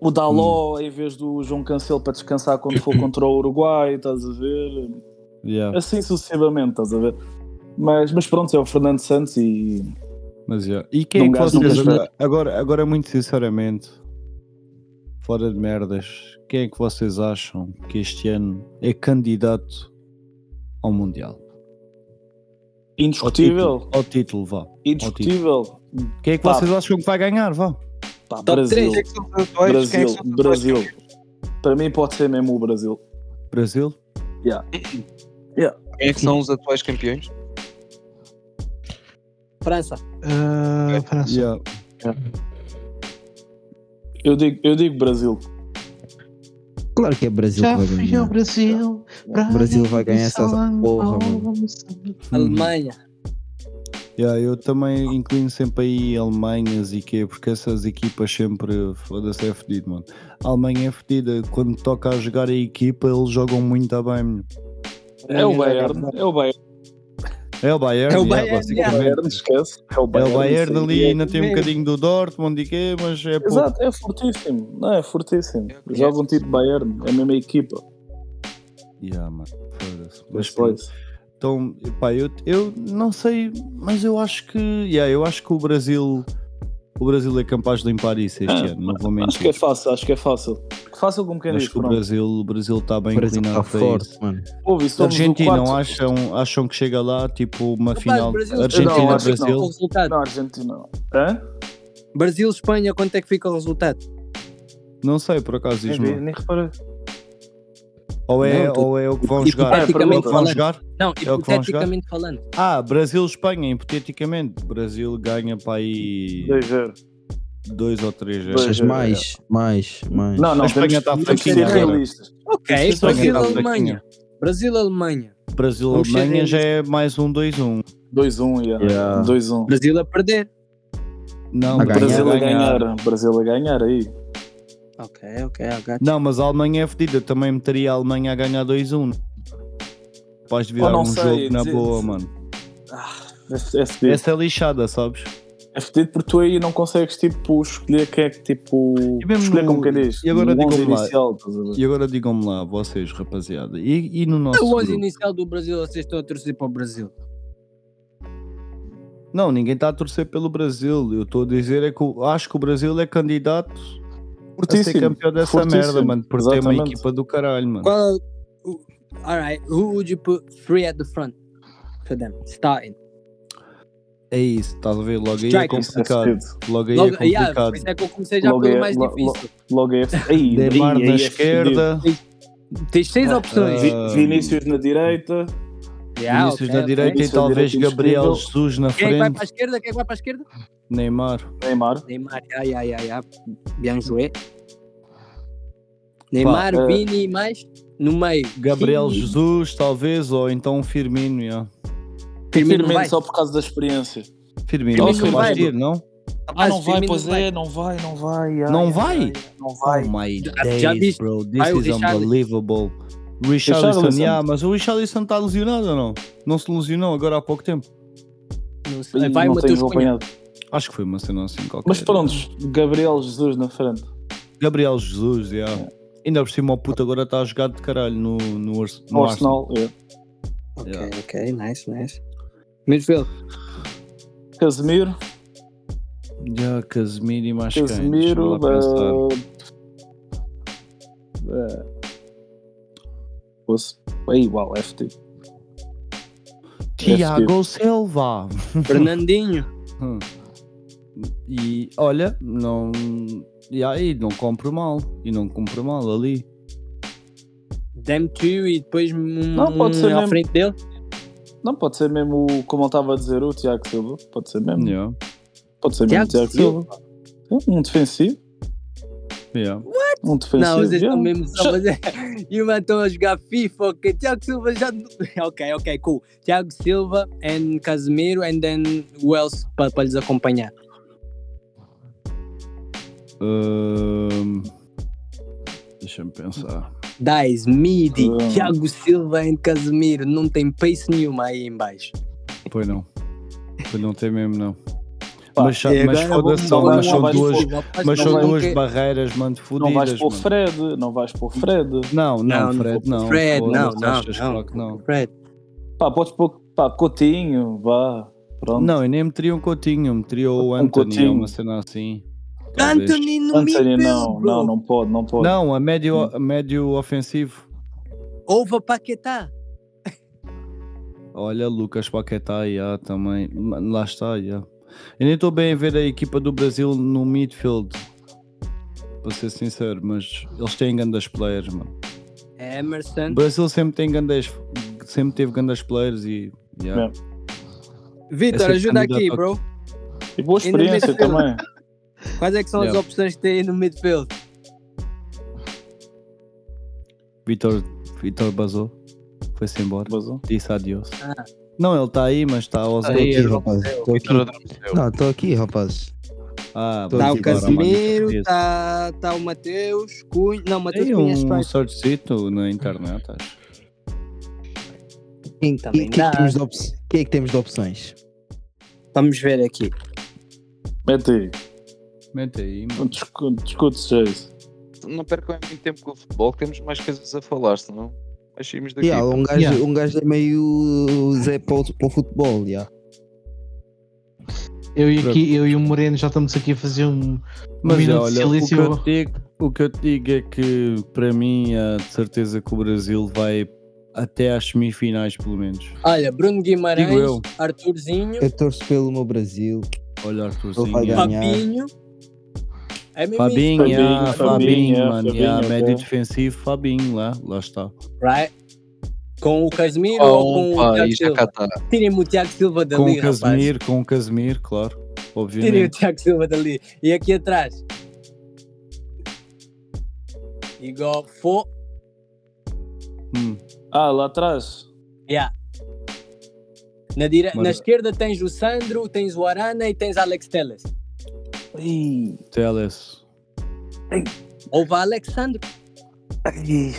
S5: o Daló em vez do João Cancelo para descansar quando for contra o Uruguai, estás a ver? Assim sucessivamente, estás a ver? Mas, mas pronto, é o Fernando Santos e
S1: Mas já. E quem é
S5: Não
S1: que
S5: gasto
S1: vocês
S5: nunca.
S1: agora, agora, agora, muito sinceramente, fora de merdas, quem é que vocês acham que este ano é candidato ao Mundial? Ao
S5: indiscutível,
S1: título- Ao título, vá.
S5: indiscutível.
S1: Quem é que
S5: Pá.
S1: vocês acham que vai ganhar? Vá.
S5: Pá,
S4: Top
S5: Brasil,
S4: três.
S2: Quem é que são os dois? Quem é que
S5: Brasil,
S2: são os dois?
S5: Brasil. Para mim pode ser mesmo o Brasil.
S1: Brasil?
S3: Quem é que são os atuais campeões?
S4: França.
S2: Ah, França.
S1: Yeah.
S5: Eu digo, eu digo Brasil.
S6: Claro que é Brasil
S2: Já
S6: que vai
S2: fui ao
S6: ganhar.
S2: Brasil.
S6: O Brasil vai ganhar essa porra, mano.
S4: Alemanha.
S1: Yeah, eu também inclino sempre aí Alemanhas e quê, porque essas equipas sempre foda-se é fedido, mano. A Alemanha é fedida, quando toca a jogar a equipa, eles jogam muito a bem. meu.
S5: É o Bayern, é o Bayern.
S1: É o Bayern,
S4: É o
S1: yeah,
S4: Bayern, yeah.
S5: É o
S1: basicamente.
S5: Bayern, esquece. É o
S1: É
S5: Bayern,
S1: o Bayern
S5: isso aí
S1: ali
S5: é-
S1: ainda tem um bocadinho do Dortmund e quê, mas é pouco.
S5: Exato, é fortíssimo. Não, é fortíssimo.
S3: Eu conheço.
S5: Jogam tipo Bayern, é a mesma equipa.
S1: Yeah, mano, foda-se. Mas
S5: Mas
S1: pronto,
S5: pois.
S1: então, pá, eu, eu não sei, mas eu acho que, yeah, eu acho que o Brasil, o Brasil é capaz de limpar isso este
S5: Ah,
S1: ano, não vou
S5: Acho que é
S1: mentir.
S5: fácil, acho que é fácil. Fácil como quem diz,
S1: Acho que o
S5: pronto.
S1: Brasil, o Brasil está bem
S6: O Brasil
S1: inclinado
S6: está
S1: para
S6: forte,
S1: isso.
S6: mano.
S5: Ouve, somos um o
S1: Argentina,
S5: quarto-
S1: não acham, acham que chega lá, tipo, uma
S4: Rapaz,
S1: final
S4: Brasil- é
S5: Não, acho que não.
S1: Argentina-Brasil?
S4: resultado.
S5: Não, Argentina não. Hã?
S4: Brasil-Espanha, quanto é que fica o resultado?
S1: Não, sei, por acaso,
S5: Nem,
S1: diz-me.
S5: vi, nem reparei.
S1: Ou é,
S4: Não, tu-
S1: ou é o que vão
S4: E
S1: jogar?
S4: hipoteticamente
S1: É o que vão
S4: falando.
S1: jogar?
S4: Não,
S1: É o que vão jogar?
S4: hipoteticamente falando.
S1: Ah, Brasil-Espanha, hipoteticamente. Brasil ganha para aí
S5: 2-0.
S1: dois ou três
S5: Dois.
S1: vezes.
S6: Mas mais, mais, mais.
S5: Não, é não,
S1: A Espanha tá
S5: temos que
S1: fraquinha
S5: ser
S1: agora.
S5: realistas.
S4: Ok,
S5: Isso é
S4: Brasil-Alemanha. Brasil-Alemanha. Vamos ser
S1: Brasil-Alemanha já é mais um 2-1.
S5: 2-1, yeah.
S6: Yeah.
S5: 2-1.
S4: Brasil a perder.
S1: Não,
S6: A
S1: mas-
S5: Brasil a
S6: Ganhar.
S5: ganhar, Brasil a ganhar aí.
S4: Ok, ok, ok.
S1: Não, mas a Alemanha é fodida. Também meteria a Alemanha a ganhar 2-1. Capaz de virar
S5: Oh, não
S1: um
S5: sei,
S1: jogo na
S5: dizer-
S1: boa, mano.
S5: É fedido.
S1: Essa é lixada, sabes?
S5: É fedido porque tu aí não consegues tipo, escolher quem é que tipo.
S1: E mesmo
S5: Escolher
S1: no-
S5: como que é diz.
S1: e agora
S5: no
S1: digam-me
S5: 11
S1: lá.
S5: inicial, estás a ver?
S1: E agora digam-me lá, vocês, rapaziada. E, e no nosso
S4: é O 11
S1: grupo?
S4: inicial do Brasil, vocês estão a torcer para o Brasil.
S1: Não, ninguém está a torcer pelo Brasil. Eu estou a dizer é que eu acho que o Brasil é candidato a ser
S5: Fortíssimo.
S1: campeão dessa
S5: fortíssimo.
S1: merda, mano. Por ter uma
S5: Exatamente.
S1: equipa do caralho, mano.
S4: Qual? é who- Alright, who would you put three at the front for them? Starting.
S1: É isso, estás a ver? Logo aí é
S4: Strikers,
S5: Isso é
S1: complicado.
S5: fedido.
S1: Logo aí é
S4: Logo, yeah, por
S1: complicado.
S4: isso é que eu comecei já
S5: Logo
S4: pelo
S5: é-
S4: mais
S5: lo-
S4: difícil.
S5: Logo é Aí,
S1: Neymar
S5: aí
S1: na
S5: é
S1: esquerda,
S4: Tens seis
S5: fedido.
S4: opções.
S1: Ah,
S5: Vi- Vinícius na direita.
S4: Yeah,
S1: Vinícius
S4: ok,
S1: na
S4: ok.
S1: direita
S5: Vinícius
S1: e
S5: na
S1: talvez
S5: direita
S1: Gabriel
S5: indiscutível.
S1: Jesus na
S4: Quem é que vai para a
S1: frente.
S4: esquerda? Quem é que vai para a esquerda?
S1: Neymar.
S5: Neymar.
S4: Neymar, ya, ya, ya, ya. Bien joué. Neymar,
S5: eh,
S4: Vini e mais no meio.
S1: Gabriel
S4: Ih,
S1: Jesus, talvez, ou então Firmino, yeah.
S4: Firmino não vai.
S5: só por causa da experiência.
S1: Firmino,
S5: Firmino
S1: acho
S4: é
S1: que
S5: não
S1: faz
S5: vai,
S1: tiro, não?
S5: Ah, não vai,
S4: Firmino
S5: pois é, não vai, não vai. ai,
S1: Não
S5: ai,
S1: vai?
S5: ai, Não
S1: Oh
S5: vai.
S1: my
S4: Já- já
S1: days,
S4: viste?
S1: bro. This
S4: Vai o
S1: is
S4: Richarli-
S1: unbelievable. Richarlison,
S5: Richarlison.
S1: yeah, mas o Richarlison está lesionado ou não? Não se lesionou agora há pouco tempo?
S4: Não sei.
S5: Ih,
S4: Vai
S5: não
S4: o
S5: tenho
S4: Matheus Cunha.
S5: acompanhado.
S1: Acho que foi uma cena assim qualquer.
S5: Mas pronto, Gabriel Jesus na frente.
S1: Gabriel Jesus, yeah. Ainda por cima o puto agora está a jogar de caralho no, no, Ars- no
S5: No Arsenal, é.
S4: Ok,
S1: Yeah.
S4: ok, nice, nice. Midfield.
S5: Casemiro,
S1: Arsenal. Yeah, Casemiro e mais quem?
S5: Casemiro,
S1: é, Deixa-me lá pensar.
S5: eh, eh, fosse- É igual, FT.
S1: Tiago Silva.
S4: Fernandinho.
S1: Hum. E olha, não. E aí, não compro mal. E não compro mal ali.
S4: Dame two e depois um,
S5: Não, pode ser
S4: um à
S5: mesmo.
S4: frente dele.
S5: Não, pode ser mesmo, o- como ele estava a dizer, o Tiago Silva. Pode ser mesmo.
S1: Yeah,
S5: Pode ser
S4: Tiago
S5: mesmo o Tiago Silva.
S4: Silva.
S5: Um defensivo.
S1: yeah.
S5: Um
S4: Não,
S5: defensivo.
S4: vocês
S5: yeah.
S4: estão mesmo só a fazer. E uma estão a jogar FIFA, ok. Tiago Silva já. Ok, ok, cool. Tiago Silva and Casemiro and then who else para para lhes acompanhar?
S1: Hum, Deixa-me pensar.
S4: 10,
S1: Hum.
S4: Midi,
S5: Ah.
S4: Tiago Silva e Casemiro, não tem pace nenhuma aí em baixo.
S1: Pois não. Pois não tem mesmo, não.
S5: Pá, é,
S1: mas é só-
S4: e
S1: mas
S4: agora
S1: foda-se,
S5: vamos-
S1: são,
S5: vamos-
S1: mas são
S5: vamos-
S1: duas,
S5: vamos-
S1: mas
S5: não
S1: são
S5: vai-
S1: duas
S4: que-
S1: barreiras, mano,
S5: Não vais
S1: fodidas.
S5: pôr
S1: mano.
S5: Fred, não vais pôr Fred.
S1: Não, não,
S4: Não, não
S1: Fred, não.
S4: Fred,
S1: Foda-se,
S4: não, não,
S1: achas
S4: não.
S1: claro que não.
S4: Fred,
S5: Pá, podes pôr pá, Coutinho, vá. Pronto.
S1: Não, eu nem meteria um Coutinho, eu meteria o
S5: Um
S1: Anthony,
S5: Coutinho.
S1: ou uma cena assim. Talvez.
S4: Anthony no
S5: Anthony, não,
S4: midfield,
S5: não,
S4: bro.
S5: não pode, não pode.
S1: Não, a médio, a médio ofensivo.
S4: Ouva Paquetá.
S1: Olha, Lucas Paquetá, já, também. Mano, Lá está, já. Eu nem estou bem a ver a equipa do Brasil no midfield. Para ser sincero, mas eles têm grandes players, mano. O
S4: Emerson.
S1: Brasil sempre tem grandes, sempre teve grandes players e yeah.
S4: Vitor,
S1: Esse é
S4: ajuda aqui,
S1: candidato.
S4: bro.
S5: E boa
S4: Ainda
S5: experiência
S4: mesmo-
S5: também.
S4: Quais é que são
S1: Yeah.
S4: as opções que tem aí no midfield?
S1: Vitor Vitor basou, foi-se embora,
S5: Basou.
S1: disse adiós.
S4: Ah.
S1: Não, ele está aí, mas está aos
S6: Tô
S2: é
S6: aqui,
S1: outros.
S6: rapaz. Tô aqui. Não, tô aqui, rapaz.
S1: Ah, vamos
S4: Tá
S6: Tá
S4: o
S6: Sim,
S1: embora, mano,
S4: Casemiro,
S1: isso.
S4: tá, tá o Matheus Cunha. Não, Matheus
S1: Tem
S4: Cunha é
S1: um
S4: strike.
S1: searchzito na internet, acho.
S6: Quem,
S4: Também
S6: quem- quem é
S4: dá.
S6: que temos de opções? Quem é que temos de opções?
S4: Vamos ver aqui.
S5: Mete aí.
S1: Mete aí, mano.
S5: Discu- Discute-se já isso.
S3: Não percam é muito tempo com o futebol, temos mais coisas a falar, senão achamos daqui.
S6: Yeah, um, gajo,
S2: Yeah.
S6: um gajo é meio Zé para o, para o futebol. Yeah.
S2: Eu e, aqui, eu e o Moreno já estamos aqui a fazer um.
S1: Mas
S2: minuto de
S1: olha, o que,
S2: silêncio.
S1: eu te digo, o que eu te digo é que para mim é de certeza que o Brasil vai até às semifinais, pelo menos.
S4: Olha, Bruno Guimarães,
S1: Digo eu.
S4: Arthurzinho,
S6: Eu torço pelo meu Brasil.
S1: Olha,
S6: Ele vai
S1: Arthurzinho.
S6: ganhar.
S4: Fabinho. É mesmo isso,
S1: Fabinho,
S5: Fabinho,
S1: yeah, ah, Fabinho,
S5: Fabinho, yeah,
S1: mano.
S5: Fabinho,
S1: yeah, médio
S5: ok.
S1: defensivo, Fabinho, lá, lá está.
S4: right? Com o
S3: um
S4: Casemiro ou com o
S3: Opa, é
S4: Tiago
S3: isto já
S4: Silva?
S3: cá está.
S4: Tirem-me o Tiago Silva
S1: com
S4: dali,
S1: o
S4: rapaz.
S1: Casemiro, com o Casemiro, claro.
S4: Tirei o
S1: obviamente.
S4: Tiago Silva dali. E aqui atrás. Igual fo.
S1: Hum,
S5: Ah, lá atrás.
S4: Yeah. Na, dire...
S1: Mas-
S4: Na esquerda tens o Sandro, tens o Arana e tens Alex Teles.
S5: Ih,
S1: Teles.
S4: Ou vá Alex Sandro.
S5: ai,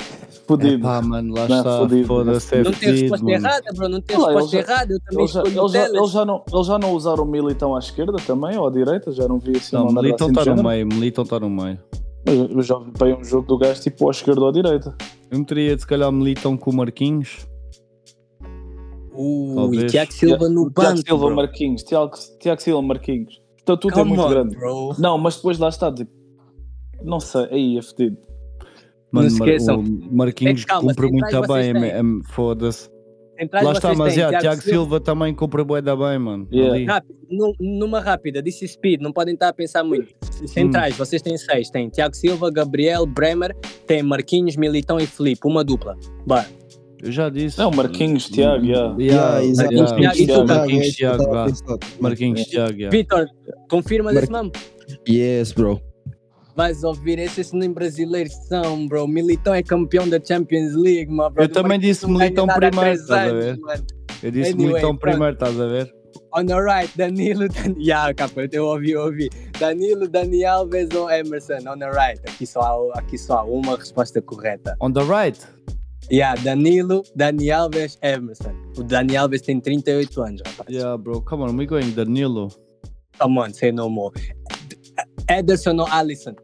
S5: fodido.
S1: Epá, mano, lá
S5: Não,
S1: está.
S5: fodido.
S1: Foda-se, é
S4: não tem resposta
S1: fedido, mano.
S4: errada, bro. Não tem
S5: Olha lá,
S4: resposta
S5: eles já-
S4: errada. Eu também
S5: Eles já,
S4: escolho o
S5: eles, já,
S4: Teles.
S5: eles, já não, eles já não usaram o Militão à esquerda também, ou à direita? Já não vi assim
S1: Não,
S5: uma merda
S1: Militão
S5: assim do
S1: está no
S5: género.
S1: meio, Militão está no meio.
S5: Mas eu já vi bem um jogo do gajo tipo à esquerda ou à direita.
S1: Eu meteria, se calhar, Militão com o Marquinhos.
S4: Uh, e
S1: Talvez.
S4: Tiago Silva no
S5: Tiago
S4: banco.
S5: Silva
S4: bro.
S5: Marquinhos, Tiago, Tiago Silva Marquinhos. Então tudo é
S4: Come
S5: muito
S4: on,
S5: grande.
S4: bro.
S5: Não, mas depois lá está, tipo, não sei, aí é fedido.
S1: Mano,
S4: Não se
S1: Mar-
S4: esqueçam.
S1: o Marquinhos
S4: É que calma,
S1: cumpre
S4: sem
S1: muito
S4: trás vocês
S1: bem,
S4: têm.
S1: é- é- foda-se.
S4: Centrais
S1: Lá está,
S4: vocês
S1: mas é,
S4: têm
S1: yeah, Tiago Silva também cumpre bué da bem, mano.
S5: Yeah.
S1: Ali.
S4: Rápido, nu- numa rápida, disse speed, não podem estar a pensar muito. Centrais, vocês têm seis. Tem Tiago Silva, Gabriel, Bremer, tem Marquinhos, Militão e Felipe, uma dupla. Bora.
S1: Eu já disse.
S5: É o Marquinhos, Tiago, yeah.
S1: Yeah,
S4: Marquinhos,
S1: yeah.
S4: Tiago,
S6: tá
S1: Tiago,
S4: Tiago,
S1: Marquinhos, Tiago,
S6: ah,
S1: vá. Marquinhos, Tiago, yeah.
S4: Vitor, confirma
S6: Mar-
S4: esse mesmo.
S6: Yes, bro.
S4: Vais ouvir esses nem brasileiros são, bro. Militão é campeão da Champions League, mano.
S1: Eu também disse Militão primeiro, estás a ver? Eu disse
S4: Anyway,
S1: Militão
S4: pronto.
S1: primeiro, estás a ver?
S4: On the right, Danilo, Dan... yeah, capa, eu ouvi, eu ouvi. Danilo, Dani Alves ou Emerson, on the right. Aqui só, há- aqui só há uma resposta correta.
S1: On the right.
S4: Yeah, Danilo, Dani Alves, Emerson. O Dani Alves tem 38 anos, rapaz.
S1: Yeah, bro. Come on, we going Danilo.
S4: Come on, say no more. Ederson ou Alisson?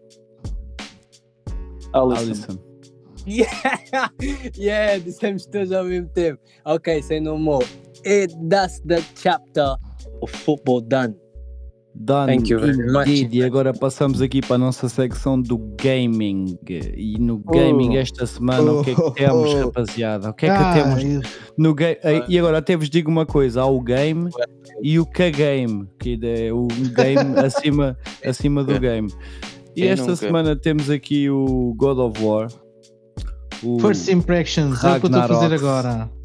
S5: Alisson.
S1: Alisson.
S4: yeah, dissemos todos ao mesmo tempo. Ok, say no more. It, that's the chapter of football done.
S1: Done.
S4: Thank you very much.
S1: Indeed. E agora passamos aqui para a nossa secção do gaming. E no gaming esta semana, o que é que
S6: Oh.
S1: temos,
S6: Oh.
S1: rapaziada? O que é
S2: Ah,
S1: que temos No ga- eh, E agora até vos digo uma coisa: há o game e o K-game, que é o game acima, acima do game. E
S3: Quem
S1: esta
S3: nunca?
S1: semana temos aqui o God of War. O
S2: First impressions, é o que eu estou a fazer
S1: Ragnaroks.
S2: agora.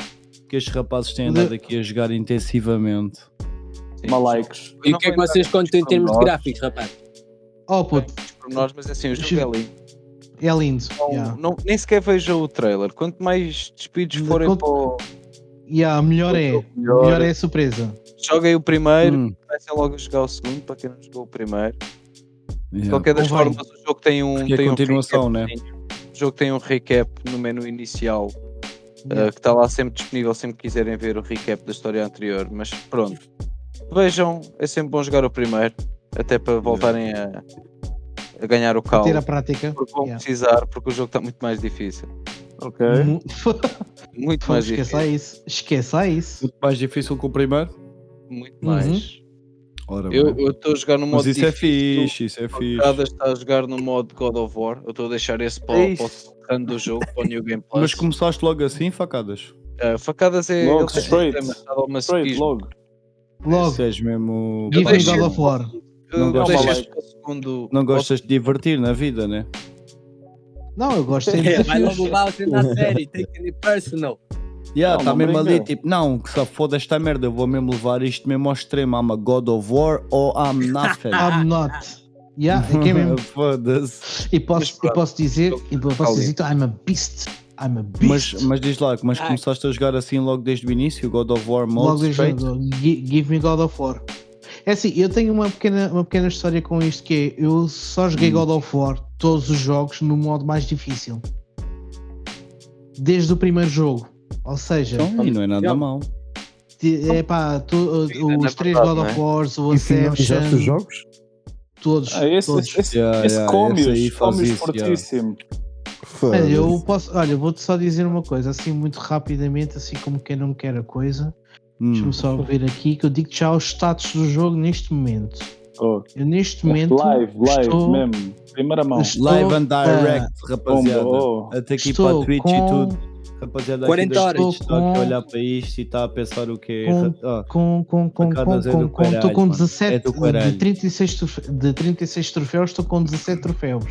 S1: que estes rapazes têm andado aqui a jogar intensivamente.
S5: Malaicos.
S4: E o que é que vocês contam em termos de gráficos, rapaz?
S2: Oh puto,
S3: Nós, mas é assim, o jogo é lindo.
S2: é lindo.
S3: Não-
S2: yeah.
S3: não- nem sequer veja o trailer. Quanto mais despidos forem
S2: Quanto-
S3: para o.
S2: Yeah, melhor é.
S3: Melhor.
S2: Melhor é a surpresa.
S3: Joguei o primeiro,
S1: Hum,
S3: comecem logo a jogar o segundo para quem não jogou o primeiro. De
S1: yeah.
S3: qualquer das
S2: Convém.
S3: formas, o jogo tem um.
S1: Porque é
S3: tem um
S1: continuação, né?
S3: recapzinho. O jogo tem um recap no menu inicial
S2: Yeah.
S3: Uh, que está lá sempre disponível, sempre que quiserem ver o recap da história anterior, mas pronto. Vejam, é sempre bom jogar o primeiro, até para voltarem a, a ganhar o
S2: Ter a
S3: caldo,
S2: prática.
S3: porque vão
S2: Yeah.
S3: precisar, porque o jogo está muito mais difícil.
S5: Ok.
S3: Hum.
S2: Mu-
S3: Muito mais
S2: Esqueça
S3: difícil.
S2: isso. Esqueça isso.
S1: Muito mais difícil que o primeiro.
S3: Muito mais.
S1: Ora,
S3: Eu
S1: bem.
S3: eu estou a jogar no modo
S1: Mas isso é
S3: difícil,
S1: fixe, isso é
S3: o
S1: fixe. É
S3: Cada está a jogar no modo God of War. Eu estou a deixar esse para, o- para o second do jogo, para o New Game Plus.
S1: Mas começaste logo assim, facadas.
S3: Uh, facadas é.
S5: Logo,
S3: ele tem-
S5: straight.
S3: tem matado ao
S5: Straight
S3: masoquismo.
S5: logo.
S2: Logo,
S1: Se és mesmo.
S3: Eu
S2: give me
S3: deixei-
S2: God of War.
S1: Não
S3: Eu
S1: gosto.
S3: deixo
S5: Não,
S3: esse Eh, para o segundo.
S1: Não gostas de divertir na vida, né?
S2: Não, eu gosto de
S4: Vai logo
S2: desafios.
S4: lá, você na série, taking it personal.
S1: Yeah,
S5: Não,
S1: tá
S5: não
S1: mesmo
S5: brinca.
S1: ali, tipo, não, que só foda esta merda, eu vou mesmo levar isto mesmo ao extremo. I'm a God of War ou I'm nothing.
S2: I'm not. Yeah, é que é mesmo.
S1: Foda-se.
S2: E posso, e posso dizer, e posso dizer, então, I'm a beast. I'm a
S1: Mas,
S2: beast.
S1: mas diz lá, mas
S4: Ah.
S1: começaste a jogar assim logo desde o início, God of War mode
S2: Logo desde
S1: straight?
S2: logo, gi- Give me God of War. É assim, eu tenho uma pequena, uma pequena história com isto que é, eu só
S3: Hum.
S2: joguei God of War, todos os jogos, no modo mais difícil. Desde o primeiro jogo. Ou seja,
S1: Então, e não é nada
S4: Não.
S1: mal.
S2: ti- epá, tu- uh,
S3: Ainda não é
S2: os três
S3: verdade,
S2: God of Wars, o
S6: E finalizaste os
S2: Ascension,
S6: jogos?
S2: todos,
S5: Ah, esse
S2: todos.
S5: esse,
S1: Yeah,
S5: esse
S1: yeah,
S5: cómios,
S1: esse aí faz
S5: cómios
S1: isso, yeah.
S5: fortíssimo.
S2: Olha,
S6: Foda-se.
S2: É, eu posso, olha, vou-te só dizer uma coisa, assim muito rapidamente, assim como quem não quer a coisa.
S1: Hum.
S2: Deixa-me só ver aqui que eu digo já os status do jogo neste momento.
S5: Oh.
S2: Eu neste momento
S5: live, live
S2: estou-
S5: mesmo. Primeira mão.
S2: estou-
S1: Live and direct, rapaziada.
S5: Bomba, oh.
S1: Até aqui para
S2: estou
S1: a Twitch
S2: com,
S1: e tudo. Rapaziada,
S4: 40
S1: aqui da
S4: horas.
S1: Twitch está aqui a
S2: Com-
S1: olhar para isto e está a pensar o quê?
S2: com-
S1: Ah,
S2: com com com
S1: Facadas
S2: com
S1: é do
S2: com com
S1: caralho,
S2: estou com
S1: mano.
S2: 17
S1: É do caralho.
S2: de 36 trofe- de 36 troféus, estou com 17 troféus.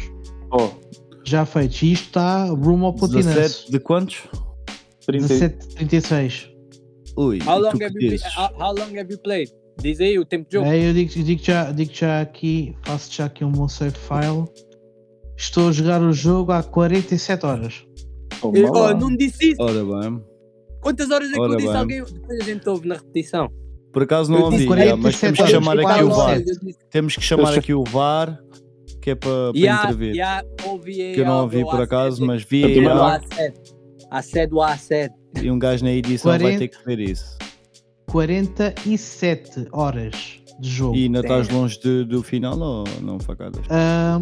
S5: Oh,
S2: Já feitos. E isto está rumo ao platinaço.
S1: 17 de quantos?
S5: 30.
S2: 17 36.
S1: Ui,
S4: How
S1: e
S4: long,
S1: tu que
S4: have you, Ah,
S1: dizes?
S4: how, how long have you played? Diz aí o tempo de jogo.
S2: É, eu digo, digo já, digo já aqui, faço já aqui um meu save file. Estou a jogar o jogo há 47 horas.
S5: Toma
S4: Eh,
S5: lá.
S4: oh, não disse isso.
S1: Ora bem.
S4: Quantas horas é que
S1: Ora
S4: eu disse
S1: bem.
S4: alguém? Depois a gente ouve na repetição.
S1: Por acaso
S4: Eu
S1: não ouvi,
S4: disse
S1: yeah, mas
S2: 47
S1: temos que
S2: horas,
S1: chamar aqui o
S2: quatro
S1: VAR.
S2: horas.
S4: Eu disse-
S1: Temos que chamar
S5: Eu-
S1: aqui o VAR, que é para
S4: Yeah,
S1: intervir.
S4: yeah, ouvi
S1: Que eu não ouvi por acaso, mas vi
S5: Eu também
S4: Era o
S1: yeah,
S4: A7. A7 do A7.
S1: e um gajo na edição vai
S2: 40.
S1: ter que ver isso.
S2: 47 horas de jogo.
S1: E ainda estás
S4: Damn.
S1: longe de- do final ou não facadas?
S2: Ahm,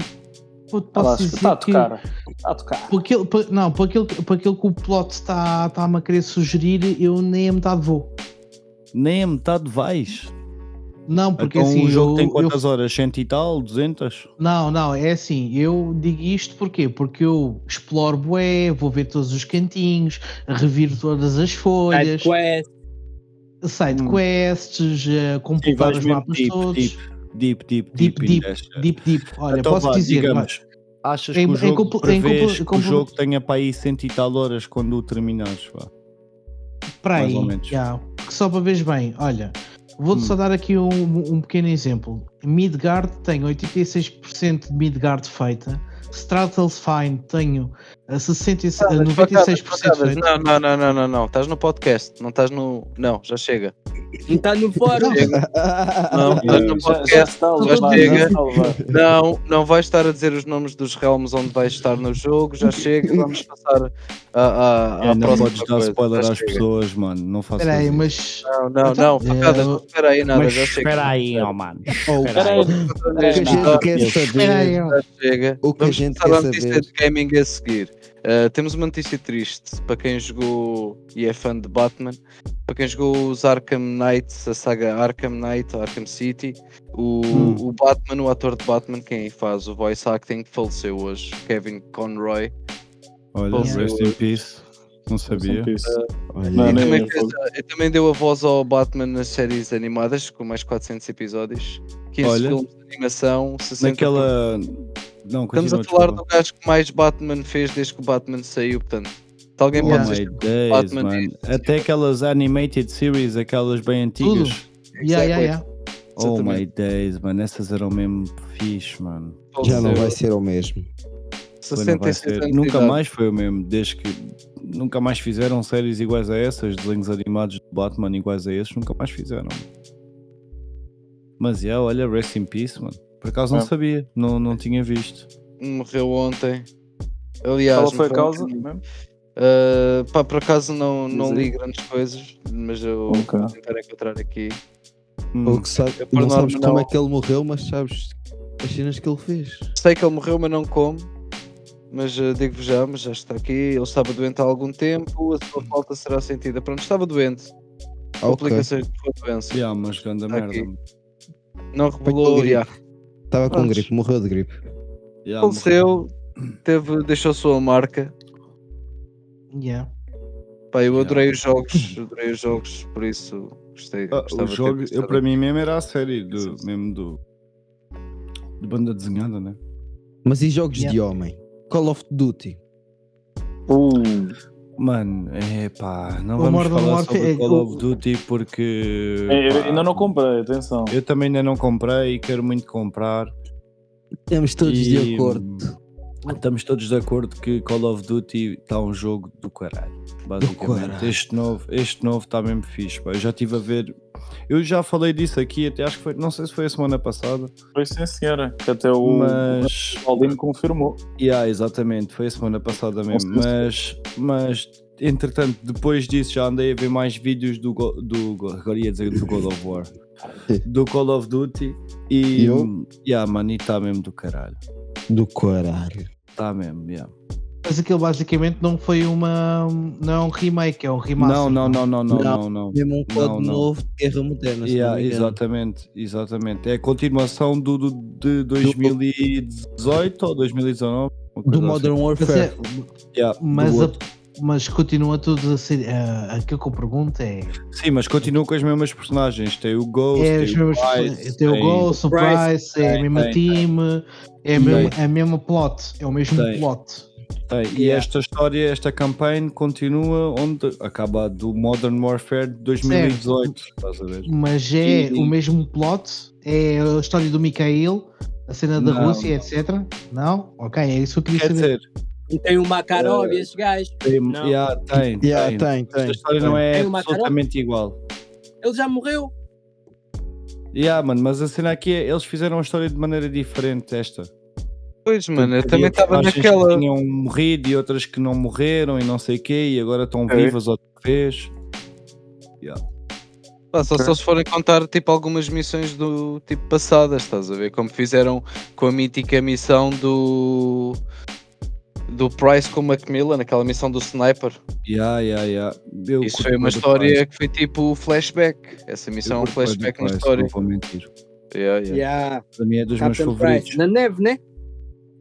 S2: puto,
S1: tá
S5: Ah, lá,
S2: posso
S5: Está a
S2: dizer que
S5: tocar. Está a tocar.
S2: por aquilo, por- não, por aquilo, que- por aquilo que o plot está tá a querer sugerir, eu nem a metade vou.
S1: Nem a metade vais.
S2: Não, porque
S1: então
S2: assim.
S1: o jogo
S2: eu,
S1: tem
S2: eu-
S1: quantas horas? Cento e tal? 200?
S2: Não, não, é assim, eu digo isto porquê? Porque eu exploro bué, vou ver todos os cantinhos, reviro todas as folhas,
S4: Quest.
S2: side
S1: Hum.
S2: quests, eh,
S1: E
S2: completar
S1: vais
S2: os
S1: mesmo tipo,
S2: mapas
S1: deep,
S2: todos.
S1: deep, deep, deep,
S2: Deep,
S1: deep,
S2: deep,
S1: invest.
S2: Deep, deep. Olha,
S1: Então
S2: posso
S1: vá,
S2: dizer, é?
S1: digamos, achas que
S2: Em-
S1: o
S2: em
S1: jogo
S2: compl- em
S1: prevês
S2: compl-
S1: que o
S2: compl-
S1: jogo tenha para aí cento e tal horas quando o terminares, vá.
S2: para
S1: mais
S2: aí,
S1: ou menos.
S2: já, porque só para veres bem, olha, vou-te
S1: Hum.
S2: só dar aqui um, um pequeno exemplo. Midgard tem 86% de Midgard feita, Stratlesfine tenho a 66, a 96%
S3: Facadas,
S2: feita.
S3: Não, não, não, não, não, não. Estás no podcast, não estás no. Não, já chega.
S4: Não está no fórum.
S6: Ah,
S3: Não, estás Tá no
S5: Já, já
S3: podcast.
S5: está a
S2: Já
S5: levar,
S3: chega.
S5: já está a levar.
S3: Não, não vais estar a dizer os nomes dos realms onde vais estar no jogo, já chega. Vamos passar a, a, à
S1: É, não
S3: Ah, próxima
S1: podes dar
S3: coisa,
S1: spoiler
S3: já
S1: às
S3: chega.
S1: pessoas, mano. Não faças
S2: Espera aí,
S1: isso.
S2: mas
S1: Tá
S3: Não, não,
S2: Então,
S3: não, facadas,
S2: eu-
S3: não espera aí nada,
S1: Mas
S3: já chega.
S1: espera aí, ó, mano.
S5: Espera aí,
S6: O que a gente quer
S2: espera aí,
S1: tá
S6: saber.
S2: ó.
S3: Já chega.
S6: O que a
S3: Vamos
S6: gente
S3: passar à
S6: quer
S3: notícia
S6: saber.
S3: de gaming a seguir. Uh, temos uma notícia triste para quem jogou e é fã de Batman. Para quem jogou os Arkham Knights, a saga Arkham Knight, Arkham City, o,
S1: Hum.
S3: o Batman, o ator de Batman, quem faz o voice acting, faleceu hoje. Kevin Conroy.
S1: Olha,
S3: Posso-
S1: rest in peace. Não sabia.
S3: E
S5: Não,
S6: Olha,
S5: nem-
S3: também,
S5: eu
S3: fez, e também deu a voz ao Batman nas séries animadas, com mais 400 episódios, 15
S1: Olha.
S3: filmes de animação, 60
S1: Naquela. Não,
S3: Estamos
S1: continua,
S3: a falar
S1: desculpa.
S3: do gajo que mais Batman fez desde que o Batman saiu, portanto. Se alguém
S1: Oh
S3: pode
S1: my
S3: dizer
S1: days,
S3: Batman é
S1: man.
S3: e-
S1: Até aquelas animated series, aquelas bem antigas.
S3: é
S1: é
S2: Yeah, yeah, yeah.
S1: Oh
S3: Exatamente.
S1: my days, mano. Essas eram mesmo fixe, mano.
S6: já não
S3: Faleceu.
S6: vai ser o mesmo.
S3: Hum.
S1: Foi, não vai
S3: 66
S1: ser.
S3: anos de
S1: Nunca
S3: idade.
S1: mais foi o mesmo, desde que nunca mais fizeram séries iguais a essas, desenhos animados de Batman iguais a esses, nunca mais fizeram. Mas yeah, olha, Rest in Peace, mano. Por acaso
S3: Ah.
S1: não
S5: É.
S1: sabia, não, não tinha visto.
S3: Morreu ontem. Aliás,
S5: Qual foi a
S3: morreu
S5: causa?
S3: ontem. Ah, pá, por acaso não, não
S5: Diz aí.
S3: li grandes coisas, mas eu
S5: Ok.
S3: vou tentar encontrar aqui.
S1: Hum,
S6: Ou que sabe,
S3: Eu, por
S6: não sabes
S3: norma,
S6: como
S3: não.
S6: é que ele morreu, mas sabes as cenas que ele fez.
S3: Sei que ele morreu, mas não como. Mas ah, digo-vos já, mas já está aqui. Ele estava doente há algum tempo, a
S1: Hum.
S3: sua falta será sentida. Pronto, estava doente.
S6: Ah, ok.
S3: Complicações de sua doença.
S1: yeah, mas grande
S3: Tá
S1: merda.
S3: aqui.
S1: mano.
S3: Não revelou.
S6: gripe.
S3: já.
S6: Estava com
S3: Prontos.
S6: gripe, morreu de gripe.
S1: Yeah, morreu.
S3: faleceu, teve, deixou sua marca.
S2: Yeah.
S3: Pá, eu
S1: Yeah.
S3: adorei os jogos, adorei os jogos, por isso gostei.
S1: Ah,
S3: gostava
S1: o
S3: de ter
S1: jogo,
S3: gostado.
S1: eu, para mim mesmo era a série
S3: Sim,
S1: do,
S3: sim.
S1: mesmo do de banda desenhada, né?
S6: Mas e jogos
S2: Yeah.
S6: de homem? Call of Duty.
S5: Uh,
S1: Mano, é pá, não
S2: O
S1: vamos
S2: Modern
S1: falar
S2: Warfare
S1: sobre
S2: é-
S1: Call of
S2: o-
S1: Duty porque
S5: eu- É, eu
S1: pá,
S5: ainda não comprei, atenção.
S1: Eu também ainda não comprei e quero muito comprar.
S6: Estamos todos
S1: E-
S6: de acordo.
S1: Estamos todos de acordo que Call of Duty está um jogo do caralho. Basicamente,
S6: caralho.
S1: este novo está este novo está mesmo fixe. pá. Eu já estive a ver. Eu já falei disso aqui, até acho que foi. Não sei se foi a semana passada,
S5: Foi sim, senhora. Que até o
S1: mas.
S5: Aldino confirmou.
S1: Yeah, exatamente, foi a semana passada mesmo.
S5: sei se-
S1: Mas, mas, entretanto, depois disso já andei a ver mais vídeos do, Go- do, Go- agora ia dizer do God of War, do Call of Duty e.
S6: E eu?
S1: Yeah, mano, e está mesmo do caralho.
S6: Do caralho.
S1: Está mesmo, yeah.
S2: Mas aquilo basicamente não foi uma. Não é um remake, é um remaster.
S1: Não, não, não, não, não,
S6: Não.
S1: não, não.
S6: Mesmo um
S1: não,
S6: código
S1: não.
S6: novo de guerra moderna. se
S1: Yeah,
S6: não me engano.
S1: exatamente, exatamente. É a continuação do, do- de 2018 ou 2019. uma coisa
S6: Do
S1: assim.
S6: Modern
S2: Mas,
S6: Warfare.
S2: é-
S1: Yeah, do
S2: mas,
S1: outro.
S2: a- mas continua tudo a ser. ah, aquilo que eu pergunto é.
S1: Sim, mas continua com as mesmas personagens. Tem o Ghost,
S2: é os
S1: tem o
S2: mesmos.
S1: Price,
S2: Tem o
S1: tem-
S2: Ghost, o
S4: Price,
S2: Price, é a mesma
S1: tem,
S2: team, é a mesma, é a mesma plot. É o mesmo
S1: Tem.
S2: plot.
S1: Bem, E
S4: Yeah.
S1: esta história, esta campanha continua onde acaba a do Modern Warfare de 2018. Estás a ver?
S2: Mas
S1: Sim,
S2: é
S1: sim.
S2: o mesmo plot, é a história do Mikhail, a cena da
S1: Não,
S2: Rússia,
S1: não.
S2: etc. Não? Ok, é isso que eu
S1: Quer
S2: queria saber.
S1: dizer,
S4: E tem o Makarov e esses gajos.
S1: tem,
S4: Não.
S1: yeah, tem,
S6: Yeah,
S1: tem.
S6: tem,
S1: Esta
S6: tem.
S1: história não é
S4: Tem uma
S1: absolutamente igual.
S4: Ele já morreu.
S1: Yeah, mano, mas a cena aqui é, eles fizeram a história de maneira diferente esta.
S3: Pois, mano, eu
S1: Havia
S3: também estava
S1: personagens
S3: naquela.
S1: que assim, tinham morrido e outras que não morreram e não sei o quê e agora
S3: É.
S1: estão vivas outra vez.
S3: Pá, só, só se forem contar tipo algumas missões do tipo passadas, estás a ver? Como fizeram com a mítica missão do do Price com o Macmillan, aquela missão do Sniper.
S1: Yeah, yeah, yeah. Eu
S3: Isso
S1: curto
S3: foi uma
S1: bué do
S3: história
S1: Price.
S3: que foi tipo flashback. Essa missão é
S1: Eu
S3: um
S1: curto bué do
S3: flashback na
S1: Price,
S3: história.
S1: Não vou mentir.
S3: Yeah, yeah.
S4: Yeah.
S1: Para mim é dos
S4: Captain
S1: meus
S4: Price.
S1: favoritos.
S4: Na neve, né?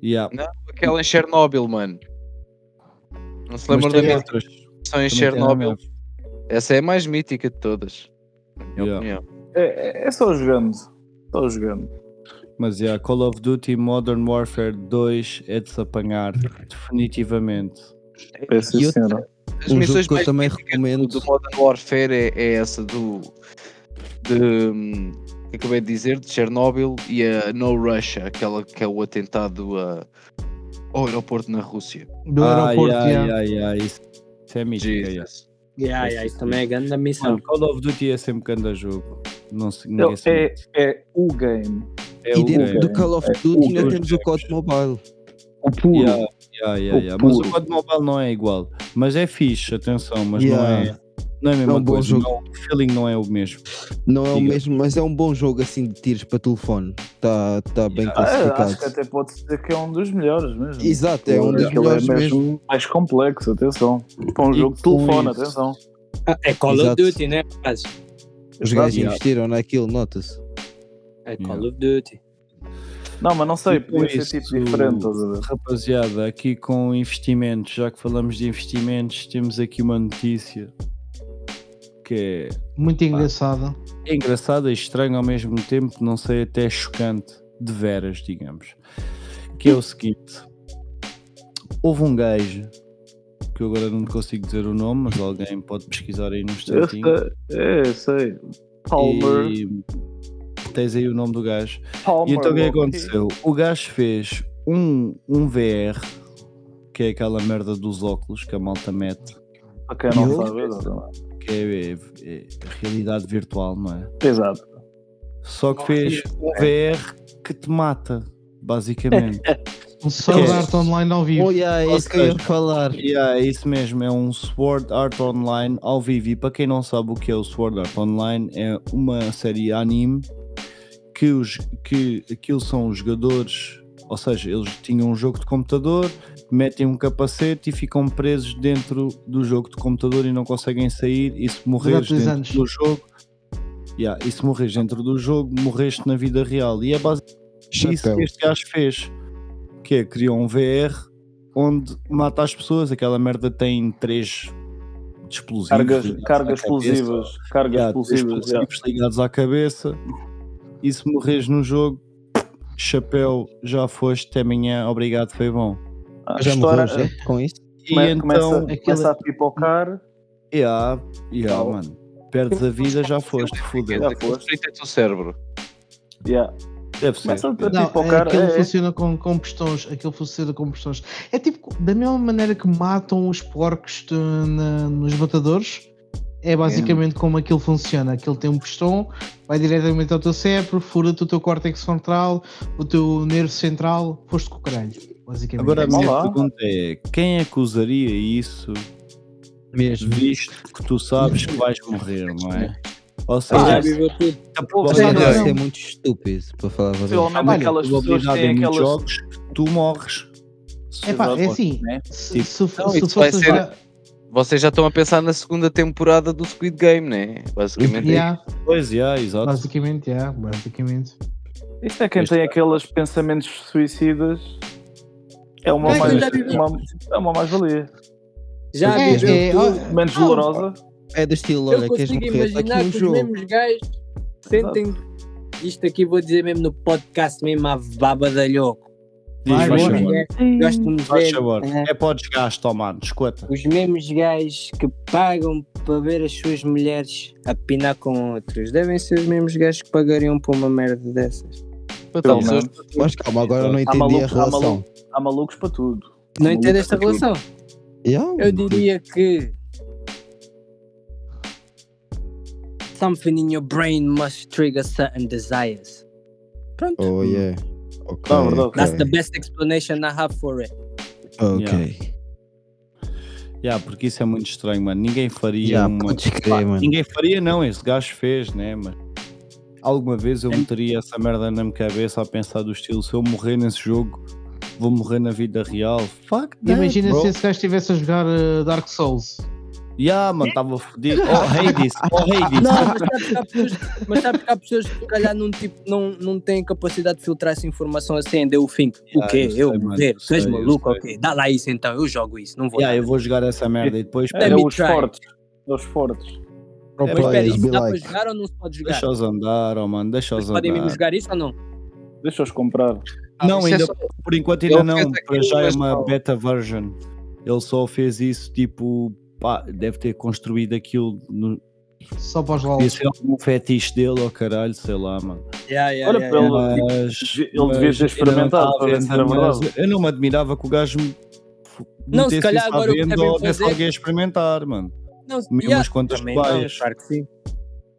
S1: Yeah.
S3: Aquela em Chernobyl, mano. Não se lembram
S1: Mas
S3: da
S1: tem
S3: minha
S1: outras.
S3: missão em
S1: Também tem a
S3: Chernobyl?
S1: mesma.
S3: Essa é a mais mítica de todas. na minha
S1: Yeah.
S3: opinião.
S5: É, é- é só jogando. Só jogando.
S1: Mas yeah, Call of Duty Modern Warfare 2 é de se apanhar, definitivamente.
S5: É sim,
S6: E eu-
S5: senhora.
S3: As
S6: Um
S3: missões
S6: jogo que eu
S3: mais
S6: também
S3: do,
S1: é
S6: recomendo.
S3: do Modern Warfare é, é essa do de, hum, que acabei de dizer de Chernobyl e a No Russia, aquela que é o atentado a, ao aeroporto na Rússia.
S2: Do
S4: um
S2: aeroporto,
S1: ah,
S2: yeah.
S1: yeah, yeah, yeah, Isso, isso é mítica. yeah.
S3: Jesus.
S4: Yeah, yeah, isso também é grande a missão.
S1: Mano, Call of Duty é sempre grande jogo. Não se
S5: Não,
S1: ninguém se
S5: é, é o game.
S1: é
S6: E
S1: o
S6: dentro
S1: game.
S6: do Call of Duty
S5: o
S6: ainda
S5: dois
S6: temos o é COD Mobile.
S5: O puro.
S1: Yeah, yeah, yeah,
S5: O
S1: yeah. Mas o
S5: puro.
S1: COD Mobile não é igual. Mas é fixe, atenção, mas não
S6: Yeah.
S1: é. Não é a mesma
S6: É um bom
S1: coisa.
S6: jogo.
S1: não, o feeling não é o mesmo.
S6: Não é o
S1: Diga.
S6: mesmo, mas é um bom jogo assim de tiros para telefone. Está tá bem
S5: Ah, acho que
S6: classificado.
S5: até pode dizer que é um dos melhores mesmo.
S6: Exato, é um dos
S5: Aquele
S6: melhores
S5: é mesmo,
S6: mesmo.
S5: mais complexo, atenção. Para um
S1: E
S5: jogo de
S1: com
S5: telefone,
S1: isso-
S5: atenção.
S4: Ah, é Call
S6: Exato.
S4: of Duty, né? rapaz?
S6: Os gajos
S1: Yeah.
S6: investiram naquilo, nota-se.
S4: É Call
S1: Yeah.
S4: of Duty.
S5: Não, mas não sei,
S1: E com
S5: podia ser
S1: isso-
S5: tipo diferente, estás a ver?
S1: Rapaziada, aqui com investimentos, já que falamos de investimentos, temos aqui uma notícia que
S2: Muito engraçada.
S1: é engraçada e estranha ao mesmo tempo, não sei, até chocante, de veras, digamos. Que é o seguinte: houve um gajo que eu agora não te consigo dizer o nome, mas alguém pode pesquisar aí no
S5: Eu
S1: instantinho.
S5: sei, é, eu sei. Palmer.
S1: E tens aí o nome do gajo.
S5: Palmer.
S1: E então o que é que
S5: Loki.
S1: aconteceu? O gajo fez um, um VR, que é aquela merda dos óculos que a malta mete,
S5: Para quem não
S6: E eu?
S5: sabe, exatamente.
S1: que é, é- é realidade virtual, não é?
S5: Exato.
S1: Só que fez um VR que te mata, basicamente.
S2: Um Sword Art Online ao vivo.
S6: Olha, é
S1: Ou
S6: isso que eu ia
S1: seja,
S6: falar.
S1: E é isso mesmo, é um Sword Art Online ao vivo. E para quem não sabe o que é o Sword Art Online, é uma série anime que, os, que aquilo são os jogadores, ou seja, eles tinham um jogo de computador, metem um capacete e ficam presos dentro do jogo de computador e não conseguem sair. E se morreres
S2: Durante dois
S1: dentro
S2: anos.
S1: do jogo, yeah, e se morres dentro do jogo, morreste na vida real. E é base isso
S6: Chapéu.
S1: que este gajo fez, que é criou um VR onde mata as pessoas, aquela merda tem três explosivos
S5: Cargas,
S1: ligados à
S5: cargas
S1: cabeça.
S5: explosivas. Cargas
S1: Yeah, três
S5: explosivas. yeah.
S1: explosivos ligados à cabeça e se morres no jogo chapéu, já foste até amanhã, obrigado, foi bom
S5: A
S6: Já
S5: história
S6: morreu já com isso?
S1: e
S5: come- começa,
S1: então,
S5: começa a pipocar.
S1: yeah, yeah,
S5: Não.
S1: mano perdes a vida, já foste, foda
S5: Já
S3: Aquele
S5: foste.
S3: frito é do cérebro.
S5: Yeah.
S1: deve ser
S5: Começa a
S1: yeah.
S2: Não,
S5: pipocar.
S2: aquilo
S5: é, é.
S2: funciona com, com pistões. Aquilo funciona com pistões. É tipo, da mesma maneira que matam os porcos de- na- nos matadores, é basicamente como aquilo funciona. Aquilo tem um pistão, vai diretamente ao teu cérebro, fura-te o teu córtex frontal, o teu nervo central, foste com o caralho. Basicamente.
S1: agora a minha
S5: Olá.
S1: pergunta é quem acusaria isso
S6: Mesmo.
S1: visto que tu sabes que vais morrer, não é? Ou
S4: Ele
S1: seja,
S4: já viveu tudo.
S1: a
S6: Apesar
S1: probabilidade
S6: de
S2: Não, não.
S6: ser é muito estúpido, para falar a verdade.
S5: Possivelmente aquelas pessoas que
S1: probabilidade em
S5: têm
S1: muitos
S5: aquelas.
S1: jogos que tu morres.
S2: é, pá, é assim.
S5: né?
S2: Se,
S1: Tipo,
S2: se, se,
S3: não, isso vai
S2: fosse
S3: ser-
S2: já.
S3: Vocês já estão a pensar na segunda temporada do Squid Game, né? Basicamente. é
S2: Yeah,
S1: Pois, yeah, exato.
S2: basicamente, yeah, basicamente.
S5: Isto é quem
S1: Este-
S5: tem aqueles pensamentos suicidas. É uma
S4: Mas
S5: mais-
S4: ainda vive.
S5: uma- é uma mais-valia.
S4: Já
S2: É,
S4: viveu
S2: é,
S4: tudo.
S2: olha,
S5: Menos
S4: Não,
S5: dolorosa.
S6: É do estilo,
S4: Eu
S6: olha, queres
S4: consigo
S6: morrer, está
S4: imaginar
S6: aqui um
S4: que os
S6: jogo.
S4: mesmos gajos sentem isto aqui, vou dizer mesmo no podcast mesmo, a baba da louco.
S1: Diz,
S4: Vai,
S1: vai
S4: vai,
S1: chamar.
S4: vai. Gosto de me
S1: Vai
S4: ver
S1: chamar.
S4: né?
S1: É para o desgaste, oh mano, escuta.
S4: os mesmos gajos que pagam para ver as suas mulheres a pinar com outros. Devem ser os mesmos gajos que pagariam por uma merda dessas.
S5: Então,
S3: Isso,
S5: não.
S6: Mas calma, agora eu não
S5: Há
S6: entendi a
S5: malucos- há
S6: relação.
S5: malucos- Há malucos para tudo.
S4: Não
S5: Maluco
S4: entendo esta
S5: para tudo.
S4: relação.
S6: Yeah.
S4: Eu diria que. Something in your brain must trigger certain desires. Pronto.
S6: Oh, yeah. Ok.
S5: Não, verdade.
S6: ok,
S4: That's the best explanation I have for it.
S6: Ok.
S1: Yeah, porque isso é muito estranho, mano. Ninguém faria
S6: Yeah,
S1: uma.
S6: podes crer,
S1: Pá,
S6: mano.
S1: Ninguém faria, não. Este gajo fez, né? Mas alguma vez eu meteria essa merda na minha cabeça a pensar do estilo: se eu morrer nesse jogo, vou morrer na vida real. Fuck that,
S2: Imagina
S1: bro.
S2: se esse gajo estivesse a jogar eh, Dark Souls.
S1: Yeah, mano, estava fodido. Oh, Hades, oh, Hades.
S4: Não, mas sabe que há pessoas, mas sabe que há pessoas que se calhar não, tipo, não, não têm capacidade de filtrar essa informação assim, deu o fim.
S1: Yeah,
S4: o quê?
S1: Ah, eu sei,
S4: Eu,
S1: mano,
S4: ver?
S1: eu
S4: Tu és
S1: sei, eu
S4: maluco?
S1: sei.
S4: Ok, dá lá isso então, eu jogo isso, não vou.
S1: Yeah, eu vou jogar essa merda e depois
S5: É,
S4: Let me
S5: os
S4: try.
S5: fortes. É os fortes.
S6: Pro
S1: É,
S4: Mas espera,
S6: players,
S4: isso
S6: be
S4: dá
S6: like.
S4: para jogar ou não se pode jogar?
S1: deixa-os andar, oh, mano, deixa-os
S4: Vocês
S1: andar.
S4: podem mesmo jogar isso ou não?
S5: Deixa-os comprar.
S1: Não,
S3: isso é
S1: ainda
S3: só-
S1: por enquanto
S3: Ele
S1: ainda não.
S3: fez
S1: Para já é
S3: aquilo, mas
S1: uma
S3: não.
S1: beta version. Ele só fez isso tipo. Pá, deve ter construído aquilo. No...
S2: Só para os LOL.
S1: Devia ser algum fetiche dele, ou caralho, sei lá, mano.
S4: Yeah, yeah,
S5: Olha
S4: yeah,
S5: para
S4: yeah.
S5: ele.
S1: Mas,
S5: Ele devia ter experimentado para ver se era verdade.
S1: Eu não me admirava que o gajo me f-
S4: Não, se
S1: metesse
S4: calhar
S1: isso à
S4: agora o que
S1: venda
S4: devem
S1: ou desse
S4: fazer-
S1: alguém a experimentar, mano.
S4: Não,
S1: um Mesmo
S4: yeah,
S1: as contas
S4: também
S1: que
S4: não,
S1: baixas.
S4: claro que sim.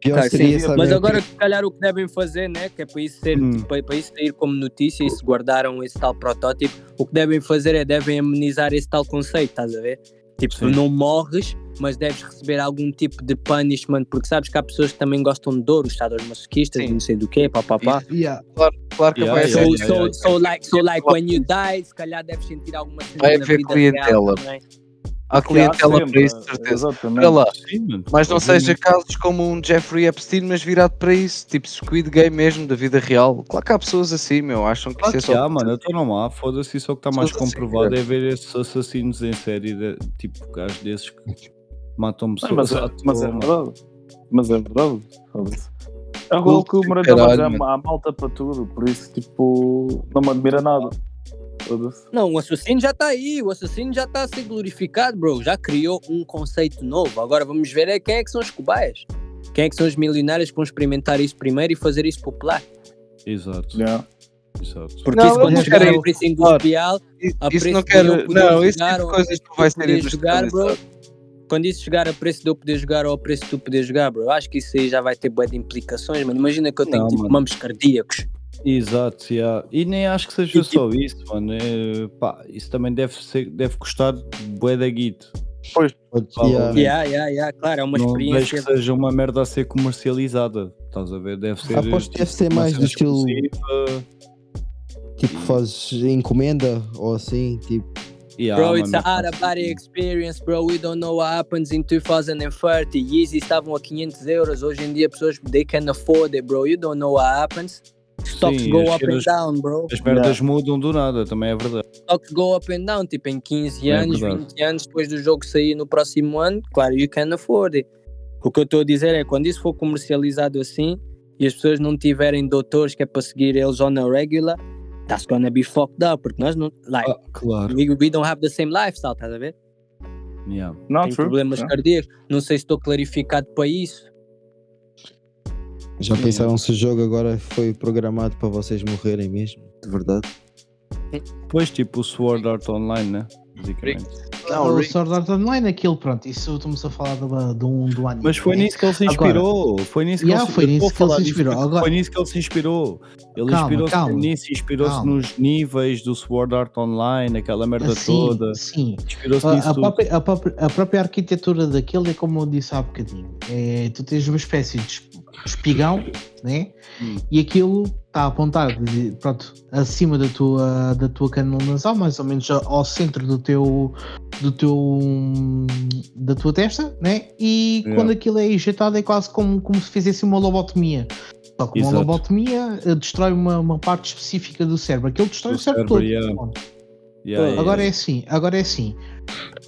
S6: Pior
S4: Claro que
S6: seria
S5: sim.
S6: saber
S4: Mas
S6: o
S4: agora, se calhar, o que devem fazer, né? Que é para isso, ser,
S1: Hum.
S4: para, para isso sair como notícia e se guardaram esse tal protótipo, o que devem fazer é devem amenizar esse tal conceito, estás a ver? Tipo,
S1: Sim.
S4: não morres, mas deves receber algum tipo de punishment, porque sabes que há pessoas que também gostam de dor, os estados masoquistas,
S3: Sim.
S4: e não sei do quê, papapá.
S2: Yeah.
S3: Claro que
S1: Yeah,
S3: vai
S4: So,
S1: yeah,
S3: haver.
S1: yeah,
S4: so,
S1: yeah.
S4: so, like, so, like, when you die, se calhar deves sentir alguma cena
S3: Vai
S4: na
S3: haver
S4: vida
S3: clientela.
S4: real é? também.
S3: Há clientela
S5: sempre,
S3: para isso, de certeza.
S5: Exatamente.
S3: Olha lá,
S1: Sim, mano.
S3: mas não
S1: Obviamente.
S3: seja casos como um Jeffrey Epstein, mas virado para isso, tipo Squid Game mesmo, da vida real. Claro que há pessoas assim, meu, acham que
S1: Claro
S3: isso é
S1: que há,
S3: só.
S1: mano, então não há, foda-se, isso é o que está mais
S3: Foda-se,
S1: comprovado é ver esses assassinos em série, de- tipo gajos desses que matam
S5: Não,
S1: pessoas.
S5: mas, é-
S1: à
S5: mas é
S1: toa, mano.
S5: verdade. Mas é verdade. Foda-se. É o que o Moreira estava a
S3: Caralho,
S5: dizer,
S3: mano.
S5: há malta para tudo, por isso, tipo, não me admira nada. Foda-se.
S4: Não, o assassino já tá aí, o assassino já tá a ser glorificado, bro. Já criou um conceito novo. Agora vamos ver é quem é que são os cobaias. Quem é que são os milionários que vão experimentar isso primeiro e fazer isso popular?
S1: Exato,
S5: Yeah.
S1: exato.
S4: Porque
S3: Não,
S4: isso
S3: eu
S4: quando
S3: não
S4: chegar
S3: quero
S4: ao
S3: isso.
S4: preço industrial, a
S3: Isso
S4: preço
S3: não
S4: de eu
S3: quero.
S4: poder
S3: Não, isso
S4: jogar
S3: tipo de
S4: ou
S3: coisas não
S4: eu
S3: vai ser
S4: poder jogar, bro.
S3: industrializado.
S4: quando isso chegar a preço de eu poder jogar ou a preço de tu poder jogar, bro, eu acho que isso aí já vai ter boa de implicações, mano. Imagina que eu tenho
S1: Não,
S4: tipo
S1: mano.
S4: mamos cardíacos.
S1: Exato, yeah. e nem acho que seja
S4: E,
S1: só isso, mano. É, pá, isso também deve, ser, deve custar bué da guito.
S6: que- Yeah.
S4: Yeah, yeah, yeah, claro, é uma
S1: não vejo que
S4: experiência.
S1: seja uma merda a ser comercializada. Estás a ver? Deve ser.
S6: Aposto que deve ser
S1: uma
S6: mais do
S1: cena
S6: estilo
S1: exclusiva.
S6: tipo fazes encomenda ou assim, tipo.
S1: Yeah,
S4: Bro,
S1: mano,
S4: it's an
S1: mas-
S4: out of body experience, bro. We don't know what happens in 2030. Yeezy estavam a 500 euros. Hoje em dia, pessoas, they can afford it, bro. You don't know what happens. Stocks
S1: Sim,
S4: go
S1: as
S4: up and
S1: cenas-
S4: down, bro.
S1: As merdas mudam do nada, também é verdade.
S4: Stocks go up and down. Tipo, em 15
S1: É
S4: anos,
S1: verdade.
S4: 20 anos, depois do jogo sair no próximo ano, claro, you can afford it. O que eu estou a dizer é, quando isso for comercializado assim, e as pessoas não tiverem doutores que é para seguir eles on a regular, that's gonna be fucked up, porque nós não... Like,
S1: claro.
S4: we, we don't have the same lifestyle, estás a ver?
S1: Yeah.
S5: Não,
S4: Tem
S5: true. É.
S4: problemas
S5: Yeah.
S4: cardíacos. Não sei se estou clarificado para isso.
S6: Já
S1: Sim.
S6: pensaram se o jogo agora foi programado para vocês morrerem mesmo? De verdade?
S1: Depois, tipo o Sword Art Online, né? Basicamente.
S3: Não,
S2: o
S3: Rick.
S2: Sword Art Online, aquilo, pronto. Isso estamos a falar de, uma- de um do anime.
S1: Mas foi
S2: né?
S1: nisso que ele se
S2: Agora-
S1: inspirou. foi nisso que
S2: Yeah,
S1: ele,
S2: foi
S1: eu
S2: nisso
S1: vou
S2: que ele
S1: falar
S2: se
S1: disso,
S2: inspirou.
S1: porque
S2: Agora-
S1: Foi nisso que ele se inspirou. Ele
S2: Calma,
S1: inspirou-se
S2: calma.
S1: nisso, inspirou-se
S2: Calma.
S1: nos níveis do Sword Art Online, aquela merda
S2: Sim,
S1: toda.
S2: Assim, Sim.
S1: Inspirou-se
S2: A,
S1: nisso
S2: a
S1: tudo.
S2: própria, a própria- a própria arquitetura daquilo é como eu disse há bocadinho. É, tu tens uma espécie de es- espigão, né?
S1: Hum.
S2: E aquilo está apontado, de- pronto, acima da tua, da tua canal nasal, mais ou menos a- ao centro do teu, do teu, hum, da tua testa, né? E
S1: Yeah.
S2: quando aquilo é injetado é quase como, como se fizesse uma lobotomia. Só que uma
S1: Exato.
S2: lobotomia eh, destrói uma, uma parte específica do cérebro. Aquilo destrói
S1: Do
S2: o cérebro,
S1: cérebro,
S2: todo.
S1: yeah. Yeah, yeah,
S2: Agora é
S1: yeah.
S2: assim, agora é assim.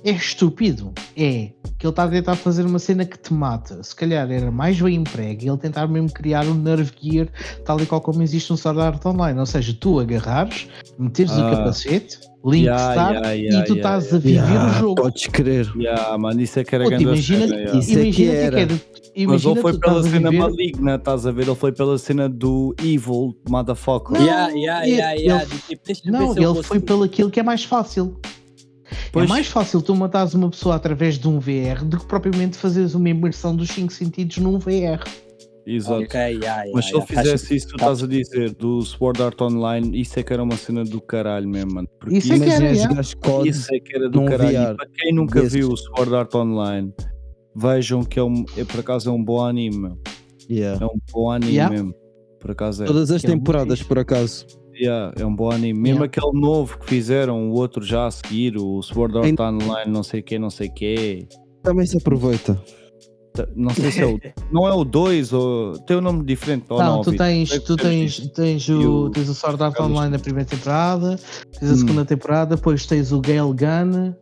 S2: é estúpido. É que ele está a tentar fazer uma cena que te mata. Se calhar era mais bem emprego ele tentar mesmo criar um nerve gear tal e qual como existe um Sword Art Online. Ou seja, tu agarrares, meteres
S1: Ah.
S2: o capacete, link
S1: Yeah,
S2: start
S1: yeah,
S2: e
S1: yeah,
S2: tu
S1: yeah,
S2: estás
S1: yeah.
S2: a viver
S6: Ah,
S2: o jogo.
S6: Podes crer.
S1: Yeah, mano, isso é que era
S2: Puta,
S1: grande
S2: imagina
S1: cena, yeah.
S6: Isso é que
S2: imagina o que é
S6: era.
S2: que era.
S1: Mas
S2: Imagina
S1: ele foi
S2: tu
S1: pela
S2: estás a
S1: cena
S2: viver-
S1: maligna, estás a ver? Ele foi pela cena do evil, motherfucker.
S2: Não,
S4: yeah, yeah,
S2: ele-
S4: yeah, yeah.
S2: ele-
S4: do tipo, deixa-me ver
S2: Não,
S4: se eu
S2: ele
S4: consigo.
S2: foi pelo aquilo que é mais fácil.
S1: Pois.
S2: É mais fácil tu matares uma pessoa através de um VR do que propriamente fazeres uma imersão dos cinco sentidos num VR.
S1: Exato.
S4: Ok, yeah, yeah,
S1: Mas se ele
S4: yeah, faz
S1: fizesse isso, tu estás a dizer, do Sword Art Online, isso é que era uma cena do caralho mesmo, mano. Porque
S2: Isso é que
S6: Mas
S2: era,
S6: é
S2: yeah.
S6: jogar COD.
S1: Isso é que era do
S6: num
S1: caralho. E
S6: VR
S1: para quem nunca
S6: desses.
S1: viu o Sword Art Online, vejam que é, um, é por acaso é um bom anime. meu.
S6: Yeah.
S1: É um bom anime
S2: Yeah.
S1: mesmo. Por acaso é.
S6: Todas as
S2: Que é muito
S6: temporadas,
S2: fixe.
S6: por acaso.
S1: Yeah, é um bom anime. Mesmo
S2: Yeah.
S1: aquele novo que fizeram, o outro já a seguir, o Sword Art
S6: Ainda-
S1: Online, não sei o quê, não sei o quê.
S6: Também se aproveita.
S1: Tá- Não sei se é o. não é o 2 ou. Tem um nome diferente. Ou
S2: Não,
S1: não,
S2: Tá, tu
S1: Vitor?
S2: tens,
S1: Como é que
S2: tu
S1: fizemos
S2: tens,
S1: isto?
S2: tens,
S1: E
S2: o,
S1: o-
S2: tens o Sword Art
S1: Carlos.
S2: Online na primeira temporada, tens a
S1: Hum.
S2: segunda temporada, depois tens o Gale Gun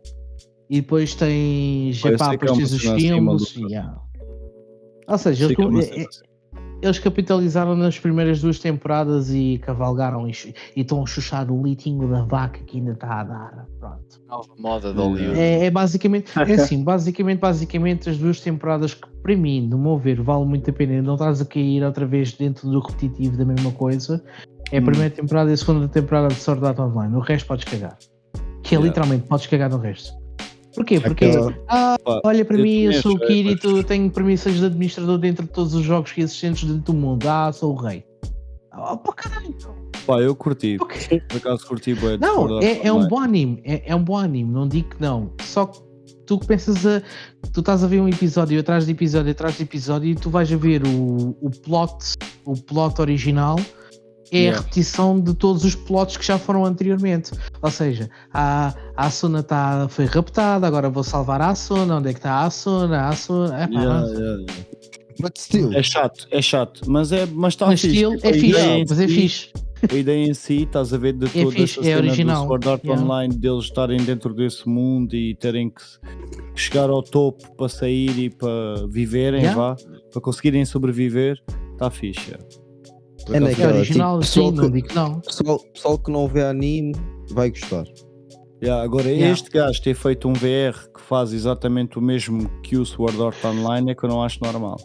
S2: e depois tens,
S1: Eu
S2: epá,
S1: sei que é
S2: depois
S1: uma
S2: tens os
S1: cena assim,
S2: filmes.
S1: maluca.
S2: yeah. Ou seja,
S1: Sei
S2: eles,
S1: que é uma cena
S2: é-
S1: assim.
S2: eles capitalizaram nas primeiras duas temporadas e cavalgaram e, chu- e estão a chuchar o litinho da vaca que ainda está a dar. Pronto.
S3: Nova moda de
S1: É.
S3: Hollywood.
S2: É, é basicamente, é assim, basicamente, basicamente as duas temporadas que para mim, no meu ver, vale muito a pena. Não estás a cair outra vez dentro do repetitivo da mesma coisa. É a
S1: Hum.
S2: primeira temporada e a segunda temporada de Sword Art Online. O resto podes cagar. Que é
S1: Yeah.
S2: literalmente, podes cagar no resto. Porquê? Porque
S6: Aquela-
S2: ah,
S1: Pá,
S2: olha para
S1: eu
S2: mim, eu
S1: também
S2: sou o
S1: achei,
S2: Kirito,
S1: mas-
S2: eu tenho permissões de administrador dentro de todos os jogos que existentes dentro do mundo. Ah, sou o rei. Oh, pá, caralho.
S1: Pá, eu curti.
S2: pá, que-
S1: Por acaso curti bué de Sword
S2: Não,
S1: Art
S2: é, é um
S1: Online.
S2: bom anime. É, é um bom anime, não digo que não. Só que tu pensas a. Tu estás a ver um episódio atrás de episódio atrás de episódio e tu vais a ver o, o plot, o plot original. É
S1: Yeah.
S2: a repetição de todos os plots que já foram anteriormente. Ou seja, a, a Asuna tá, foi raptada, agora vou salvar a Asuna. Onde é que está a Asuna? A Asuna. é Epá,
S1: Yeah,
S2: não-
S1: yeah, yeah.
S6: But still.
S1: É chato, é chato, mas é mas está
S2: Mas
S1: fixe.
S2: still,
S1: Tipo, a
S2: é
S1: ideia
S2: fixe,
S1: em
S2: mas é
S1: si-
S2: fixe.
S1: A ideia em si, estás a ver de toda
S2: fixe,
S1: essa
S2: é
S1: cena
S2: original.
S1: do Sword Art
S2: Yeah.
S1: Online, deles estarem dentro desse mundo e terem que se- chegar ao topo para sair e para viverem,
S2: Yeah.
S1: vá, para conseguirem sobreviver, está fixe. é. Por
S6: É
S1: acaso,
S2: É
S6: naquela-
S2: original,
S6: tipo,
S2: sim,
S6: só
S2: não
S6: que-
S2: digo que não.
S6: Pessoal, pessoal que não vê anime vai gostar.
S1: yeah, Agora,
S2: Yeah.
S1: este gajo ter feito um VR que faz exatamente o mesmo que o Sword Art Online é que eu não acho normal.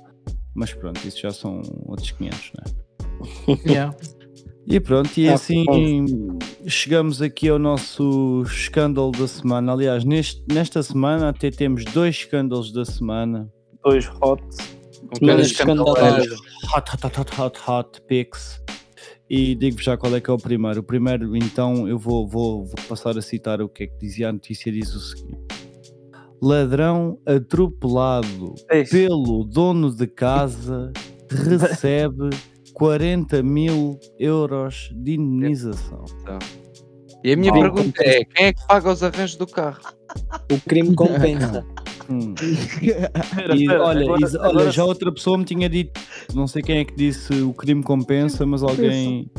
S1: Mas pronto, isso já são outros 500, né?
S2: Yeah.
S1: E pronto, e
S5: Ah,
S1: assim chegamos aqui ao nosso escândalo da semana. Aliás, neste, nesta semana até temos dois escândalos da semana.
S5: Dois hot.
S3: Com
S4: Semanas
S3: caras
S4: escandalosas.
S3: escandalosas.
S1: Hot, hot, hot, hot, hot, hot picks. E digo-vos já qual é que é o primeiro. O primeiro, então, eu vou, vou, vou passar a citar o que é que dizia a notícia. Diz o seguinte: Ladrão atropelado pelo dono de casa recebe 40 mil euros de indenização.
S3: E a minha
S5: Mal.
S3: pergunta é: quem é que paga os arranjos do carro?
S4: O crime compensa.
S1: Hum.
S5: Espera,
S1: E,
S5: espera,
S1: olha,
S5: agora-
S1: e- olha,
S5: agora-
S1: já outra pessoa me tinha dito, não sei quem é que disse o crime compensa, mas alguém.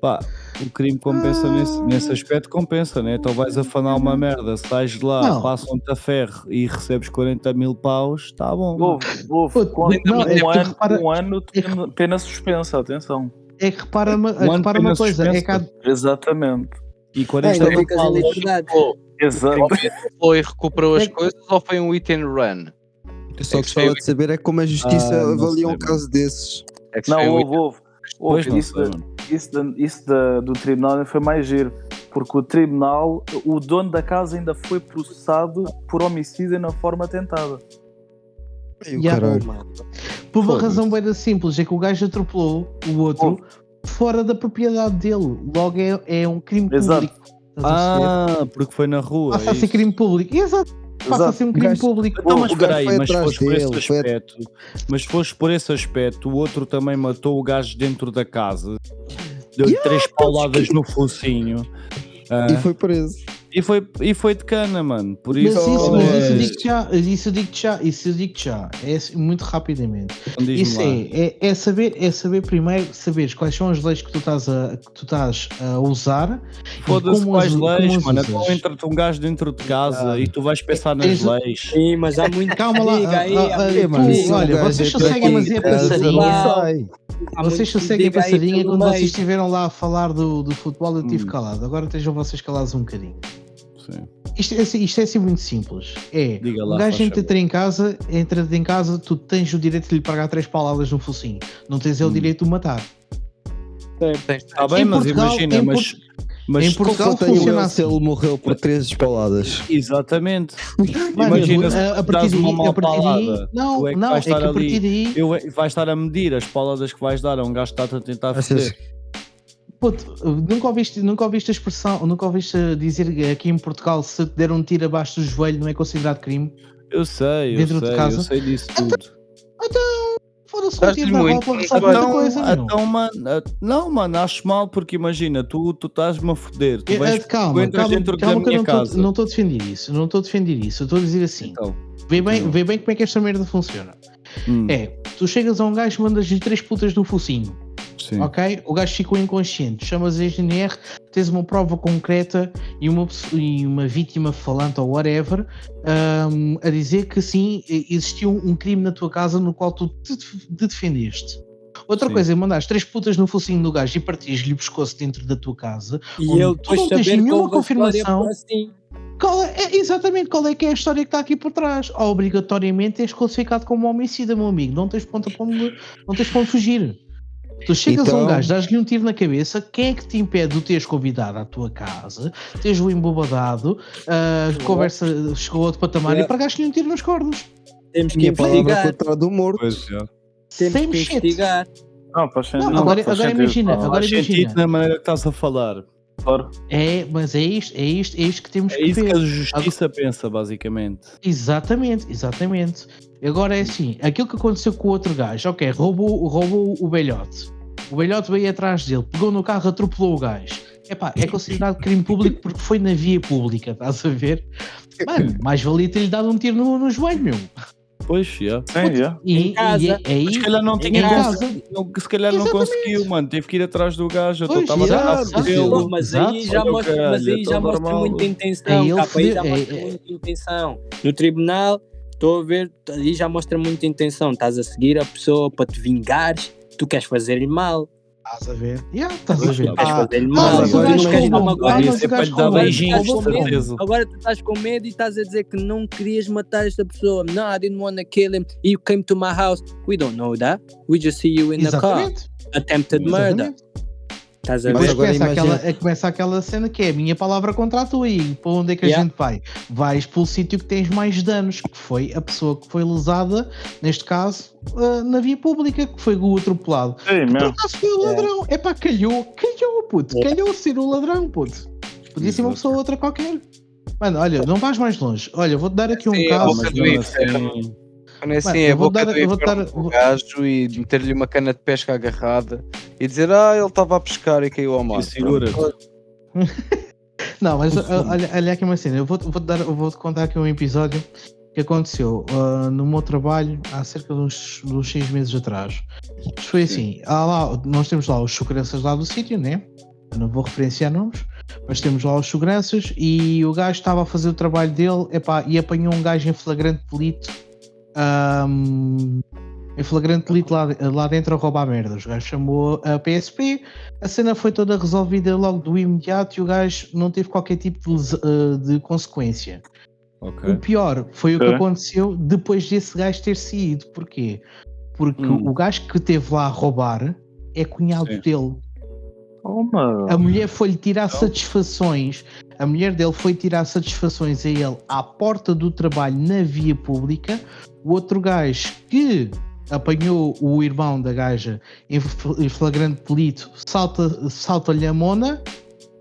S1: Pá, o crime compensa nesse, nesse aspecto, compensa, né? Então vais afanar uma merda, sais de lá,
S2: Não.
S1: passam-te a ferro e recebes 40 mil paus, tá bom.
S5: Houve, houve.
S2: Puto,
S5: Com
S2: não,
S5: um,
S2: é que tu
S5: ano,
S2: repara-
S5: um ano de pena- pena suspensa, atenção.
S2: É que repara uma,
S1: Um ano
S2: repara
S1: de pena
S2: uma coisa, é que há,
S5: Exatamente.
S1: E
S4: Então
S1: 40 mil
S4: ficas em
S1: paus.
S4: liberdade.
S5: Exato.
S3: Foi recuperou as coisas ou foi um hit and run?
S6: Eu só
S3: É que
S6: gostava
S3: sei-
S6: de saber é como a justiça
S1: Ah, não sei,
S6: avalia um caso desses.
S3: É que foi um
S5: Não, houve, houve.
S1: Pois
S5: houve.
S1: não
S5: Isso,
S1: sei,
S5: da-
S1: mano.
S5: isso, da- isso da- do tribunal ainda foi mais giro. Porque o tribunal, o dono da casa ainda foi processado por homicídio na forma tentada.
S6: Ai, o
S2: Yeah.
S6: caralho.
S2: por uma
S6: Foda-se.
S2: razão bem simples, é que o gajo atropelou o outro fora da propriedade dele. Logo é, é um crime
S5: Exato.
S2: público. Estás a perceber?
S1: Ah, porque foi na rua.
S2: Passa
S1: é
S2: a ser
S1: isso.
S2: crime público. Exato, passa a
S5: Exato.
S2: ser um crime
S6: Gajo-
S2: público.
S1: Então, mas
S6: O gajo
S1: espera aí,
S6: foi
S1: mas se
S6: atrás
S1: fores por esse
S6: dele, foi-
S1: aspecto, mas se fores por esse aspecto, o outro também matou o gajo dentro da casa, deu-lhe três pauladas no focinho. Ah,
S6: E foi preso.
S1: E foi, e foi de cana, mano. Por
S2: Mas
S1: isso. é-
S2: isso, mas isso eu digo já, isso eu digo já, isso eu digo já, é assim, muito rapidamente.
S1: Então diz-me
S2: Isso
S1: lá.
S2: é, é, é saber, é saber primeiro, saberes quais são as leis que tu estás a, que tu estás a usar. e
S1: Foda-se
S2: como
S1: quais
S2: as- Ah. como
S1: leis,
S2: as
S1: mano.
S2: usas.
S1: Então entra-te um gajo dentro de casa e tu vais pensar nas
S2: Tens-
S1: leis.
S4: Sim, mas há muito
S2: Calma lá,
S4: diga aí,
S2: ah,
S4: há
S2: ah,
S4: muito
S2: é, mano,
S4: diga.
S2: isso- olha, vocês conseguem fazer a
S4: passarinha. Há
S2: Vocês
S4: muito
S2: sosseguem a
S4: diga aí
S2: passarinha
S4: pelo
S2: quando
S4: meio.
S2: vocês estiveram lá a falar do, do futebol, eu estive calado. Agora estejam vocês calados um bocadinho.
S1: Sim.
S2: Isto, é assim- isto é assim muito simples. É,
S1: Diga lá,
S2: o gajo
S1: faz
S2: entra em casa, entra em casa, tu tens o direito de lhe pagar três palavras no focinho. Não tens é o
S1: Hum.
S2: direito de o matar.
S1: Está Tá bem,
S2: Em
S1: mas
S2: Portugal-
S1: imagina,
S2: em
S1: mas. mas um
S2: em Portugal
S6: Só tenho
S2: funciona
S6: eu se
S2: assim.
S6: ele morreu por três espaladas.
S1: Exatamente.
S2: Mano,
S1: Imagina se
S2: a, a
S1: dás
S2: partir
S1: uma
S2: daí,
S1: mal
S2: a partir daí,
S1: palavra,
S2: não,
S1: tu é que
S2: não, é
S1: vais
S2: que a
S1: estar ali.
S2: partir daí,
S1: Eu, vais estar a medir as palavras que vais dar a um gajo que está a tentar
S6: Achas-
S1: fazer.
S2: Puto, nunca ouviste, nunca ouviste a expressão, nunca ouviste dizer que aqui em Portugal se te der um tiro abaixo do joelho não é considerado crime?
S1: Eu sei, eu
S2: Dentro de
S1: sei, eu
S2: casa. Então,
S1: sei disso tudo.
S2: Foda-se, um
S3: Estás
S2: tiro na
S3: muito-
S2: roupa,
S3: muito
S2: sabe muita
S1: Então,
S2: coisa, meu. É,
S1: então, mano, ah, não, mano, acho mal porque imagina, tu tu estás-me a foder, tu
S2: Eh,
S1: vais
S2: eh, calma,
S1: entras
S2: calma,
S1: dentro da
S2: calma que eu
S1: minha
S2: não tô-
S1: casa.
S2: não estou a defender isso, não estou a defender isso, eu estou a dizer assim,
S1: então.
S2: vê, bem,
S1: não.
S2: vê bem como é que esta merda funciona.
S1: hum,
S2: É, tu chegas a um gajo, mandas-lhe três putas no focinho,
S1: sim.
S2: ok? O gajo ficou inconsciente, chamas a GNR, tens uma prova concreta e uma, pesso- e uma vítima falante ou whatever ahm, a dizer que sim, e- existiu um crime na tua casa no qual tu te, def- te defendeste. Outra
S1: Sim.
S2: coisa é mandar três putas no focinho do gajo e partires-lhe o pescoço dentro da tua casa.
S4: E
S2: Onde
S4: ele
S2: tu
S4: depois
S2: não tens
S4: saber que
S2: nenhuma
S4: houve a história
S2: confirmação.
S4: por assim.
S2: Qual é, é exatamente qual é que é a história que está aqui por trás? Obrigatoriamente és classificado como um homicida, meu amigo. Não tens ponta para onde, não tens para onde fugir. Tu chegas a um
S6: Então-
S2: gajo, dás-lhe um tiro na cabeça, quem é que te impede de o teres convidado à tua casa, teres o embobadado, ah, conversa chegou a outro patamar
S4: Yeah.
S2: e pagaste-lhe um tiro nos cornos.
S4: Temos que
S6: Minha palavra
S4: investigar.
S6: contra é a do morto.
S1: Pois, é. já.
S4: Temos
S2: Same
S4: que
S2: shit.
S4: investigar.
S5: Não, faz sentido.
S2: Não,
S5: Não,
S2: agora,
S5: faz
S2: agora
S5: sentido.
S2: imagina,
S5: Não,
S2: agora
S1: Faz sentido
S2: imagina.
S1: na maneira que estás a falar.
S5: claro.
S2: É, mas é isto, é isto, é isto que temos
S1: É
S2: que
S1: isso
S2: ver.
S1: que a justiça pensa, basicamente.
S2: Exatamente, exatamente. Agora é assim, aquilo que aconteceu com o outro gajo, ok, roubou, roubou o belhote. O belhote veio atrás dele, pegou no carro, atropelou o gajo. Epá, é considerado crime público porque foi na via pública, estás a ver? Mano, mais valia ter-lhe dado um tiro no, no joelho, meu.
S1: Pois, já.
S5: Sim, yeah.
S2: E,
S4: Em casa.
S2: e é, é
S1: Mas
S2: aí.
S1: se calhar não
S2: Em
S1: tinha
S2: casa.
S1: Não, que se calhar não
S2: Exatamente.
S1: conseguiu, mano. Teve que ir atrás do gajo. Eu
S2: Pois,
S1: estava
S2: exato,
S1: a
S6: exato.
S1: dele.
S4: Pô, mas
S2: Exato.
S4: aí já
S1: Olha o
S4: mostra, mas
S1: caralho,
S4: aí já
S1: tão
S4: mostra
S1: normal.
S4: muita intenção.
S2: Aí ele
S4: capa, aí já
S2: fede-
S4: mostra
S2: é- é-
S4: muita intenção. No tribunal, estou a ver, aí já mostra muita intenção. Estás a seguir a pessoa para te vingares, tu queres fazer-lhe mal.
S2: Estás a ver? Yeah, estás a ver.
S4: Queres
S2: Ah,
S4: fazer-lhe
S2: Ah,
S4: mal.
S2: mas o
S4: agora
S2: gajo
S4: não queres dar
S2: roubou.
S4: uma
S2: Ah,
S4: agora. um
S2: mas
S1: Isso é
S2: o
S1: para
S2: gajo
S1: lhe dar
S2: roubou.
S1: beijinhos, de
S4: Roubou mesmo.
S1: certeza.
S2: Ah,
S4: Agora tu estás com medo e estás a dizer que não querias matar esta pessoa. No, I didn't want to kill him. You came to my house. We don't know that. We just see you in
S2: Exatamente.
S4: the car. Attempted murder.
S2: exatamente.
S4: Estás a
S2: E
S4: ver?
S2: depois
S6: agora
S2: começa,
S6: imagina-
S2: aquela, começa aquela cena que é a minha palavra contra a tua e para onde é que a
S4: Yeah.
S2: gente vai? Vais para o sítio que tens mais danos, que foi a pessoa que foi lesada, neste caso, ah, na via pública, que foi o atropelado.
S5: Sim,
S2: Por
S5: mesmo.
S2: acaso foi o
S4: Yeah.
S2: ladrão. É pá, calhou, calhou, puto,
S4: Yeah.
S2: calhou ser o ladrão, puto. Podia ser uma
S1: Exato.
S2: pessoa ou outra qualquer. Mano, olha, não vais mais longe. Olha, vou-te dar aqui um
S3: Sim,
S2: caso.
S3: mas
S1: Mas
S3: não
S1: mesmo
S3: é
S1: assim,
S3: Quando é assim,
S2: Mano,
S3: é
S2: eu
S3: a
S2: vou
S3: boca
S2: dar-
S3: do
S2: eu vou
S3: inferno
S2: dar-
S3: do
S2: vou-
S3: um gajo e meter-lhe uma cana de pesca agarrada e dizer, ah, ele estava a pescar e caiu ao mar.
S1: e segura-te.
S2: Não, mas ah, olha, olha aqui uma cena, eu vou-te vou dar, eu vou-te contar aqui um episódio que aconteceu ah, no meu trabalho há cerca de uns, de uns seis meses atrás. Isto Foi assim, há lá, nós temos lá os seguranças lá do sítio, né? Eu não vou referenciar nomes, mas temos lá os seguranças e o gajo estava a fazer o trabalho dele epá, e apanhou um gajo em flagrante delito. ahm, em flagrante delito lá, lá dentro a roubar merdas. O gajo chamou a PSP, a cena foi toda resolvida logo do imediato e o gajo não teve qualquer tipo de, lesa- eh, de consequência. O
S1: Ok.
S2: pior foi o que
S5: Ok.
S2: aconteceu depois desse gajo ter saído. Porquê? Porque
S1: Hum.
S2: o gajo que teve lá a roubar é cunhado
S1: Sim.
S2: dele.
S5: Toma.
S2: A mulher foi-lhe tirar satisfações. A mulher dele foi tirar satisfações a ele à porta do trabalho na via pública. O outro gajo que apanhou o irmão da gaja em fl- em flagrante delito salta- salta-lhe a mona,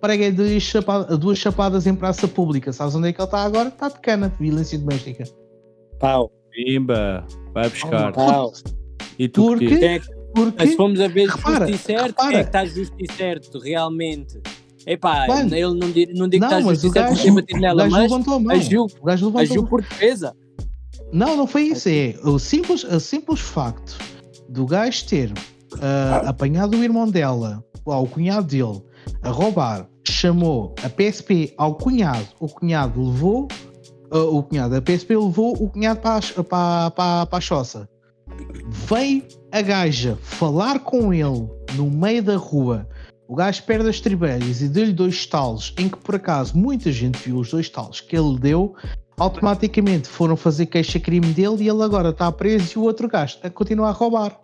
S2: prega duas, chapa- duas chapadas em praça pública. Sabes onde é que ele está agora? Está de cana, violência doméstica.
S4: Pau.
S1: Pimba, vai buscar.
S4: Pau.
S1: E tu que
S2: Porque,
S4: Quem é que-
S2: porque
S4: Mas se formos a ver
S2: Repara,
S4: justiça e certo,
S2: repara.
S4: quem é que está justo e certo realmente? Epá,
S2: Mano.
S4: ele não, di- não
S2: Não,
S4: digo que tá está
S2: mas o
S4: justiça por
S2: gajo-
S4: ter batido
S2: O
S4: nela,
S2: gajo
S4: mas
S2: levantou a mão.
S4: agiu,
S2: O gajo levantou a
S4: agiu
S2: mão.
S4: por defesa.
S2: Não, não foi isso. É o simples, o simples facto do gajo ter ah, apanhado o irmão dela, ou o cunhado dele, a roubar, chamou a PSP ao cunhado, o cunhado levou, ah, o cunhado, a PSP levou o cunhado para, a ch- para, para, para a choça. Vem a gaja falar com ele no meio da rua. O gajo perde as tribelhas e deu-lhe dois talos, em que por acaso muita gente viu os dois talos que ele deu automaticamente foram fazer queixa-crime dele e ele agora está preso e o outro gajo a continuar a roubar.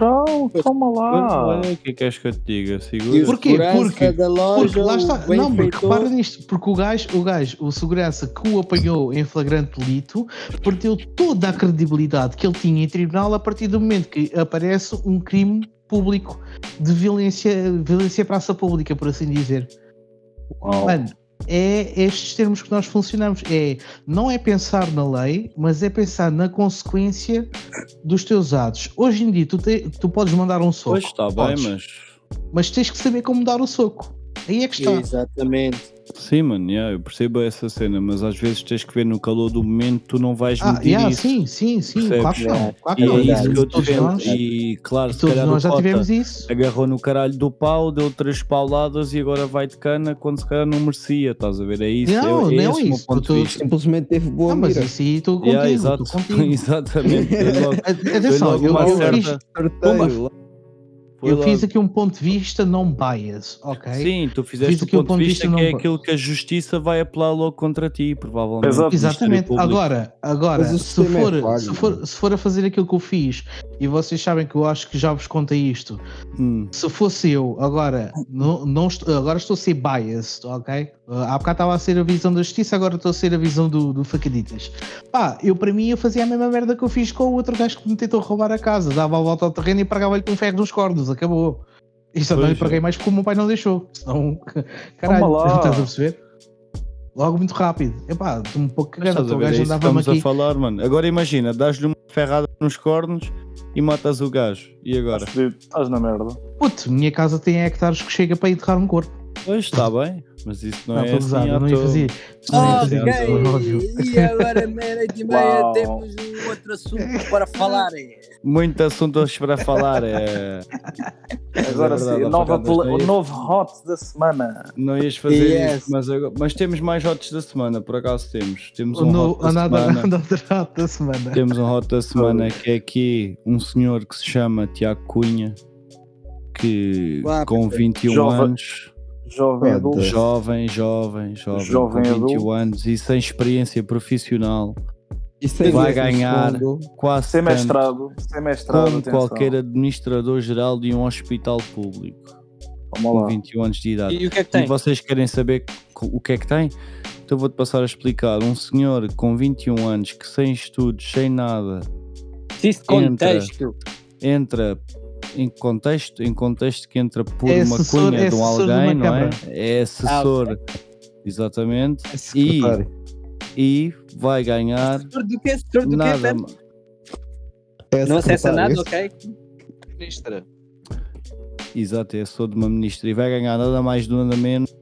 S5: Não, calma
S2: Ah.
S5: lá.
S1: Olha, O que é que queres que eu te diga? Segura.
S2: Porquê?
S4: Segurança
S2: Porque-
S4: da
S2: Porque
S4: loja,
S2: lá está.
S4: o bem
S2: Não, porque
S4: feitor.
S2: repara nisto, porque o gajo, o gajo, o segurança que o apanhou em flagrante delito, perdeu toda a credibilidade que ele tinha em tribunal a partir do momento que aparece um crime público de violência, violência praça pública, por assim dizer.
S5: Uau.
S2: Mano, é estes termos que nós funcionamos. É, não é pensar na lei, mas é pensar na consequência dos teus atos. Hoje em dia, tu, te- tu podes mandar um soco,
S1: Pois está tá bem,
S2: podes,
S1: mas.
S2: mas tens que saber como dar o soco. Aí é que está.
S4: Exatamente.
S1: Sim, mano, yeah, eu percebo essa cena, mas às vezes tens que ver no calor do momento, tu não vais
S2: Ah,
S1: medir
S2: yeah,
S1: isso.
S2: sim, sim, sim,
S1: Percebes?
S2: claro que não. Claro que
S1: E
S2: não.
S1: é isso que eu
S2: todos
S1: defendo.
S2: nós,
S1: E claro, se
S2: todos
S1: calhar o
S2: nós já
S1: Cota é
S2: tivemos isso.
S1: agarrou no caralho do pau, deu três pauladas e agora vai de cana quando se calhar não merecia, estás a ver? É isso,
S2: Não,
S1: é, é
S2: não
S1: esse
S2: é
S1: o meu
S2: isso,
S1: ponto
S2: tu-
S1: de vista.
S6: Simplesmente teve boa
S2: Ah, mas
S6: mira.
S2: isso aí estou contigo,
S1: Yeah, exato,
S2: estou contigo.
S1: exatamente. Foi logo-
S2: A-
S1: foi
S2: Atenção,
S1: logo
S2: eu,
S1: uma
S2: eu fiz,
S1: certa.
S6: Sorteio lá.
S1: foi
S2: eu
S1: logo-
S2: fiz aqui um ponto de vista não bias, ok?
S1: Sim, tu fizeste
S2: Fiz
S1: o
S2: aqui
S1: ponto de vista,
S2: não-
S1: que é aquilo que a justiça vai apelar logo contra ti, provavelmente.
S5: Exato.
S2: Exatamente.
S1: Ministério Público.
S2: Agora, agora
S6: Mas o
S2: se,
S6: sistema é
S2: for,
S6: falho,
S2: se, for, se for a fazer aquilo que eu fiz, e vocês sabem que eu acho que já vos contei isto,
S1: Hum.
S2: se fosse eu, agora não, não est- agora estou a ser biased, ok? Uh, há bocado estava a ser a visão da justiça, agora estou a ser a visão do, do facaditas. Pá, eu para mim eu fazia a mesma merda que eu fiz com o outro gajo que me tentou roubar a casa, dava a volta ao terreno e pagava-lhe com ferro nos cordos, acabou. E só não lhe
S1: Pois é.
S2: paguei mais porque o meu pai não deixou. Senão, caralho,
S5: lá.
S2: estás a perceber? Logo muito rápido. Epá, estou um pouco
S1: Mas
S2: cagando,
S1: estás a
S2: o
S1: ver, é
S2: gajo
S1: isso que
S2: andava-me
S1: estamos
S2: aqui.
S1: a falar, mano. Agora imagina, dás-lhe uma ferrada nos cornos e matas o gajo. E agora?
S5: Estás na merda.
S2: Puto, minha casa tem hectares que chega para enterrar um corpo.
S1: Pois está bem, mas isso não,
S2: Não,
S1: é
S2: estou a
S1: assim
S2: usar,
S1: à
S2: Tá não ia
S1: toa.
S2: fazer. Não
S4: Ah,
S2: ia fazer,
S1: Ok.
S2: isso, óbvio.
S4: E agora, meia-noite e meia,
S5: Uau.
S4: temos um outro assunto para falar. hein?
S1: Muito assunto hoje para falar. É...
S5: Agora
S1: é verdade,
S5: sim, a
S1: ó,
S5: nova
S1: Fernando,
S5: pole-
S1: não
S5: o
S1: ias-
S5: novo hot da semana.
S1: Não ias fazer
S4: Yes.
S1: isso, mas, agora- mas temos mais hotes da semana, por acaso temos. Temos um
S2: No,
S1: hot da
S2: a nada,
S1: semana.
S2: nada durante a semana.
S1: Temos um hot da semana que é aqui um senhor que se chama Tiago Cunha, que
S4: Uau,
S1: com 21
S5: Jovem.
S1: anos.
S5: Jovem
S6: Merda.
S5: adulto.
S1: Jovem, jovem, jovem,
S5: Jovem
S1: com 21
S5: adulto.
S1: anos e sem experiência profissional,
S6: E sem
S1: Vai
S6: ver se
S1: ganhar.
S6: fundo,
S1: quase
S5: Sem
S1: tanto
S5: mestrado. Sem mestrado.
S1: como
S5: atenção.
S1: qualquer administrador-geral de um hospital público,
S5: Vamos
S1: com
S5: lá.
S1: 21 anos de idade.
S4: E o que é que
S1: E
S4: tem?
S1: vocês querem saber co- o que é que tem? Então vou-te passar a explicar. Um senhor com 21 anos que sem estudos, sem nada,
S4: Preciso de contexto.
S1: entra em contexto, em contexto que entra por
S2: É
S1: uma
S2: assessor-
S1: cunha
S2: é
S1: de um
S2: assessor de uma
S1: alguém, não é?
S2: câmara. Ah,
S1: É assessor. Exatamente.
S6: é secretário.
S1: E vai ganhar
S4: Setor do quê? Setor do quê?
S1: nada
S4: Pedro?
S1: ma-
S4: Não acessa
S6: secretário,
S4: nada,
S6: isso?
S4: ok?
S3: Ministra.
S1: Exato, é sou de uma ministra e vai ganhar nada mais do nada menos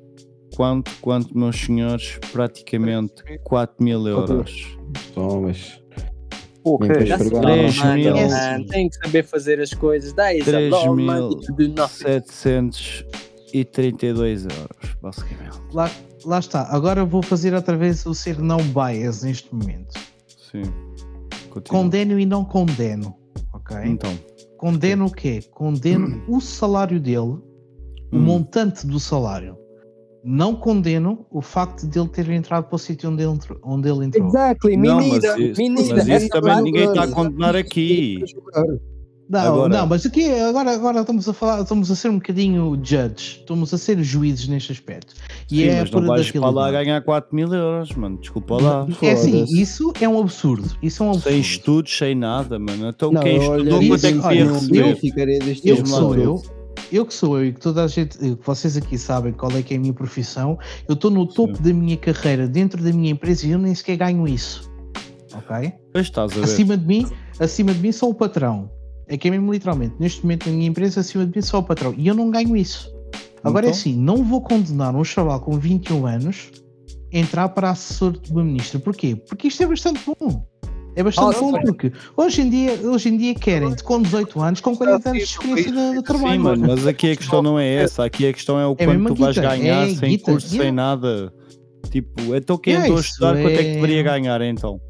S1: quanto, quanto, meus senhores, praticamente 4 mil euros.
S6: Tomas.
S5: O quê?
S6: Limpei
S4: Já se
S6: Obrigado.
S4: vê,
S1: Três mil.
S4: mano, mano, Tem que saber fazer as coisas. Dá isso.
S1: Três
S4: logo,
S1: mil.
S4: mano, do nosso.
S1: 732 euros, basicamente.
S2: Lá, lá está. Agora vou fazer outra vez o ser não bias neste momento.
S1: Sim. Continua.
S2: Condeno e não condeno. Ok?
S1: Então,
S2: Condeno o quê? Condeno o salário dele, o
S1: Hum.
S2: montante do salário. Não condeno o facto de ele ter entrado para o sítio onde ele entrou. Onde ele entrou.
S4: Exactly,
S1: Não, mas
S4: menina,
S1: isso-
S4: menina.
S1: mas isso
S4: essa
S1: também
S4: lá-
S1: ninguém está a condenar aqui.
S2: Não,
S1: Agora-
S2: não, mas aqui agora, agora estamos a falar, estamos a ser um bocadinho judge, estamos a ser juízes neste aspecto. E
S1: Sim,
S2: é
S1: mas
S2: por
S1: não vais para lá
S2: daquilo.
S1: ganhar 4 mil euros, mano. Desculpa lá.
S2: É assim,
S6: Foda-se.
S2: isso é um absurdo. Isso é um absurdo.
S1: Sem estudos, sem nada, mano. Então
S6: Não,
S1: quem
S6: eu
S1: estudou,
S6: olharia
S1: quanto é que
S2: isso,
S1: podia
S2: olha,
S1: receber?
S6: Eu ficaria deste
S2: Eu
S1: Diz-me
S2: que
S1: lá,
S2: sou
S1: Pedro.
S2: eu, eu que sou eu e que toda a gente, que vocês aqui sabem qual é que é a minha profissão, eu estou no topo da minha carreira, dentro da minha empresa e eu nem sequer ganho isso. Ok?
S1: Pois estás a ver.
S2: Acima de mim, acima de mim só o patrão. É que é mesmo literalmente, neste momento na minha empresa, acima de mim só o patrão. E eu não ganho isso. Agora é
S1: Então?
S2: assim, não vou condenar um chaval com 21 anos a entrar para assessor de uma ministra. Porquê? Porque isto é bastante bom. É bastante
S4: Ah,
S2: bom
S4: sim.
S2: porque hoje em dia, hoje em dia querem-te com 18 anos, com 40 anos de experiência de, de trabalho.
S1: Sim, mano, mas aqui a questão não é essa. Aqui a questão é o quanto
S2: mesmo
S1: tu vais
S2: guita,
S1: ganhar
S2: é
S1: sem
S2: guita,
S1: curso, sem
S2: yeah.
S1: nada. Tipo, então quem
S2: Yeah,
S1: andou a
S2: isso
S1: estudar, quanto é que
S2: é-
S1: deveria ganhar então?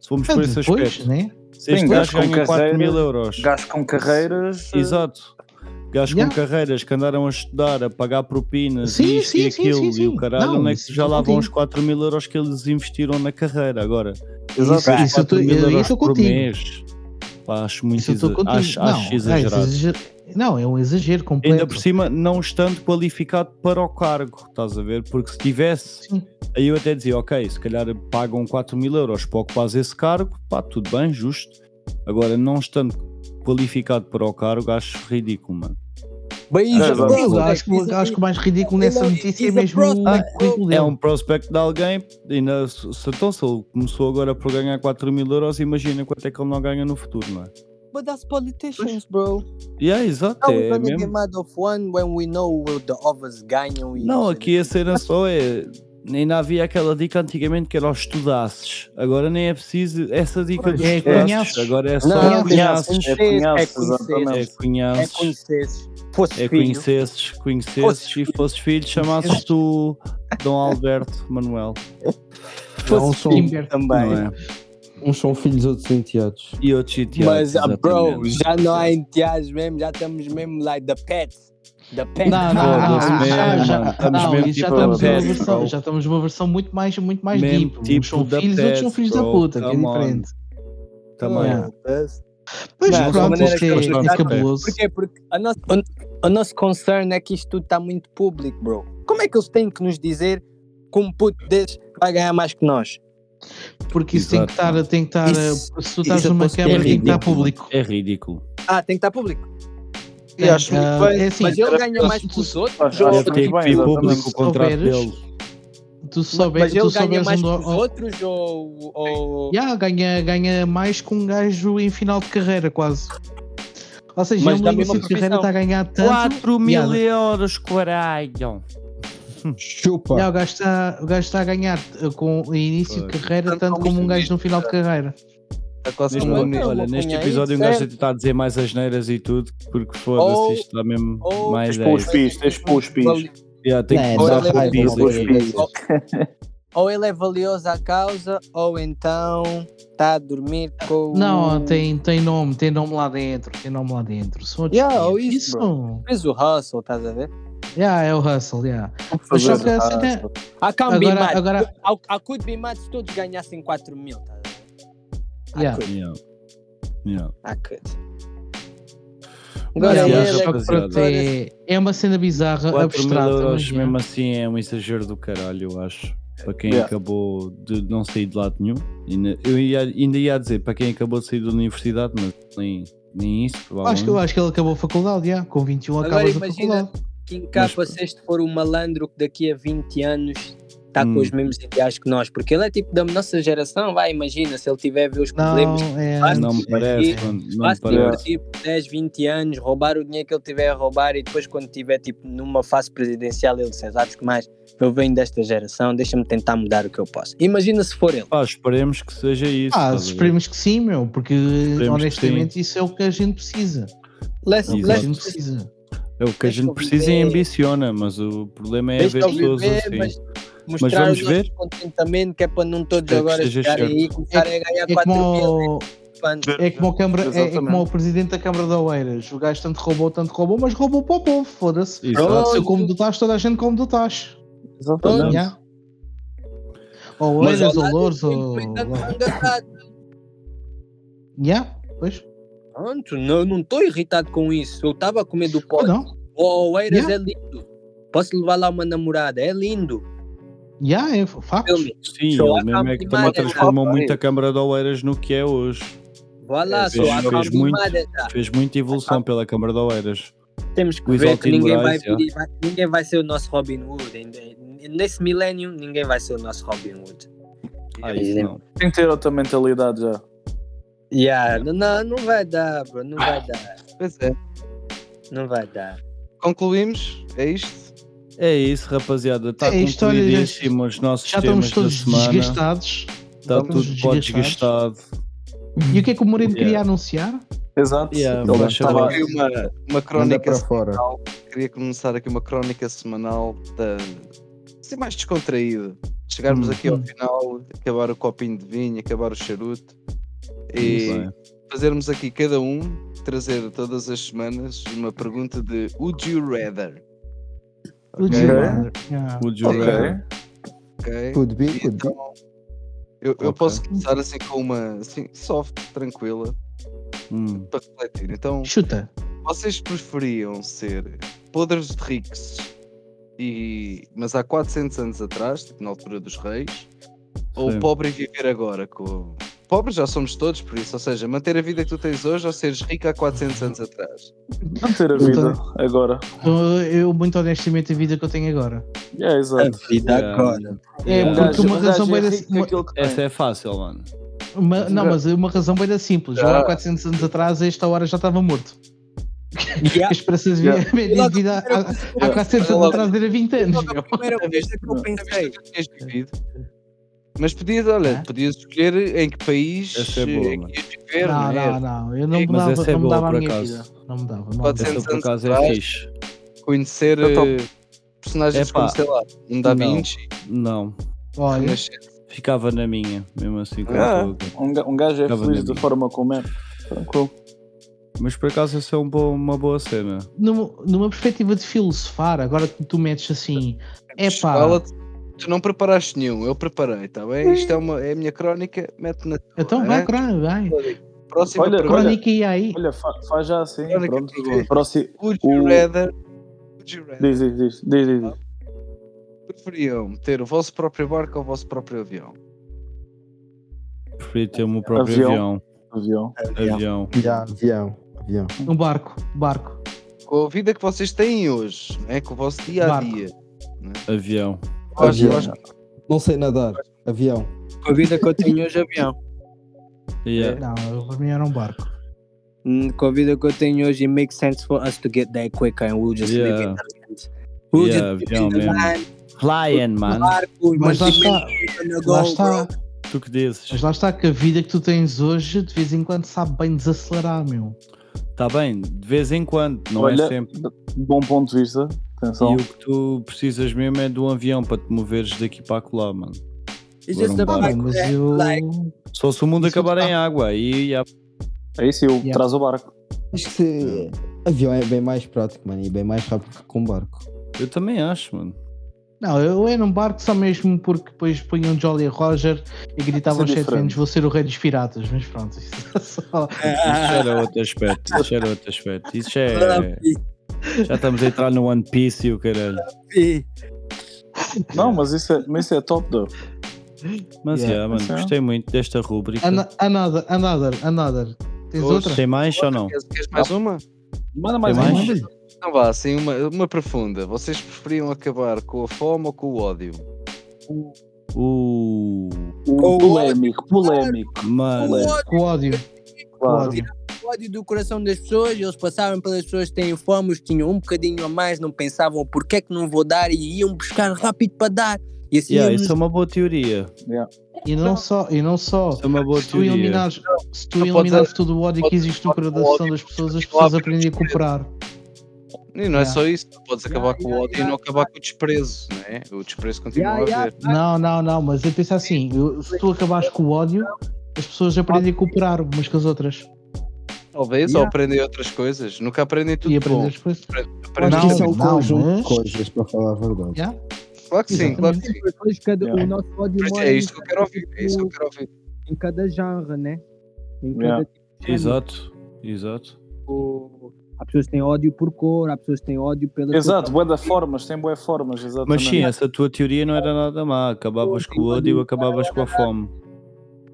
S1: Se formos por esse
S2: Depois,
S1: aspecto,
S2: né?
S1: se este
S5: Sim,
S1: gajo
S5: gajo com
S1: ganha 4 mil
S5: carreira-
S1: euros.
S5: Gajos com carreiras. eh,
S1: Exato. Gajos
S2: Yeah.
S1: com carreiras que andaram a estudar, a pagar propinas,
S2: Sim,
S1: isto
S2: sim,
S1: e
S2: sim,
S1: aquilo,
S2: sim,
S1: e
S2: sim.
S1: o caralho,
S2: Não,
S1: onde é
S2: isso
S1: que já lá vão
S2: contigo.
S1: os 4 mil euros que eles investiram na carreira agora?
S2: Isso,
S1: Gajos
S2: isso eu
S1: 4
S2: estou
S1: mil euros por
S2: contigo.
S1: mês. Pá, acho muito
S2: Isso eu estou
S1: exa-
S2: contigo.
S1: acho, acho
S2: é
S1: exagerado.
S2: exager- Não, é um exagero completo.
S1: Ainda por cima, não estando qualificado para o cargo, estás a ver? Porque se tivesse,
S2: Sim.
S1: aí eu até dizia, ok, se calhar pagam 4 mil euros para ocupar esse cargo, pá, tudo bem, justo. Agora, não estando qualificado para o cargo, acho ridículo, mano.
S4: Beijo,
S5: Ah, vamos
S2: Mas
S4: bro.
S2: acho, que o- acho que o mais ridículo nessa
S4: Não,
S2: notícia é
S4: isso
S2: mesmo
S4: é pro-
S2: o currículo
S1: É
S2: dele.
S1: um prospect de alguém, ainda, se, se- então se ele começou agora por ganhar 4 mil euros, imagina quanto é que ele não ganha no futuro, não é?
S4: But that's politicians, bro.
S1: E é exato,
S4: How we
S1: é
S4: gonna get
S1: mesmo.
S4: mad of one when we know will the others ganham e
S1: Não, aqui a cena só é. Ainda havia aquela dica antigamente que era os estudasses. Agora nem é preciso essa dica dos
S2: é,
S1: estudasses.
S2: conheces.
S1: Agora é só
S4: Não,
S1: conheces.
S5: é conheces,
S1: É
S5: exatamente.
S4: É
S1: conheces.
S4: conheces. Fosse
S1: É
S4: filho.
S1: conhecesses, conhecesses
S4: Fosses
S1: e fosses filho, chamasses tu Dom Alberto Manuel,
S6: Não,
S4: Fosse
S6: sou-
S4: filho também.
S1: não é?
S6: Uns são filhos, outros enteados.
S1: E outros sitiados,
S4: Mas, ah, bro,
S1: exatamente.
S4: já não há enteados mesmo, já estamos mesmo like the pets. The pets.
S2: Não, não, não,
S1: Foda-se
S2: não, já,
S1: mesmo,
S2: já,
S1: mano. Estamos
S2: não,
S1: mesmo
S2: isso já
S1: tipo
S2: estamos numa
S1: pets, bro.
S2: versão, já estamos numa versão muito mais, muito mais
S1: Mesmo
S2: deep.
S1: tipo
S2: Uns são
S1: da
S2: filhos, outros são
S1: pets,
S2: filhos
S1: bro,
S2: da puta, que é
S1: come on.
S2: diferente.
S1: Também.
S4: é.
S2: Yeah. Mas
S4: Não,
S2: pronto,
S4: de maneira
S2: isto é,
S4: que eu-
S2: é cabuloso.
S4: Porquê? Porque a nossa, o, o nosso concern é que isto tudo está muito público, bro. Como é que eles têm que nos dizer que um puto desses vai ganhar mais que nós?
S2: Porque isso tem que
S1: Exato,
S2: estar, tem que estar,
S4: Isso-
S2: uh, se tu
S4: isso
S2: estás
S4: eu
S2: numa
S4: posso- é
S2: câmara tem que estar
S1: ridículo.
S2: público.
S1: É ridículo.
S4: Ah, tem que estar público.
S3: E acho muito
S2: Ah,
S3: bem.
S2: É assim,
S4: Mas
S2: tu
S4: ele ganha mais
S2: tu-
S4: que os outros.
S5: Acho-
S1: Deve
S5: acho
S1: ter
S5: muito
S1: que
S5: bem,
S1: vir
S5: exatamente.
S1: público o contrato
S2: souberes-
S1: dele.
S2: tu souberes,
S4: Mas ele
S2: tu
S4: ganha
S2: souberes
S4: mais
S2: onde...
S4: que os
S2: oh,
S4: outros ou. ou...
S2: yeah, ganha, ganha mais que um gajo em final de carreira, quase. Ou seja,
S4: Mas
S2: ele
S4: da
S2: no início
S4: mesma
S2: de carreira
S4: profissão.
S2: está a ganhar tanto.
S1: 4
S2: mil
S1: mil euros, caralho. Hum.
S6: Chupa!
S2: Yeah, o, gajo está, o gajo está a ganhar eh, com o início de carreira
S3: Tanto
S4: Então,
S2: tanto
S3: como
S2: como um
S3: isto
S2: gajo no final de carreira.
S3: Está quase
S1: Neste,
S3: como
S4: não,
S3: a
S1: momento,
S3: mim.
S4: não,
S1: olha,
S4: não
S1: neste
S2: é
S4: ponha aí,
S1: episódio um gajo
S4: sério.
S1: está a dizer mais asneiras e tudo, porque foda-se,
S4: Ou-
S1: isto está mesmo
S4: ou-
S1: mais
S5: Tens pôr os
S1: 10.
S5: pis, tens pôr os pis.
S1: Yeah, tem que
S6: É,
S1: começar
S4: dá
S1: a
S4: raiva,
S1: fazer
S4: dá
S1: isso.
S5: Pôr os pis.
S4: Ou, ou ele é valioso à causa, ou então está a dormir com.
S2: Não, tem, tem nome, tem nome lá dentro, tem nome lá dentro. São outros
S4: Yeah,
S2: clientes.
S4: é isso, Fez o hustle, estás a ver?
S2: Yeah, é o Hustle, yeah. Mas só que a
S5: assim, né?
S2: cena-
S4: I can't be
S2: agora,
S4: mad.
S2: agora,
S4: I, I could be mad se todos ganhassem 4 mil, estás a ver? Ah, I
S2: Yeah.
S4: could.
S1: Yeah. Yeah.
S4: I could.
S1: Mas
S4: Agora
S1: é,
S2: yeah,
S1: é,
S4: ele
S2: só
S1: rapaziada.
S2: que pronto, é, é uma cena
S1: 4
S2: bizarra,
S1: mil
S2: abstrata.
S1: euros,
S2: mas, yeah.
S1: mesmo assim, é um exagero do caralho, eu acho. Para quem
S5: Yeah.
S1: acabou de não sair de lado nenhum. Ainda- Eu ia- ainda ia dizer para quem acabou de sair da universidade, mas nem, nem isso, provavelmente.
S2: Acho que, eu acho que ele acabou a faculdade, yeah. com 21
S4: Agora
S2: acabas
S4: imagina-
S2: a faculdade.
S4: que encapa
S1: Mas-
S4: se este for um malandro que daqui a 20 anos está
S1: Hum.
S4: com os mesmos ideais que nós, porque ele é tipo da nossa geração, vai, imagina, se ele tiver a ver os problemas
S2: Não, é,
S4: Acho
S1: Não me
S4: que-
S1: parece, mano. Não
S4: Vai
S1: me
S4: se
S1: parece.
S4: divertir por 10, 20 anos, roubar o dinheiro que ele tiver a roubar e depois, quando tiver tipo, numa fase presidencial, ele disser: Sabes que mais? Eu venho desta geração, deixa-me tentar mudar o que eu posso. Imagina se for ele.
S1: Pá, esperemos que seja isso.
S2: Ah,
S1: estás a ver?
S2: esperemos que sim, meu, porque
S1: que
S2: honestamente isso é o que a gente precisa.
S4: Let's,
S2: É o que a
S1: Exato.
S4: let's
S2: gente precisa.
S1: É o que a
S4: Deixa
S1: gente
S4: eu
S1: precisa e
S4: viver.
S1: ambiciona, mas o problema é ver
S4: deixa ele
S1: pessoas
S4: viver,
S1: assim.
S4: mas mostrar
S1: vamos
S4: o nosso
S1: ver.
S4: contentamento, que é para não todos
S1: Espero que
S4: agora
S1: esteja
S4: chegarem
S1: certo.
S4: aí e começarem a ganhar
S2: É
S4: 4 mil. né?
S2: como,
S4: fãs.
S2: é, como o Câmara- é- é,
S5: Exatamente.
S2: como o presidente da Câmara da Oeiras. O gajo tanto roubou, tanto roubou, mas roubou para o povo, foda-se.
S1: Exato.
S2: Se eu como do tacho, toda a gente come do tacho.
S5: Exatamente.
S2: Yeah. Ou
S4: Mas
S2: Oeiras, ou
S4: ao
S2: Louros,
S4: lado,
S2: ou...
S4: no entanto, é um danado.
S2: Yeah, pois.
S4: Pronto, não não estou irritado com isso. Eu estava com medo do
S2: Ou
S4: pó.
S2: Ah, não.
S4: O Oeiras
S2: Yeah.
S4: é lindo. Posso levar lá uma namorada, é lindo.
S2: Yeah, é facto.
S4: Filme.
S1: Sim,
S4: Só
S1: ele
S4: há
S1: mesmo é que
S4: campo de
S1: também
S4: imagem,
S1: transformou
S5: não é?
S1: muito a Câmara de Oeiras no que é hoje.
S4: Vá lá,
S5: É,
S4: só
S5: fez-
S4: há
S5: fez
S4: calmimada
S2: Tá.
S4: já.
S1: Fez muita evolução pela Câmara de Oeiras.
S4: Temos que
S1: Luís
S4: ver que
S1: Altino
S4: ninguém vai,
S1: Moraes, já.
S4: vir, vai- ninguém vai ser o nosso Robin Hood. ainda. Nesse milénio, ninguém vai ser o nosso Robin Hood.
S2: É
S1: Ah, isso não.
S5: Tem que ter outra mentalidade já.
S4: Yeah, não, não vai dar, bro. Não vai dar.
S3: Pois é.
S4: Não vai dar.
S3: Concluímos, é isto.
S1: É isso, rapaziada. Está
S2: É isto, olha,
S1: concluidíssimo os nossos
S2: Já
S1: temas
S2: estamos
S1: da
S2: todos
S1: semana.
S2: desgastados.
S1: Está
S2: estamos
S1: tudo pó
S2: desgastados.
S1: desgastado.
S2: E o que é que o Moreno
S1: Yeah.
S2: queria anunciar?
S5: Exato.
S1: Yeah,
S5: Ele
S1: mas
S5: estava-
S1: Claro.
S3: Aqui uma, uma
S6: Manda
S3: crónica
S6: para fora.
S3: queria começar aqui uma crónica semanal da ser mais descontraído.
S2: Hum.
S3: Chegarmos aqui ao final, acabar o copinho de vinho, acabar o charuto e
S1: Muito bem.
S3: fazermos aqui cada um trazer todas as semanas uma pergunta de Would you rather?
S2: O
S3: Ok?
S2: Jim Miller. Yeah.
S1: Would you
S3: Ok.
S1: rather?
S3: Ok?
S6: Could be, could be.
S3: Então, eu, eu posso começar assim com uma assim, soft, tranquila,
S1: Hum.
S3: para refletir. Então,
S2: Chuta.
S3: Vocês preferiam ser podres de ricos, e... mas há 400 anos atrás, tipo, na altura dos reis, ou
S1: Sim.
S3: pobre e viver agora? Com... Pobres já somos todos, por isso, ou seja, manter a vida que tu tens hoje ou seres rico há 400 anos atrás.
S5: Manter a vida agora.
S2: Eu, eu, muito honestamente, a vida que eu tenho agora.
S5: É, exato.
S4: vida
S1: Yeah.
S4: agora.
S2: É,
S1: Yeah.
S2: porque
S5: Um gajo-
S2: uma assim,
S5: um
S2: razão
S5: gajo
S2: bem
S5: é
S2: da-
S5: rico com
S2: uma-
S5: aquilo que tem.
S1: Essa é fácil, mano.
S2: uma- não, mas uma razão bem da simples. Lá
S3: Ah.
S2: há 400 anos atrás, a esta hora já estava morto. A
S4: Yeah.
S2: esperança de
S5: Yeah.
S2: vida- de vida há- há 400 anos atrás era 20 anos.
S4: Logo a
S3: É
S4: primeira vez que eu pensei. É.
S3: Tinhas vivido. Mas podias, olha,
S2: Ah.
S3: podias escolher em que país
S1: Essa é boa,
S3: eh,
S1: mano.
S3: que ias viver,
S2: não,
S3: não, é?
S2: não, não. Eu não
S3: Mas
S2: mudava,
S1: essa é
S2: não
S1: boa,
S2: mudava
S1: por
S2: a minha
S1: acaso.
S2: vida. Não mudava. Não
S3: Pode
S2: mudava.
S3: ser.
S1: Essa
S3: 400
S1: por
S3: anos
S1: acaso é
S3: atrás.
S1: fixe.
S3: Conhecer
S5: Eu topo.
S3: eh, personagens
S1: Epá,
S3: como, sei lá, um Da
S1: não.
S3: Vinci,
S1: Não,
S2: Olha,
S3: mas
S1: ficava na minha, mesmo assim. com
S5: Ah.
S1: tudo.
S5: Um ga- um gajo é
S1: Tava
S5: feliz
S1: na
S5: da
S1: minha.
S5: forma como é. Tranquilo.
S1: Mas por acaso essa é um bom- uma boa cena.
S2: numa, numa perspectiva de filosofar, agora que tu metes assim, é
S3: Fala,
S2: pá,
S3: tu não preparaste nenhum, eu preparei, está bem? Isto é, uma, é a minha crónica, mete na tua.
S2: então vai,
S3: é?
S2: Corona, vai.
S3: Próxima
S5: Olha,
S3: pergunta.
S2: Crónica e aí.
S5: Olha, fa- faz já assim.
S3: Olha que
S5: Pronto.
S3: pergunta.
S5: Próximo.
S3: Would you
S5: o-
S3: rather, would you rather
S5: Diz, diz, diz. diz, diz, diz.
S3: preferiam ter o vosso próprio barco ou o vosso próprio avião?
S1: Preferia ter o meu próprio
S5: Avião.
S1: avião.
S5: Avião.
S1: Avião.
S6: Yeah, avião, avião.
S2: Um barco, barco.
S3: Com a vida que vocês têm hoje, não é? com o vosso dia a dia.
S1: Avião.
S3: Eu acho- eu acho-
S6: Não sei nadar. Avião.
S4: Com a vida que eu tenho hoje, avião.
S1: Yeah.
S2: Não, eu- para mim era um barco.
S4: Hum, Com a vida que eu tenho hoje, it makes sense for us to get there quicker and we'll just live in
S1: Yeah.
S4: the land. We'll
S1: Yeah,
S4: just
S1: avião
S4: live in the
S1: mesmo.
S4: land,
S1: Flying, man.
S4: barco,
S2: Mas lá está, lá
S4: bro.
S2: está,
S1: Tu que dizes?
S2: mas lá está que a vida que tu tens hoje, de vez em quando, sabe bem desacelerar, meu.
S1: Está Tá bem, de vez em quando, não
S5: Olha,
S1: é sempre.
S5: Bom ponto de vista. Atenção.
S1: E o que tu precisas mesmo é de um avião para te moveres daqui para acolá, mano.
S4: It's just
S1: Agora um barco.
S2: Pá, Tá
S4: a barco,
S2: mas
S4: né?
S2: eu.
S4: Like,
S1: Só se o mundo
S2: Isso
S1: acabar
S2: está.
S1: em água, aí já
S5: É isso, eu
S2: Yeah.
S5: traz o barco.
S6: Acho que se... avião é bem mais prático, mano, e bem mais rápido que com barco.
S1: Eu também acho, mano.
S2: Não, eu era um barco só mesmo porque depois punham Jolly Roger e gritavam aos
S5: Isso é
S2: 7 anos:
S5: diferente.
S2: vou ser o rei dos piratas, mas pronto, isso é só.
S1: Isso
S4: Ah,
S1: era outro aspecto. Isso era outro aspecto. Isso já é. Já estamos a entrar no One Piece e o caralho.
S5: Não, mas isso é, mas isso é top, though.
S1: Mas
S2: Yeah.
S1: yeah, mano,
S5: Então.
S1: gostei muito desta rúbrica.
S2: Ana- Another, another, another. Tens
S3: Hoje
S2: outra?
S1: Tem mais ou não?
S3: Queres, queres mais uma?
S5: Manda mais um.
S1: Tem
S5: uma.
S1: mais?
S3: Não vá, assim, uma, uma profunda. Vocês preferiam acabar com a fome ou com o ódio?
S1: Uh,
S5: Um Polémico, polémico.
S1: mano.
S2: Com ódio. Com
S5: Claro.
S2: ódio.
S4: ódio do coração das pessoas, eles passavam pelas pessoas que têm fome, os tinham um bocadinho a mais, não pensavam porque é que não vou dar e iam buscar rápido para dar. E assim
S1: Yeah,
S4: íamos-
S1: isso é uma boa teoria.
S2: E não só, e não só.
S1: Isso é uma boa
S2: Se tu
S1: teoria.
S2: eliminares, se tu
S3: Não pode
S2: eliminares
S3: dar-
S2: todo o ódio que
S3: pode-
S2: existe no
S3: pode-
S2: coração
S3: pode-
S2: das pessoas, as
S3: pode-
S2: pessoas
S3: pode-
S2: aprendem a cooperar.
S3: E não é
S2: Yeah.
S3: só isso, tu podes acabar
S4: Yeah,
S3: com o
S4: yeah,
S3: ódio e
S4: yeah,
S3: não acabar com o desprezo, não é? O desprezo continua a
S4: Yeah, yeah,
S3: haver.
S2: Não, não, não, mas eu penso assim: eu- se tu acabares com o ódio, as pessoas aprendem a cooperar umas com as outras
S3: Talvez,
S4: Yeah.
S3: ou aprendem outras coisas. Nunca aprendem tudo
S2: e
S3: bom.
S2: aprendem as coisas.
S3: Aprendem
S2: Não,
S6: Acho que isso é um
S2: não,
S6: conjunto
S2: mas-
S6: de coisas, para falar a verdade.
S2: Yeah?
S3: Claro que sim,
S1: um
S3: claro que sim.
S4: Depois cada,
S5: Yeah.
S4: o nosso ódio
S3: Mas
S4: mora
S3: é
S4: em
S3: isto que eu quero ouvir, é isso que eu quero ouvir.
S4: em cada genre, né? Em cada
S5: Yeah.
S4: tipo de género.
S1: Exato, exato.
S4: Tipo, Há pessoas que têm ódio por cor, há pessoas que têm ódio pela
S5: Exato, bué da formas, tem bué formas, exatamente.
S1: Mas sim, essa tua teoria não era nada má. Acabavas com o ódio, acabavas com a fome.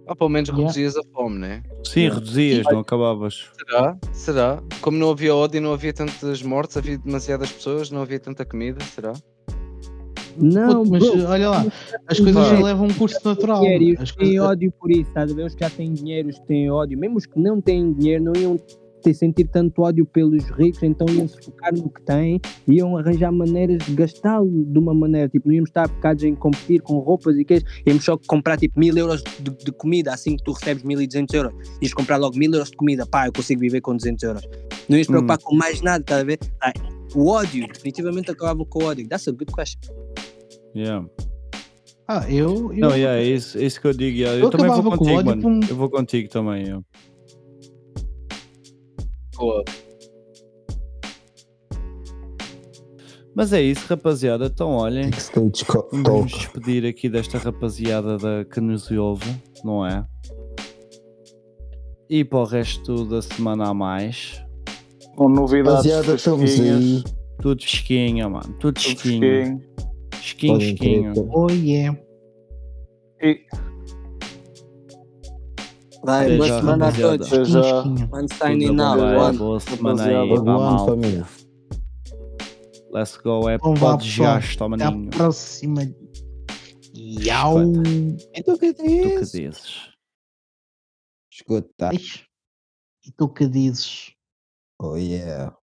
S3: Ah, pelo menos
S2: Yeah.
S3: reduzias a fome, né?
S1: Sim, reduzias, não acabavas.
S3: Será? Será? Como não havia ódio, não havia tantas mortes, havia demasiadas pessoas, não havia tanta comida, será?
S4: Não,
S2: Puto, mas
S4: bro.
S2: olha lá, as coisas
S1: Vai.
S2: levam um curso natural.
S4: dinheiro, e os
S2: As
S4: que têm
S2: coisas- é
S4: ódio por isso, estás a ver? Os que já têm dinheiro, os que têm ódio, mesmo os que não têm dinheiro, não iam e sentir tanto ódio pelos ricos, então iam se focar no que têm e iam arranjar maneiras de gastá-lo de uma maneira. Tipo, não íamos estar focados em competir com roupas e queijo, íamos só comprar tipo mil euros de, de comida assim que tu recebes 1200 euros. Ias comprar logo mil euros de comida, pá, eu consigo viver com 200 euros. Não ias preocupar com mais nada, estás a ver? Ah, O ódio, definitivamente acabava com o ódio. That's a good question.
S1: Yeah.
S2: Ah, eu. eu-
S1: Não, yeah, é isso, é isso que eu digo. yeah. Eu,
S2: Eu
S1: também vou
S2: acabava com um o
S1: contigo,
S2: ódio
S1: mano.
S2: por-
S1: Eu vou contigo também. yeah.
S3: Boa.
S1: Mas é isso, rapaziada. Então, olhem.
S6: Backstage co-
S1: Um Vamos
S6: talk.
S1: despedir aqui desta rapaziada da, que nos ouve, não é? E para o resto da semana a mais,
S5: Com novidades.
S6: Rapaziada, estamos aí.
S5: fresquinhas,
S1: tudo esquinha, mano. Tudo
S5: tudo
S1: esquinha.
S5: fresquinho.
S1: Esquinho,
S6: Podem crer,
S1: esquinho.
S6: pô.
S2: Oh yeah.
S5: E
S4: Vai,
S2: É,
S1: Até
S4: boa
S1: já,
S4: semana a
S1: rapaziada.
S4: todos.
S5: seja.
S2: Fresquinho.
S4: One
S1: Tudo
S4: signing
S1: bom,
S4: out.
S1: vai,
S4: One.
S1: Boa semana aí,
S5: rapaziada.
S1: vá,
S6: Boa ano,
S1: malta.
S6: família.
S1: Let's go, é
S2: Então vá, pessoal.
S1: podgesto,
S2: Até
S1: maninho.
S2: à próxima. Iau.
S6: Então que
S1: Tu que
S6: dizes?
S1: dizes.
S6: Escuta.
S2: E tu que dizes?
S6: Oh yeah.